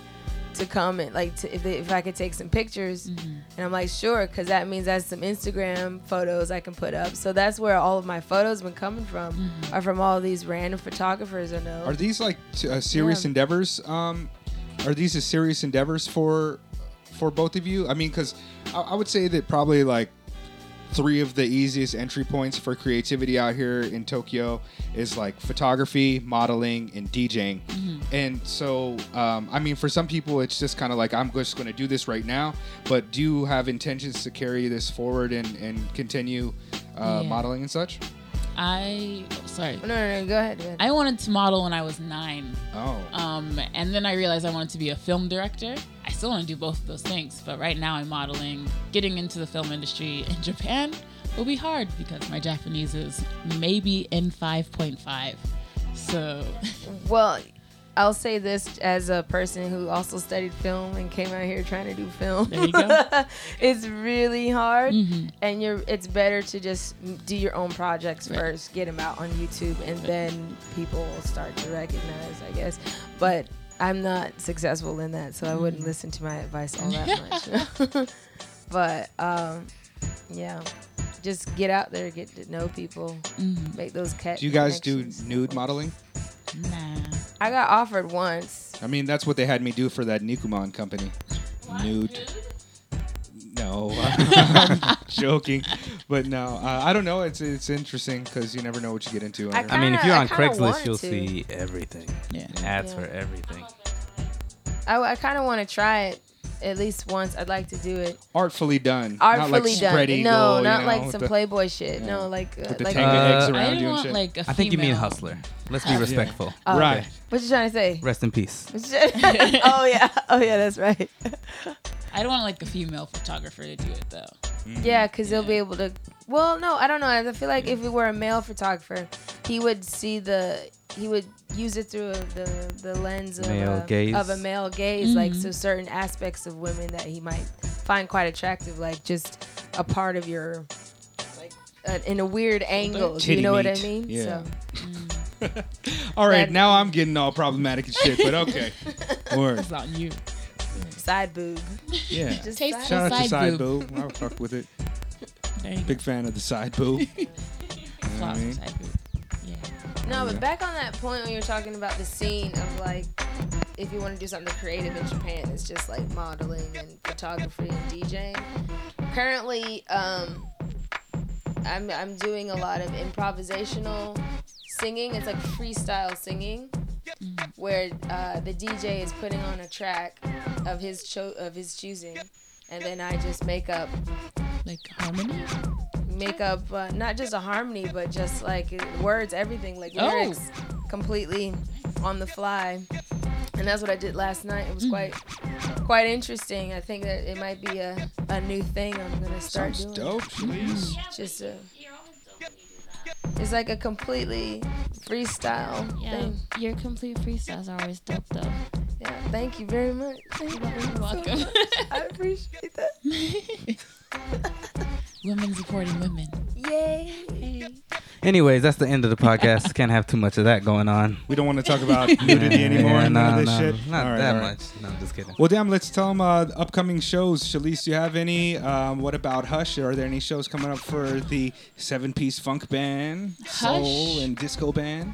to come and like to, if, they, if I could take some pictures.
Mm-hmm.
And I'm like, sure, because that means that's some Instagram photos I can put up. So that's where all of my photos been coming from are from all these random photographers I know.
Mm-hmm. Are these like t- uh, serious
Yeah.
endeavors? Um, are these a serious endeavors for for both of you? I mean, because I, I would say that probably like three of the easiest entry points for creativity out here in Tokyo is like photography, modeling, and DJing. And so, um, I mean, for some people, it's just kind of like I'm just going to do this right now. But do you have intentions to carry this forward and and continue uh,
Yeah.
modeling and such?
I sorry.
No, no, no. Go ahead. Go ahead.
I wanted to model when I was nine.
Oh,
Um, and then I realized I wanted to be a film director. I still want to do both of those things, but right now I'm modeling. Getting into the film industry in Japan will be hard because my Japanese is maybe N5.5. So, [LAUGHS]
Well, I'll say this as a person who also studied film and came out here trying to do film.
There you go.
[LAUGHS]
Mm-hmm.
it's really hard, and you're. It's better to just do your own projects
Right.
first, get them out on YouTube, and then people will start to recognize, I guess. But I'm not successful in that, so I wouldn't
Mm-hmm.
listen to my advice all that
[LAUGHS]
much. [LAUGHS] but um, yeah, just get out there, get to know people,
Mm-hmm.
make those catch.
do you guys do nude modeling?
nah.
I got offered once.
I mean, that's what they had me do for that Nikuman company. Nude.
[LAUGHS]
No, [LAUGHS] I'm joking, but no, uh, I don't know. It's it's interesting because you never know what you get into.
I
under-
I mean, if
Kinda-
you're
I
on
kinda
Craigslist,
wanted
you'll
to.
see everything.
Yeah.
Ads
Yeah.
for everything.
I, I kind of want to try it at least once. I'd like to do it
artfully done,
artfully
not like
done.
spread eagle,
no,
you
not
know,
like
with
some
the-
Playboy shit. No, like uh,
with the
like.
tangled
Uh,
eggs around
I
you
didn't
and
want
shit.
like a female.
I think you mean hustler. Let's be respectful.
Oh,
right.
What you trying
[LAUGHS]
to say? [LAUGHS]
Rest in peace.
What you trying- oh yeah, oh yeah, that's right.
I don't want like a female photographer to do it though.
Yeah, because they'll be able to. Well, no, I don't know. I feel like if it were a male photographer, he would see the. He would use it through the the lens of,
Male
a,
gaze.
of a male gaze, like so certain aspects of women that he might find quite attractive, like just a part of your, like, uh, in a weird angle. Do
Titty
you know what I
meat.
mean?
Yeah.
So
All right,
That-
now I'm getting all problematic and shit,
[LAUGHS]
but okay. Word.
It's not you.
side boob.
Yeah.
Just
Tasteful
Shout out to
side,
Side
boob.
Boo. I fuck with it.
There you go.
Big fan of the Side Boo. You know what I
Flop
mean?
side boob. Yeah.
No, but back on that point when you were talking about the scene of like, if you want to do something creative in Japan, it's just like modeling and photography and DJing. Currently, um, I'm I'm doing a lot of improvisational singing. It's like freestyle singing, where uh, the DJ is putting on a track of his cho- of his choosing, and then I just make up
Like harmony.
make up uh, not just a harmony, but just like words, everything, like
Oh.
lyrics, completely on the fly. And that's what I did last night. It was quite quite interesting. I think that it might be a, a new thing I'm gonna start
Sounds
doing.
dope, Shalise.
Just a, it's like a completely freestyle
Yeah,
thing.
your complete freestyles are always dope, though.
Yeah. Thank you very much. Thank you so
[LAUGHS] welcome.
much. I appreciate that.
women supporting women.
Yay.
Anyways, that's the end of the podcast. Can't have too much of that going on.
We don't want to talk about nudity
Yeah,
anymore.
yeah,
and
no,
none of this
no,
shit.
Not
All right,
that
all right.
much. No, I'm just kidding.
Well, damn, let's tell them uh, the upcoming shows. Shalise, do you have any? Um, what about Hush? Are there any shows coming up for the seven piece funk band, soul,
Hush.
and disco band?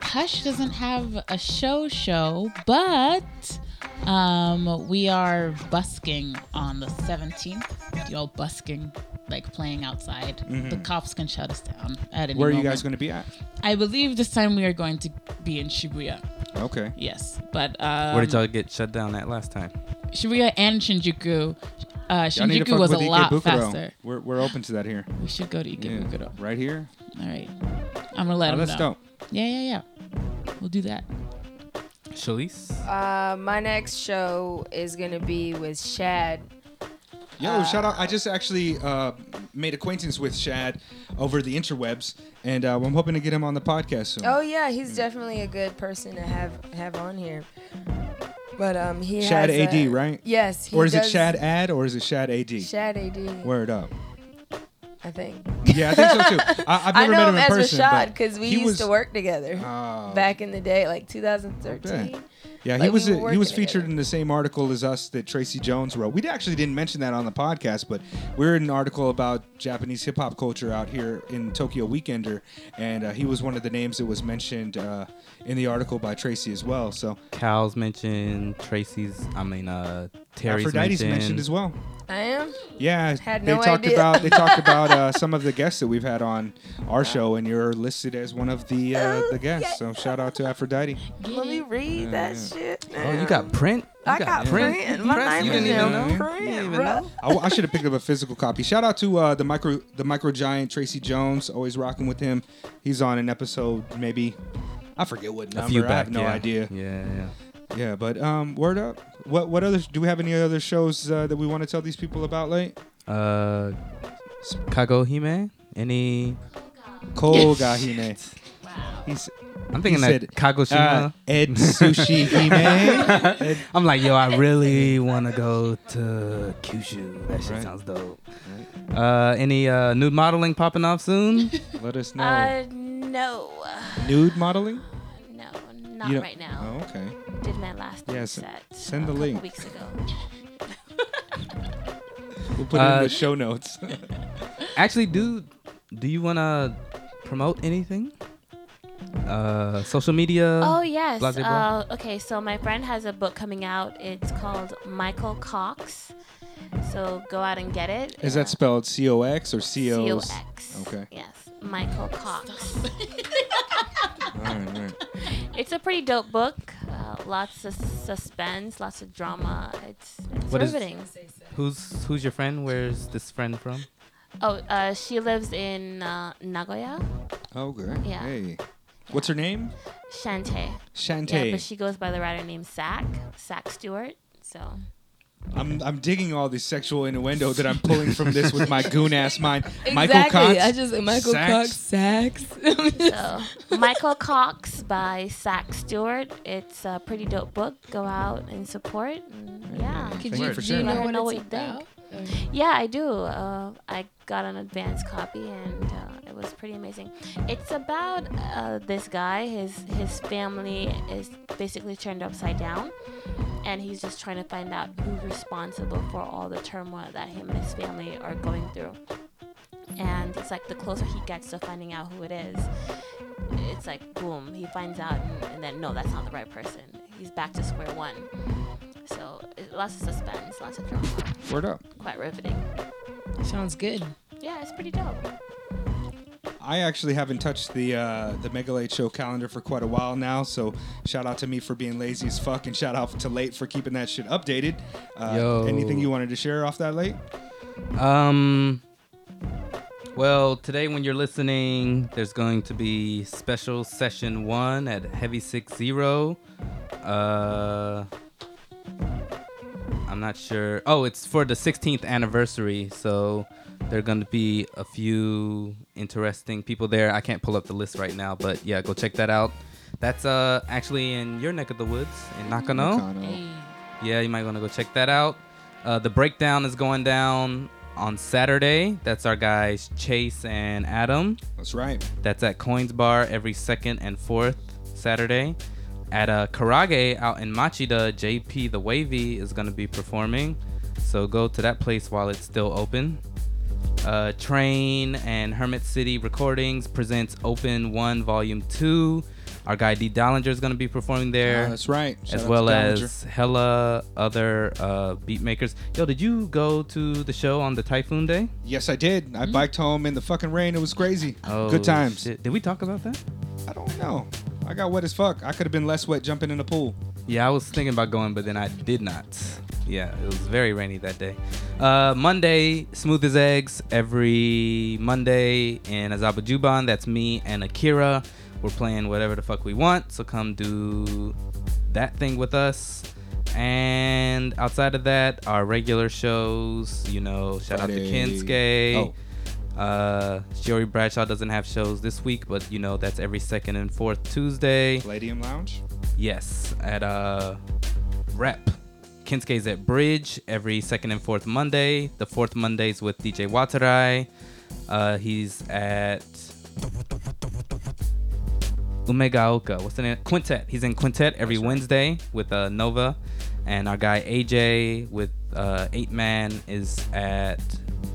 Hush doesn't have a show show, but um, we are busking on the 17th. Y'all busking, like playing outside. The cops can shut us down at any
Mm-hmm. Where are you
moment.
guys going to be at?
I believe this time we are going to be in Shibuya.
Okay.
Yes, but um,
Where did y'all get shut down at last time?
Shibuya and Shinjuku. Uh,
Y'all need to
Shinjuku
fuck
was a
with Ike
lot
Bukuro.
faster.
We're, we're open to that here.
We should go to
Yeah.
Ikebukuro.
Right here.
All right, I'm gonna let
Oh,
him
that's
know.
dope.
Yeah, yeah, yeah. We'll do that.
Shalise?
Uh, my next show is gonna be with Shad.
Yo,
Uh,
shout out! I just actually uh, made acquaintance with Shad over the interwebs, and uh, I'm hoping to get him on the podcast soon.
Oh yeah, he's definitely a good person to have have on here. But um, he
Shad
has
AD,
a-
right?
Yes. he
Or is it
does-
Shad Ad or is it Shad AD?
Shad AD.
Word up.
I think.
Yeah, I think so
[LAUGHS]
too. I, I've
I
never
know
met him
him
in
as
person.
Rashad
but
because we
he
used
was,
to work together
Oh.
back in the day, like 2013.
Yeah. Yeah, he
Like, we
was
were
he
working
was featured
together.
in the same article as us that Tracy Jones wrote. We actually didn't mention that on the podcast, but we were in an article about Japanese hip hop culture out here in Tokyo Weekender, and uh, he was one of the names that was mentioned uh, in the article by Tracy as well. So
Cal's mentioned, Tracy's, I mean, uh, Terry's
Aphrodite's mentioned.
mentioned
as well.
I am.
Yeah,
Had
they
no
talked
idea.
about they talked about
[LAUGHS]
uh, some of the guests that we've had on our show, and you're listed as one of the
Oh,
uh, the guests. So shout out to Aphrodite.
Let me read that shit.
Oh, you
now.
got print? You
I got print. My
Press?
name
You
is
didn't even
know.
in
You
print, bro.
I, I should have picked up a physical copy. Shout out to uh, the micro the micro giant Tracy Jones, always rocking with him. He's on an episode maybe I forget what number.
A few
I
back,
have no
yeah.
idea. Yeah.
Yeah, yeah.
but um, word up. What what other do we have any other shows uh, that we want to tell these people about? Late
Uh, Kagohime? Any?
Cole Gahime. He's
I'm thinking
He
that
said,
Kagoshima.
uh, Ed Sushi Hime. Ed-
I'm like, yo, I
[LAUGHS]
really want to go to Kyushu. That shit
Right.
sounds dope. Uh, any uh, nude modeling popping off soon?
let us know.
Uh, no,
Nude modeling?
no, not
You don't-
right now.
Oh, okay.
Did my last
Yeah,
yeah,
sen-
set.
send
a
the
couple
link.
Weeks ago.
We'll put it in
Uh,
the show notes.
Actually, do do you want to promote anything? Uh, social media.
Oh yes.
blah, blah, blah.
Uh, okay, so my friend has a book coming out. It's called Michael Cox. So go out and get it.
Is that spelled C O X or C O?
C-O-X.
Okay.
Yes, Michael Cox.
All right, all right.
It's a pretty dope book. Uh, lots of suspense, lots of drama. It's, it's
What is-
riveting.
Who's who's your friend? Where's this friend from?
Oh, uh, she lives in uh, Nagoya,
Okay.
Yeah.
Oh, Hey. What's her name?
Shante.
Shantae.
Yeah, but she goes by the writer named Sack, Sack Stewart. So
I'm, I'm digging all this sexual innuendo that I'm pulling from this with my goon
[LAUGHS]
ass mind. Michael
exactly.
Cox.
I just Michael
Sacks.
Cox sacks.
So, [LAUGHS] Michael Cox by Sack Stewart. It's a pretty dope book. Go out and support. and yeah.
Could
Thank
you,
you for
do you
sharing
know
that.
what,
Know what
it's
you think.
about? Or-
Yeah, I do. Uh, I got an advance copy, and uh, it was pretty amazing. It's about uh, this guy. His his family is basically turned upside down, and he's just trying to find out who's responsible for all the turmoil that him and his family are going through. And it's like the closer he gets to finding out who it is, it's like boom, he finds out, and, and then no, that's not the right person. He's back to square one. So it- lots of suspense, lots of drama,
Word up.
quite riveting.
Sounds good.
Yeah, it's pretty dope.
I actually haven't touched the uh, the Mega Late Show calendar for quite a while now, so shout out to me for being lazy as fuck, and shout out to Late for keeping that shit updated. Uh,
Yo.
Anything you wanted to share off that Late?
Um. Well, today when you're listening, there's going to be special session one at Heavy Six Zero. Uh, I'm not sure. Oh, it's for the 16th anniversary, so there are going to be a few interesting people there. I can't pull up the list right now, but yeah, go check that out. That's uh actually in your neck of the woods in Nakano.
Nakano.
Yeah, you might want to go check that out. Uh, the breakdown is going down on Saturday. That's our guys Chase and Adam.
That's right.
That's at Coins Bar every second and fourth Saturday. At uh, Karage out in Machida, JP the Wavy is going to be performing. So go to that place while it's still open. Uh, Train and Hermit City Recordings presents Open 1 Volume 2. Our guy D. Dollinger is going to be performing there
Uh, that's right. Shout out
as
to
well
Dowager.
as hella other uh, beat makers. Yo, did you go to the show on the typhoon day?
Yes, I did. I biked home in the fucking rain. It was crazy. Good times.
Hmm? Oh, shit. Did we talk about that?
I don't know. I got wet as fuck. I could have been less wet jumping in the pool.
Yeah, I was thinking about going, but then I did not. Yeah, it was very rainy that day. Uh, Monday, Smooth as Eggs, every Monday in Azabajuban. That's me and Akira. We're playing whatever the fuck we want, so come do that thing with us. And outside of that, our regular shows, you know, shout
Friday.
out to Kensuke.
Oh.
Uh, Joey Bradshaw doesn't have shows this week, but you know, that's every second and fourth Tuesday.
Palladium Lounge.
Yes, at uh, Rep. Kinsuke's at Bridge every second and fourth Monday. The fourth Mondays with DJ Watarai. Uh, he's at Umegaoka. What's the name? Quintet. He's in Quintet every Wednesday with uh, Nova. And our guy AJ with uh, Eight Man is at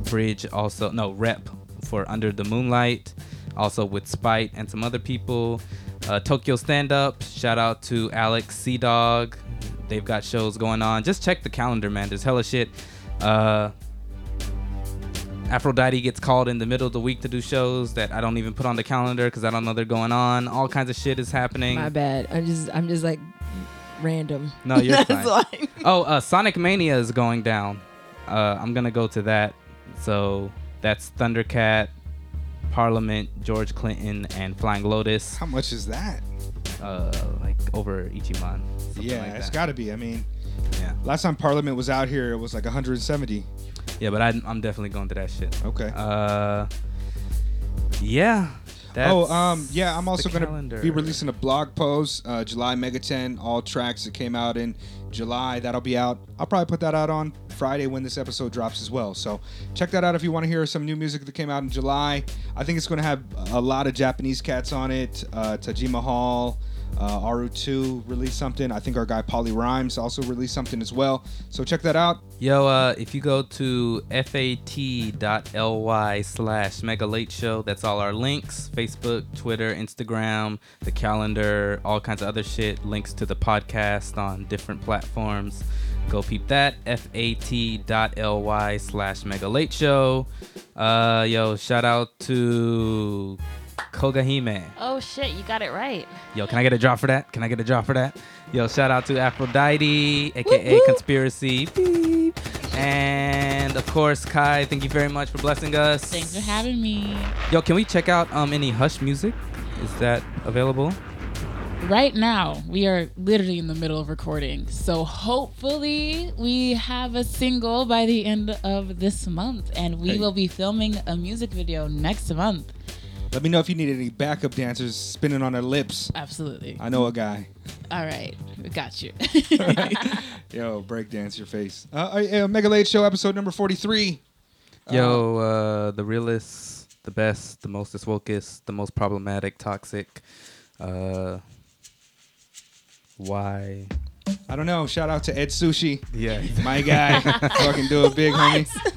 Bridge also. No, Rep for Under the Moonlight. Also with Spite and some other people. Uh, Tokyo Stand Up. Shout out to Alex Sea Dog. They've got shows going on. Just check the calendar, man. There's hella shit. Uh, Aphrodite gets called in the middle of the week to do shows that I don't even put on the calendar because I don't know they're going on. All kinds of shit is happening.
My bad. I'm just I'm just like random.
No,
[LAUGHS]
you're
That's
fine.
why.
Oh, uh, Sonic Mania is going down. Uh, I'm gonna go to that. So that's Thundercat, Parliament, George Clinton, and Flying Lotus.
How much is that?
Uh, like over Ichiman. something
yeah,
like
it's
that.
got to be. I mean,
Yeah.
last time Parliament was out here, it was like 170.
Yeah, but I'm, I'm definitely going to that shit.
Okay.
Uh, yeah. That's
oh, um, yeah, I'm also
the
going to
calendar.
be releasing a blog post, uh, July Mega 10, all tracks that came out in July. That'll be out. I'll probably put that out on Friday when this episode drops as well. So check that out if you want to hear some new music that came out in July. I think it's going to have a lot of Japanese cats on it. Uh, Tajima Hall, uh, Aru2 released something. I think our guy Polly Rhymes also released something as well. So check that out.
Yo, uh, if you go to fat.ly slash mega late show, that's all our links Facebook, Twitter, Instagram, the calendar, all kinds of other shit, links to the podcast on different platforms. Go peep that, fat.ly slash mega late show. Uh, yo, shout out to Kogahime.
Oh shit, you got it right.
Yo, can I get a drop for that? Can I get a drop for that? Yo, shout out to Aphrodite, aka Conspiracy. Beep. And of course, Kai, thank you very much for blessing us.
Thanks for having me.
Yo, can we check out um any Hush music? Is that available?
Right now, we are literally in the middle of recording. So hopefully, we have a single by the end of this month, and we
Hey.
will be filming a music video next month.
Let me know if you need any backup dancers spinning on their lips.
Absolutely.
I know a guy.
All right, we got you. [LAUGHS]
Yo, break dance your face. Uh, uh, uh, Mega Late Show episode number 43.
Yo, uh, the realest, the best, the most wokest, the most problematic, toxic. Uh, why?
I don't know. Shout out to Ed Sushi.
Yeah.
My guy. Fucking do it big, homie.